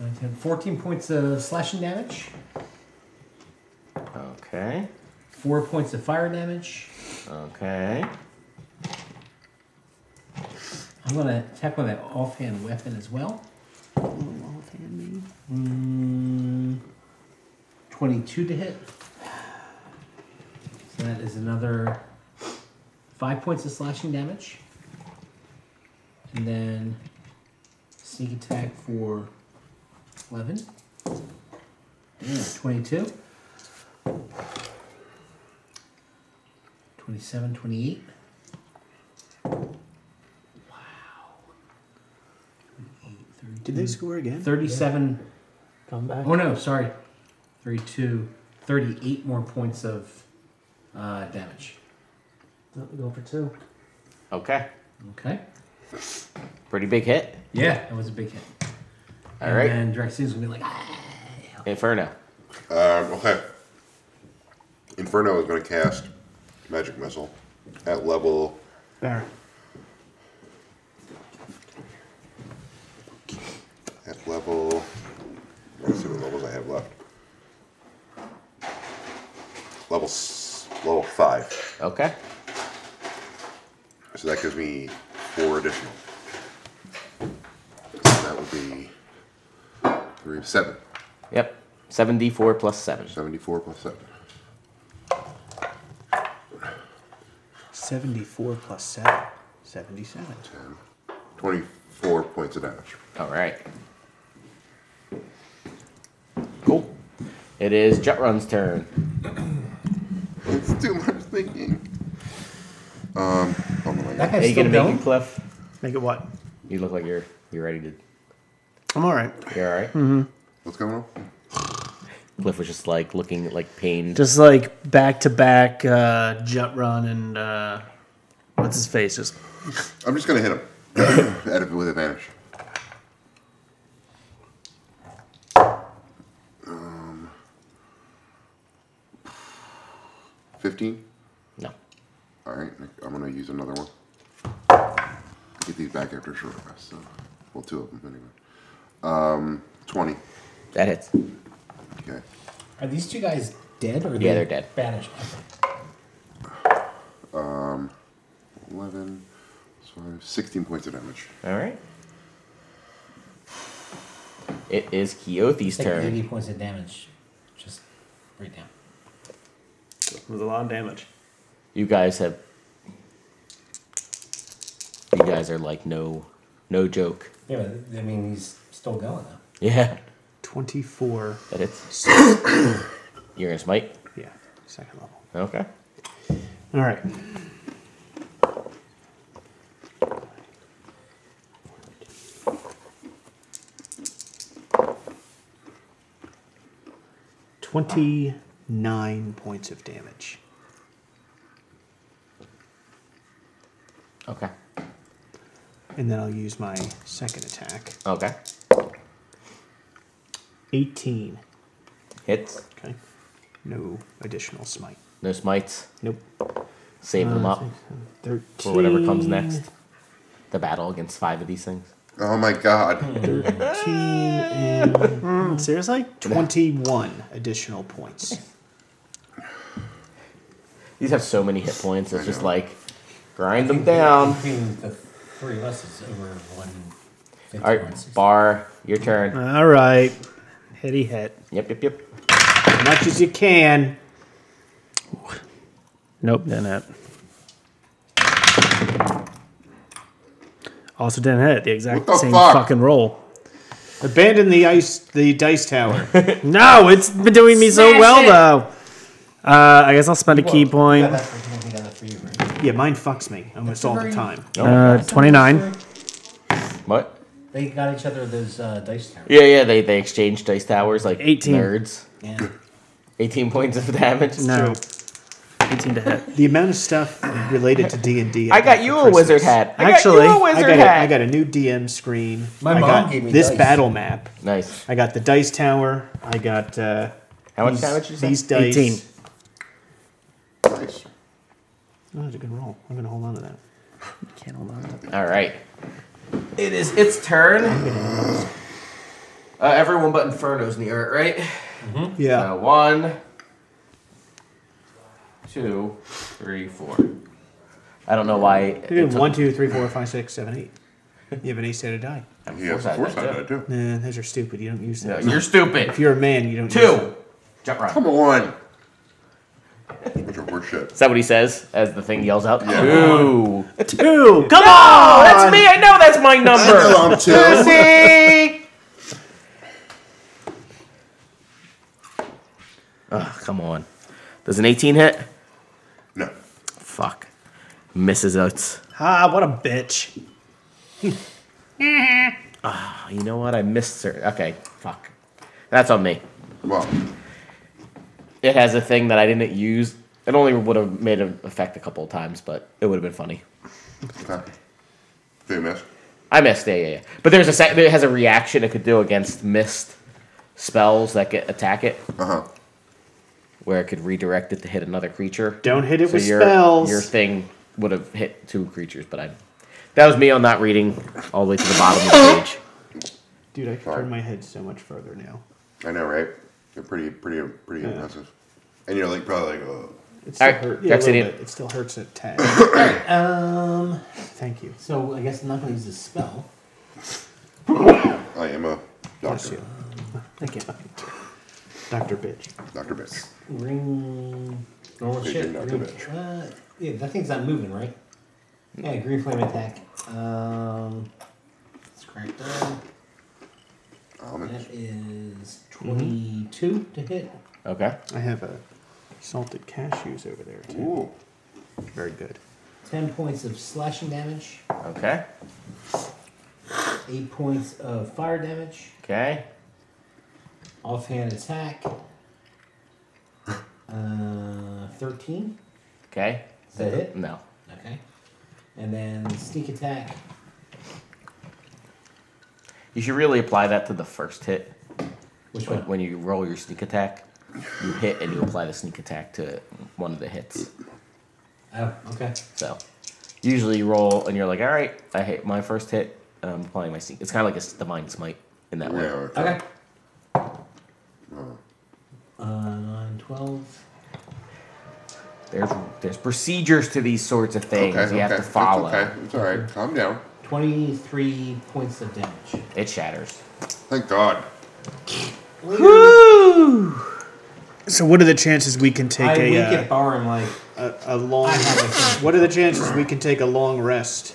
[SPEAKER 6] 9, 10, 14 points of slashing damage,
[SPEAKER 7] Okay.
[SPEAKER 6] 4 points of fire damage.
[SPEAKER 7] Okay.
[SPEAKER 6] I'm going to attack with an offhand weapon as well. Mm, 22 to hit. So that is another 5 points of slashing damage. And then sneak attack for 11. Damn, 22. 27, 28. Wow.
[SPEAKER 9] Did they score again?
[SPEAKER 6] 37.
[SPEAKER 9] Come back.
[SPEAKER 6] Oh no, sorry. 32, 38 more points of uh, damage.
[SPEAKER 10] Go for two.
[SPEAKER 7] Okay.
[SPEAKER 6] Okay.
[SPEAKER 7] Pretty big hit.
[SPEAKER 6] Yeah, that was a big hit.
[SPEAKER 7] All right.
[SPEAKER 6] And Draxin's gonna be like, ah.
[SPEAKER 7] Inferno.
[SPEAKER 5] Um, okay. Inferno is going to cast Magic Missile at level.
[SPEAKER 9] Baron.
[SPEAKER 5] At level. Let's see what levels I have left. Level s- level five.
[SPEAKER 7] Okay.
[SPEAKER 5] So that gives me four additional. So that would be three seven.
[SPEAKER 7] Yep. Seven D four plus seven.
[SPEAKER 5] 74 plus seven.
[SPEAKER 9] 74 plus 7. 77.
[SPEAKER 5] 10. 24 points of damage.
[SPEAKER 7] All right. Cool. It is Jetrun's turn.
[SPEAKER 5] It's too much thinking. Um, oh my God.
[SPEAKER 6] That guy's
[SPEAKER 7] Are you
[SPEAKER 6] still
[SPEAKER 7] gonna make
[SPEAKER 6] going.
[SPEAKER 7] it, Cliff?
[SPEAKER 9] Make it what?
[SPEAKER 7] You look like you're you're ready to.
[SPEAKER 9] I'm all right.
[SPEAKER 7] You're all right?
[SPEAKER 6] Mm-hmm.
[SPEAKER 5] What's going on?
[SPEAKER 7] Cliff was just like looking like pained.
[SPEAKER 2] Just like back to back uh, jut run and uh, what's his face? Just
[SPEAKER 5] I'm just going to hit him [COUGHS] at it with advantage. Um, 15.
[SPEAKER 7] No.
[SPEAKER 5] All right, I'm going to use another one. Get these back after a short rest. So, well, two of them anyway. Um, 20.
[SPEAKER 7] That hits.
[SPEAKER 5] Okay.
[SPEAKER 6] Are these two guys dead or are
[SPEAKER 7] Yeah, they're dead.
[SPEAKER 6] Banished.
[SPEAKER 5] 11, so 16 points of damage.
[SPEAKER 7] All right. It is Keothi's
[SPEAKER 6] Take
[SPEAKER 7] turn.
[SPEAKER 6] eighty points of damage, just right now.
[SPEAKER 2] it was a lot of damage.
[SPEAKER 7] You guys have. You guys are like no, no joke. [LAUGHS]
[SPEAKER 6] Yeah, but I mean he's still going though.
[SPEAKER 7] Yeah,
[SPEAKER 9] 24.
[SPEAKER 3] [COUGHS]
[SPEAKER 7] that hits. You're gonna smite.
[SPEAKER 9] Yeah, second level.
[SPEAKER 7] Okay.
[SPEAKER 9] All right. Twenty-nine points of damage.
[SPEAKER 7] Okay.
[SPEAKER 9] And then I'll use my second attack.
[SPEAKER 7] Okay.
[SPEAKER 9] 18.
[SPEAKER 7] Hits.
[SPEAKER 9] Okay. No additional smite.
[SPEAKER 7] No smites.
[SPEAKER 9] Nope.
[SPEAKER 7] Saving
[SPEAKER 3] Uh,
[SPEAKER 7] them up
[SPEAKER 9] 13.
[SPEAKER 7] for whatever comes next. The battle against five of these things.
[SPEAKER 5] Oh my
[SPEAKER 7] [LAUGHS]
[SPEAKER 5] god.
[SPEAKER 9] 13 and
[SPEAKER 2] Seriously?
[SPEAKER 9] 21 additional points.
[SPEAKER 7] These have so many hit points. It's just like grind them down.
[SPEAKER 6] Between the three of us is over one.
[SPEAKER 7] All right, bar, your turn.
[SPEAKER 3] All right. Heady head.
[SPEAKER 7] Yep, yep, yep.
[SPEAKER 3] As much as you can.
[SPEAKER 2] Nope, didn't hit. Also didn't hit the exact
[SPEAKER 5] What the
[SPEAKER 2] same
[SPEAKER 5] fuck?
[SPEAKER 2] fucking roll.
[SPEAKER 3] Abandon the ice, the dice tower.
[SPEAKER 2] [LAUGHS] No, it's been doing me so well though. Uh, I guess I'll spend a key point.
[SPEAKER 3] yeah, mine fucks me almost all the time.
[SPEAKER 2] Uh, Twenty-nine.
[SPEAKER 7] What?
[SPEAKER 6] They got each other those uh, dice towers.
[SPEAKER 7] Yeah, yeah. They they exchange dice towers like
[SPEAKER 2] 18.
[SPEAKER 7] nerds.
[SPEAKER 6] Yeah.
[SPEAKER 7] [LAUGHS] Eighteen points of damage.
[SPEAKER 2] No, eighteen to hit.
[SPEAKER 3] The amount of stuff related to D and D.
[SPEAKER 7] I got you a wizard hat. I
[SPEAKER 2] Actually,
[SPEAKER 7] got you a
[SPEAKER 2] I
[SPEAKER 7] wizard
[SPEAKER 3] I got, a,
[SPEAKER 7] hat.
[SPEAKER 3] I got a new DM screen.
[SPEAKER 6] My
[SPEAKER 3] I
[SPEAKER 6] mom
[SPEAKER 3] got
[SPEAKER 6] gave me
[SPEAKER 3] this
[SPEAKER 6] dice.
[SPEAKER 3] battle map.
[SPEAKER 7] Nice.
[SPEAKER 3] I got the dice tower. I got uh,
[SPEAKER 7] How much
[SPEAKER 3] these,
[SPEAKER 7] damage is
[SPEAKER 3] these
[SPEAKER 7] that?
[SPEAKER 3] dice.
[SPEAKER 2] 18.
[SPEAKER 5] Nice.
[SPEAKER 3] Oh, that's a good roll. I'm gonna hold on to that.
[SPEAKER 2] Can't hold on.
[SPEAKER 7] All right. It is its turn. Uh, everyone but Inferno's near it, right?
[SPEAKER 3] Yeah.
[SPEAKER 7] Uh, one, two, three, four. I don't know why. it
[SPEAKER 3] Dude,
[SPEAKER 7] took-
[SPEAKER 3] one, two, three, four, five, six, seven, eight. You have an ace sided die.
[SPEAKER 7] I'm
[SPEAKER 5] Yeah,
[SPEAKER 7] forced out
[SPEAKER 5] of
[SPEAKER 7] of
[SPEAKER 5] course
[SPEAKER 7] that,
[SPEAKER 5] I
[SPEAKER 7] too.
[SPEAKER 5] do.
[SPEAKER 3] Nah, those are stupid. You don't use
[SPEAKER 7] No,
[SPEAKER 3] that.
[SPEAKER 7] you're
[SPEAKER 3] If
[SPEAKER 7] stupid.
[SPEAKER 3] you're a man, you don't. Use them.
[SPEAKER 7] Two. Jump run.
[SPEAKER 5] Come on. Bunch of horseshit.
[SPEAKER 7] Is that what he says as the thing yells out? [LAUGHS] Two.
[SPEAKER 3] Two.
[SPEAKER 7] Come on! That's me. I know that's my number.
[SPEAKER 5] I'm two.
[SPEAKER 7] [LAUGHS] Ugh, Ah, come on. Does an 18 hit?
[SPEAKER 5] No.
[SPEAKER 7] Fuck. Misses out.
[SPEAKER 3] Ah, what a bitch.
[SPEAKER 7] Oh, you know what? I missed her. Okay. Fuck. That's on me.
[SPEAKER 5] Well,
[SPEAKER 7] It has a thing that I didn't use. It only would have made an effect a couple of times, but it would have been funny.
[SPEAKER 5] okay. Did you miss?
[SPEAKER 7] I missed. Yeah, yeah, yeah. But there's a sec- there has a reaction it could do against missed spells that get attack it,
[SPEAKER 5] Uh huh.
[SPEAKER 7] where it could redirect it to hit another creature.
[SPEAKER 3] Don't hit it
[SPEAKER 7] So
[SPEAKER 3] with
[SPEAKER 7] your
[SPEAKER 3] spells.
[SPEAKER 7] your thing would have hit two creatures, but I that was me on not reading all the way to the bottom of
[SPEAKER 5] Uh-huh.
[SPEAKER 7] the page.
[SPEAKER 3] Dude, I can
[SPEAKER 5] Sorry.
[SPEAKER 3] turn my head so much further now.
[SPEAKER 5] I know, right? They're pretty, pretty, pretty impressive. And you're like probably like, oh.
[SPEAKER 3] It still,
[SPEAKER 7] Alright,
[SPEAKER 3] hurt, yeah, a little
[SPEAKER 7] Jackson,
[SPEAKER 3] bit. It still hurts a tad.
[SPEAKER 6] Um.
[SPEAKER 3] Thank you.
[SPEAKER 6] So I guess I'm not gonna use this spell.
[SPEAKER 5] I am a
[SPEAKER 3] Bless
[SPEAKER 5] doctor.
[SPEAKER 3] you. [LAUGHS]
[SPEAKER 6] Thank you.
[SPEAKER 3] Dr. Bitch.
[SPEAKER 5] Doctor bitch.
[SPEAKER 6] Ring. Normal
[SPEAKER 5] Okay,
[SPEAKER 6] shit.
[SPEAKER 5] you're not
[SPEAKER 6] Ring-
[SPEAKER 5] the bitch.
[SPEAKER 6] uh, yeah, that thing's not moving, right? Yeah, green flame attack. Um, let's crack that.
[SPEAKER 5] Almonds.
[SPEAKER 6] That is 22 to hit.
[SPEAKER 7] Okay.
[SPEAKER 3] I have a salted cashews over there, too.
[SPEAKER 5] Ooh.
[SPEAKER 3] Very good.
[SPEAKER 6] 10 points of slashing damage,
[SPEAKER 7] Okay.
[SPEAKER 6] 8 points of fire damage,
[SPEAKER 7] Okay.
[SPEAKER 6] offhand attack. Uh, 13.
[SPEAKER 7] Okay.
[SPEAKER 6] Is that it?
[SPEAKER 7] No.
[SPEAKER 6] Okay. And then sneak attack.
[SPEAKER 7] You should really apply that to the first hit.
[SPEAKER 6] Which
[SPEAKER 7] When,
[SPEAKER 6] one?
[SPEAKER 7] when you roll your sneak attack, you hit and you apply the sneak attack to one of the hits.
[SPEAKER 6] Oh, okay.
[SPEAKER 7] So usually you roll and you're like, all right, I hit my first hit. and I'm applying my sneak. It's kind of like a s- divine smite in that
[SPEAKER 5] Yeah.
[SPEAKER 7] way.
[SPEAKER 5] okay.
[SPEAKER 6] Okay.
[SPEAKER 5] Oh.
[SPEAKER 6] Uh, 9, 12.
[SPEAKER 7] There's there's procedures to these sorts of things
[SPEAKER 5] Okay.
[SPEAKER 7] you have
[SPEAKER 5] okay.
[SPEAKER 7] to follow.
[SPEAKER 5] It's okay. It's all right. Calm down.
[SPEAKER 6] 23 points of damage.
[SPEAKER 7] It shatters.
[SPEAKER 5] Thank God.
[SPEAKER 9] So, what are the chances we can take
[SPEAKER 6] I, we
[SPEAKER 9] a, uh,
[SPEAKER 6] could borrow him like
[SPEAKER 3] uh,
[SPEAKER 9] a a long?
[SPEAKER 6] I have a thing.
[SPEAKER 9] What are the chances we can take a long rest?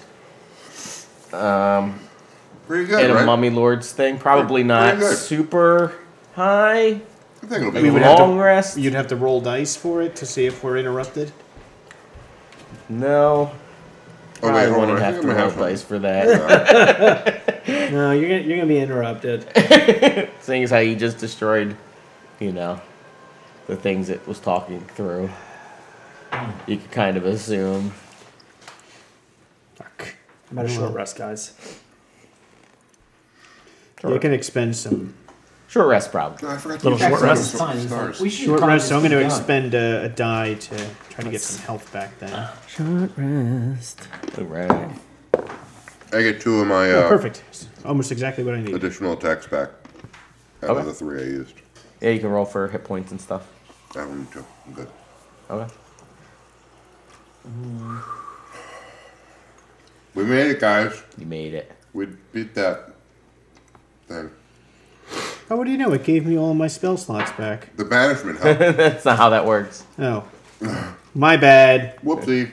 [SPEAKER 5] Pretty good,
[SPEAKER 7] In a
[SPEAKER 5] right?
[SPEAKER 7] mummy lords thing, probably
[SPEAKER 5] Pretty
[SPEAKER 7] not
[SPEAKER 5] good.
[SPEAKER 7] super high.
[SPEAKER 5] I think it'll be. Oh, good.
[SPEAKER 7] Like
[SPEAKER 9] have to-
[SPEAKER 7] long rest.
[SPEAKER 9] You'd have to roll dice for it to see if we're interrupted.
[SPEAKER 7] No.
[SPEAKER 5] Oh,
[SPEAKER 7] I
[SPEAKER 5] wait, hold on.
[SPEAKER 7] wouldn't
[SPEAKER 5] I
[SPEAKER 7] have
[SPEAKER 5] think
[SPEAKER 7] to
[SPEAKER 5] I'm gonna
[SPEAKER 7] roll
[SPEAKER 5] have some.
[SPEAKER 7] dice for that.
[SPEAKER 3] No, you're gonna, you're gonna be [LAUGHS] interrupted.
[SPEAKER 7] Seeing as how you just destroyed, you know, the things it was talking through, you could kind of assume.
[SPEAKER 3] Fuck.
[SPEAKER 2] I'm at a short rest, guys.
[SPEAKER 3] They can expend some
[SPEAKER 7] Short rest, probably.
[SPEAKER 5] No, I forgot to
[SPEAKER 3] Little
[SPEAKER 5] use
[SPEAKER 3] short
[SPEAKER 5] some
[SPEAKER 3] rest.
[SPEAKER 5] stars.
[SPEAKER 6] He's like, we should
[SPEAKER 3] short
[SPEAKER 6] probably
[SPEAKER 3] rest, so I'm
[SPEAKER 6] just
[SPEAKER 3] gonna
[SPEAKER 6] keep going.
[SPEAKER 3] expend a, a die to try to get some health back then.
[SPEAKER 7] Ah. All right.
[SPEAKER 5] I get two of my uh,
[SPEAKER 3] Oh, perfect. Almost exactly what I need.
[SPEAKER 5] additional attacks back out
[SPEAKER 7] Okay.
[SPEAKER 5] of the three I used.
[SPEAKER 7] Yeah, you can roll for hit points and stuff.
[SPEAKER 5] I don't need to. I'm good.
[SPEAKER 7] Okay.
[SPEAKER 5] We made it, guys.
[SPEAKER 7] You made it. [LAUGHS]
[SPEAKER 5] We beat that thing.
[SPEAKER 3] Oh, what do you know? It gave me all my spell slots back.
[SPEAKER 5] The banishment
[SPEAKER 7] [LAUGHS]
[SPEAKER 5] helped.
[SPEAKER 7] That's not how that works.
[SPEAKER 3] Oh. My bad.
[SPEAKER 5] Whoopsie.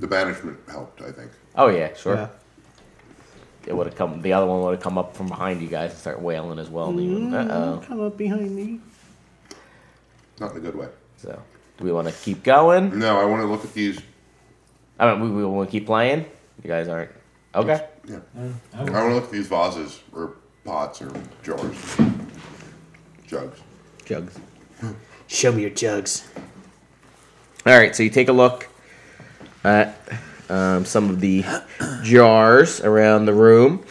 [SPEAKER 5] The banishment helped, I think.
[SPEAKER 7] Oh yeah, sure.
[SPEAKER 3] Yeah.
[SPEAKER 7] It would have come. The other one would have come up from behind you guys and start wailing as well. Uh oh.
[SPEAKER 3] Come up behind me.
[SPEAKER 5] Not in a good way.
[SPEAKER 7] So, do we want to keep going?
[SPEAKER 5] No, I want to look at these.
[SPEAKER 7] I mean, we, we want to keep playing. You guys aren't. Okay.
[SPEAKER 5] Yeah. I want to look at these vases or pots or jars, jugs.
[SPEAKER 7] Jugs.
[SPEAKER 2] [LAUGHS] Show me your jugs.
[SPEAKER 7] All right, so you take a look at um, some of the jars around the room.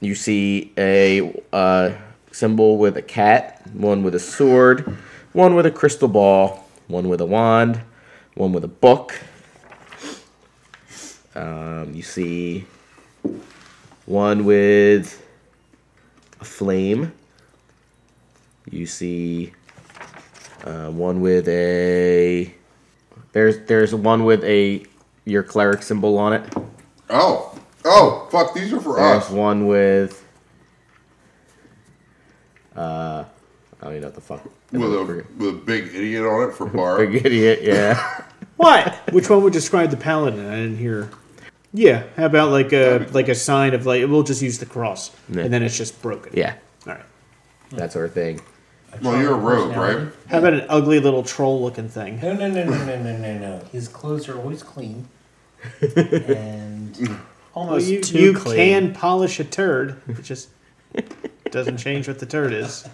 [SPEAKER 7] You see a uh, symbol with a cat, one with a sword, one with a crystal ball, one with a wand, one with a book. Um, you see one with a flame. You see uh, one with a there's there's one with a your cleric symbol on it.
[SPEAKER 5] Oh, oh, fuck! These are for
[SPEAKER 7] There's
[SPEAKER 5] us.
[SPEAKER 7] one with uh I don't even know what the fuck.
[SPEAKER 5] With a with a big idiot on it for bar.
[SPEAKER 7] Big idiot,
[SPEAKER 5] [LAUGHS]
[SPEAKER 7] yeah.
[SPEAKER 3] What? [LAUGHS] Which one would describe the paladin? I didn't hear. Yeah, how about like a like a sign of like we'll just use the cross
[SPEAKER 7] Yeah.
[SPEAKER 3] and then it's just broken.
[SPEAKER 7] yeah.
[SPEAKER 3] All right.
[SPEAKER 7] That sort of thing.
[SPEAKER 5] Well, you're a rogue, right?
[SPEAKER 3] How about an ugly little troll looking thing?
[SPEAKER 6] No, no, no, no, no, no, no, no. His clothes are always clean. and
[SPEAKER 3] Well,
[SPEAKER 6] almost
[SPEAKER 3] you
[SPEAKER 6] too
[SPEAKER 3] you
[SPEAKER 6] clean.
[SPEAKER 3] can polish a turd, it just doesn't change what the turd is.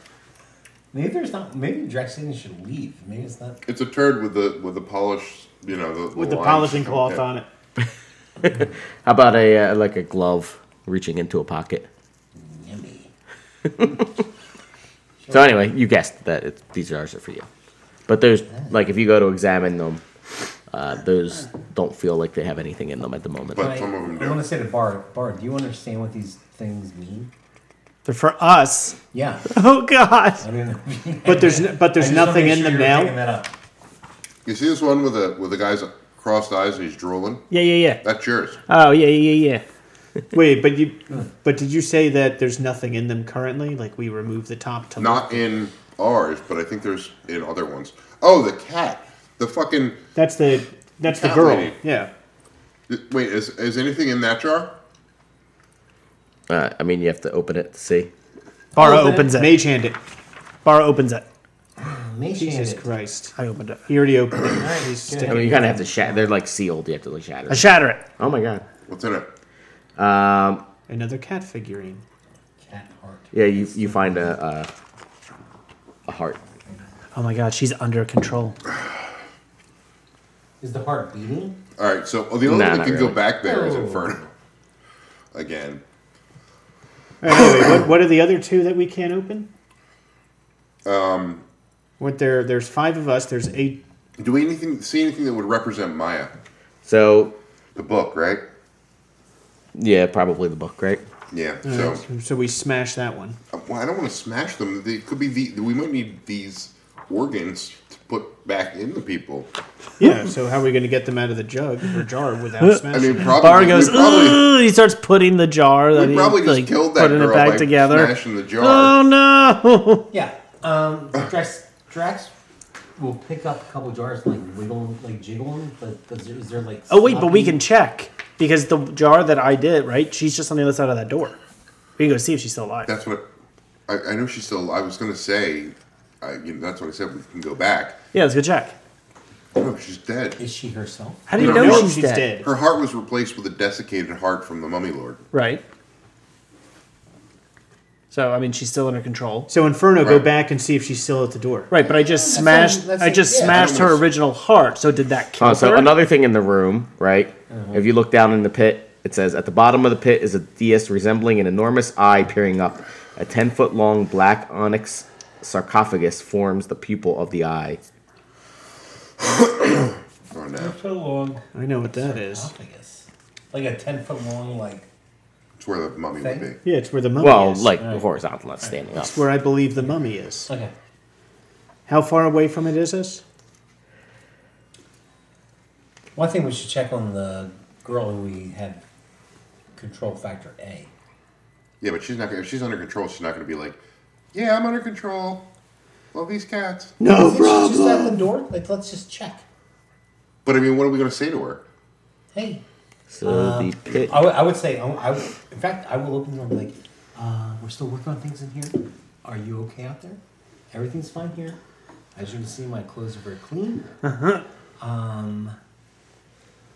[SPEAKER 6] Maybe there's not. Maybe Draxton should leave. Maybe it's not.
[SPEAKER 5] It's a turd with the with the polish, you know, the,
[SPEAKER 3] With the polishing cloth on it.
[SPEAKER 7] How about a uh, like a glove reaching into a pocket?
[SPEAKER 6] Yummy.
[SPEAKER 7] So anyway, you guessed that it, these jars are for you. But those, like, if you go to examine them, uh, those don't feel like they have anything in them at the moment.
[SPEAKER 5] But
[SPEAKER 6] I,
[SPEAKER 5] some of them
[SPEAKER 6] I want
[SPEAKER 5] do.
[SPEAKER 6] to say to Bard, Bard, do you understand what these things mean?
[SPEAKER 2] They're for us. [LAUGHS]
[SPEAKER 6] Yeah.
[SPEAKER 2] Oh God.
[SPEAKER 6] I mean, [LAUGHS]
[SPEAKER 3] But there's n- but there's nothing in them now.
[SPEAKER 5] You see this one with the with the guy's crossed eyes and he's drooling.
[SPEAKER 2] Yeah, yeah, yeah.
[SPEAKER 5] That's yours.
[SPEAKER 2] Oh yeah, yeah, yeah, yeah. [LAUGHS]
[SPEAKER 3] Wait, but you but did you say that there's nothing in them currently? Like we remove the top to
[SPEAKER 5] Not in ours, but I think there's in other ones. Oh, the cat. The fucking
[SPEAKER 3] That's the that's the
[SPEAKER 5] Cat
[SPEAKER 3] girl.
[SPEAKER 5] lady.
[SPEAKER 3] Yeah.
[SPEAKER 5] wait. Is is anything in that jar?
[SPEAKER 7] Uh, I mean, you have to open it to see.
[SPEAKER 2] Bara
[SPEAKER 6] Oh,
[SPEAKER 2] opens it.
[SPEAKER 3] Mage hand it.
[SPEAKER 2] Bara opens it.
[SPEAKER 3] Jesus
[SPEAKER 6] Jesus
[SPEAKER 3] Christ.
[SPEAKER 6] Christ.
[SPEAKER 2] I opened it.
[SPEAKER 3] He already opened it. He's
[SPEAKER 6] good.
[SPEAKER 7] I
[SPEAKER 3] sticking.
[SPEAKER 7] mean, you kind of have to shatter. They're like sealed. You have to like shatter.
[SPEAKER 2] I shatter it.
[SPEAKER 7] oh my god.
[SPEAKER 5] What's in it?
[SPEAKER 7] Um,
[SPEAKER 3] Another cat figurine.
[SPEAKER 6] Cat heart.
[SPEAKER 7] yeah, you you find a uh, a heart.
[SPEAKER 2] Oh my God, she's under control.
[SPEAKER 6] Is the heart beating?
[SPEAKER 5] All right. So oh, the only
[SPEAKER 7] Nah,
[SPEAKER 5] one that
[SPEAKER 7] not
[SPEAKER 5] can go
[SPEAKER 7] really.
[SPEAKER 5] back there is
[SPEAKER 6] Oh.
[SPEAKER 5] Inferno. Again,
[SPEAKER 3] Anyway, [COUGHS] what, what are the other two that we can't open? Um, what there? There's five of us. There's eight.
[SPEAKER 5] do we anything see anything that would represent Maya?
[SPEAKER 7] So
[SPEAKER 5] The book, right?
[SPEAKER 7] yeah, probably the book, right?
[SPEAKER 5] Yeah. So
[SPEAKER 3] So we smash that one.
[SPEAKER 5] well, I don't want to smash them. They could be the. We might need these organs to put back in the people.
[SPEAKER 3] Yeah. So how are we going to get them out of the jug or jar [LAUGHS] without
[SPEAKER 5] I
[SPEAKER 3] smashing?
[SPEAKER 5] mean,
[SPEAKER 3] them?
[SPEAKER 5] probably.
[SPEAKER 2] Bara
[SPEAKER 5] we
[SPEAKER 2] goes.
[SPEAKER 5] probably,
[SPEAKER 2] Ooh, he starts putting the jar. That
[SPEAKER 5] we
[SPEAKER 2] he,
[SPEAKER 5] probably just
[SPEAKER 2] like,
[SPEAKER 5] killed that
[SPEAKER 2] putting
[SPEAKER 5] girl
[SPEAKER 2] it back
[SPEAKER 5] by
[SPEAKER 2] together.
[SPEAKER 5] smashing the jar.
[SPEAKER 2] Oh no!
[SPEAKER 6] Yeah. Um, Drax, Drax will pick up a couple jars and like wiggle, 'em, like jiggle them, but does there, is there like.
[SPEAKER 2] Oh wait, but we
[SPEAKER 6] sloppy-
[SPEAKER 2] can check because the jar that I did right. She's just on the other side of that door. We can go see if she's still alive.
[SPEAKER 5] That's what. I, I know she's still. I was gonna say. I, you know, that's what I said. We can go back.
[SPEAKER 2] Yeah, let's go check.
[SPEAKER 5] No, she's dead.
[SPEAKER 6] Is she herself?
[SPEAKER 2] How do
[SPEAKER 5] We
[SPEAKER 2] you know,
[SPEAKER 5] don't know
[SPEAKER 2] she's, dead?
[SPEAKER 5] Her heart was replaced with a desiccated heart from the Mummy Lord.
[SPEAKER 2] Right. So I mean, she's still under control.
[SPEAKER 3] So Inferno, go
[SPEAKER 5] Right.
[SPEAKER 3] back and see if she's still at the door.
[SPEAKER 2] Right, but I just
[SPEAKER 6] Yeah, that's
[SPEAKER 2] smashed.
[SPEAKER 6] what I'm- that's
[SPEAKER 2] I
[SPEAKER 6] like-
[SPEAKER 2] just
[SPEAKER 6] yeah.
[SPEAKER 2] smashed her
[SPEAKER 5] Animals.
[SPEAKER 2] original heart. So did that
[SPEAKER 6] Oh,
[SPEAKER 2] kill
[SPEAKER 7] Uh, so
[SPEAKER 2] her?
[SPEAKER 7] another thing in the room, right?
[SPEAKER 6] Uh-huh.
[SPEAKER 7] If you look down in the pit, it says at the bottom of the pit is a dais resembling an enormous eye peering up. A ten foot long black onyx sarcophagus forms the pupil of the eye.
[SPEAKER 5] Oh no,
[SPEAKER 6] So long.
[SPEAKER 3] I know what that is.
[SPEAKER 6] Sarcophagus. Like a 10 foot long, like.
[SPEAKER 5] it's where the mummy would be.
[SPEAKER 6] Thing?
[SPEAKER 3] Yeah, it's where the
[SPEAKER 6] Oh,
[SPEAKER 3] mummy
[SPEAKER 7] Well,
[SPEAKER 3] is.
[SPEAKER 7] like horizontal, not standing up.
[SPEAKER 3] where I believe the mummy is.
[SPEAKER 6] Okay.
[SPEAKER 3] How far away from it is us?
[SPEAKER 6] Well, I think we should check on the girl who we had control factor A.
[SPEAKER 5] Yeah, but she's not. gonna- If she's under control, she's not going to be like, "Yeah, I'm under control. Love these cats."
[SPEAKER 6] No problem. Just out the door. Like, let's just check.
[SPEAKER 5] But I mean, what are we going to say to her?
[SPEAKER 6] Hey,
[SPEAKER 7] So the pit.
[SPEAKER 6] uh, I would- I would say. I would- I would- in fact, I will open the door and be like, uh, "We're still working on things in here. Are you okay out there? Everything's fine here. As you can see, my clothes are very clean.
[SPEAKER 3] Uh-huh.
[SPEAKER 6] Um,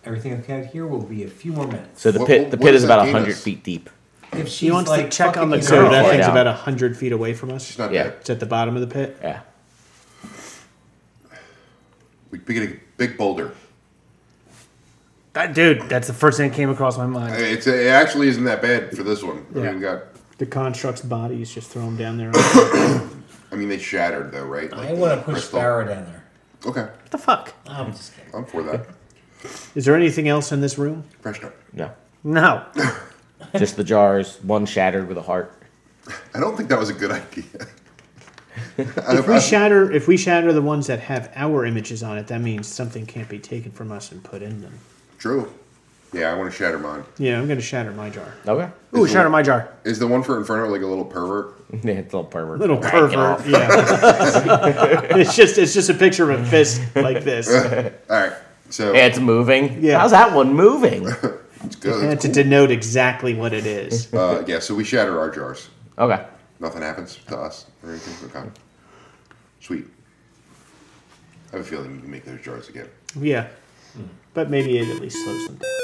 [SPEAKER 6] everything okay out here? Will be a few more minutes.
[SPEAKER 7] So the
[SPEAKER 5] What-
[SPEAKER 7] pit. The
[SPEAKER 5] what
[SPEAKER 7] pit
[SPEAKER 5] does
[SPEAKER 7] is
[SPEAKER 5] that
[SPEAKER 7] about
[SPEAKER 5] gain
[SPEAKER 7] hundred
[SPEAKER 5] us?
[SPEAKER 7] feet deep.
[SPEAKER 6] If she's
[SPEAKER 3] He wants
[SPEAKER 6] like
[SPEAKER 3] to check on the
[SPEAKER 6] fucking
[SPEAKER 3] girl.
[SPEAKER 7] girl.
[SPEAKER 3] That thing's
[SPEAKER 7] Yeah.
[SPEAKER 3] about hundred feet away from us.
[SPEAKER 5] She's not.
[SPEAKER 7] Yeah.
[SPEAKER 5] dead.
[SPEAKER 3] It's at the bottom of the pit.
[SPEAKER 7] Yeah.
[SPEAKER 5] We'd be getting a big boulder.
[SPEAKER 2] That dude, that's the first thing that came across my mind.
[SPEAKER 5] It's it actually isn't that bad for this one. I mean, we got.
[SPEAKER 3] The construct's body is just thrown down there. [COUGHS]
[SPEAKER 5] I mean, they shattered though, right?
[SPEAKER 6] I want to push Barra down there.
[SPEAKER 5] Okay,
[SPEAKER 3] what the fuck?
[SPEAKER 6] I'm just kidding.
[SPEAKER 5] I'm for that.
[SPEAKER 3] Is there anything else in this room?
[SPEAKER 5] Fresh up.
[SPEAKER 7] No.
[SPEAKER 2] No.
[SPEAKER 7] [LAUGHS] Just the jars. One shattered with a heart.
[SPEAKER 5] I don't think that was a good [LAUGHS] idea.
[SPEAKER 3] If we shatter, if we shatter the ones that have our images on it, that means something can't be taken from us and put in them.
[SPEAKER 5] True. Yeah, I want to shatter mine.
[SPEAKER 3] Yeah, I'm gonna shatter my jar.
[SPEAKER 7] Okay. [LAUGHS]
[SPEAKER 2] Ooh, shout out my jar.
[SPEAKER 5] Is the one for Inferno like a little pervert?
[SPEAKER 7] yeah, it's a little pervert.
[SPEAKER 3] Little
[SPEAKER 7] Whack it
[SPEAKER 3] pervert.
[SPEAKER 7] off.
[SPEAKER 3] Yeah. [LAUGHS] it's just it's just a picture of a fist like this.
[SPEAKER 5] All right. So
[SPEAKER 7] Yeah, it's moving.
[SPEAKER 3] Yeah.
[SPEAKER 7] How's that one moving?
[SPEAKER 5] it's good.
[SPEAKER 3] And to denote exactly what it is.
[SPEAKER 5] Uh, yeah, so we shatter our jars.
[SPEAKER 7] okay.
[SPEAKER 5] Nothing happens to us or anything. Okay. Sweet. I have a feeling you can make those jars again.
[SPEAKER 3] Yeah. But maybe it at least slows them down.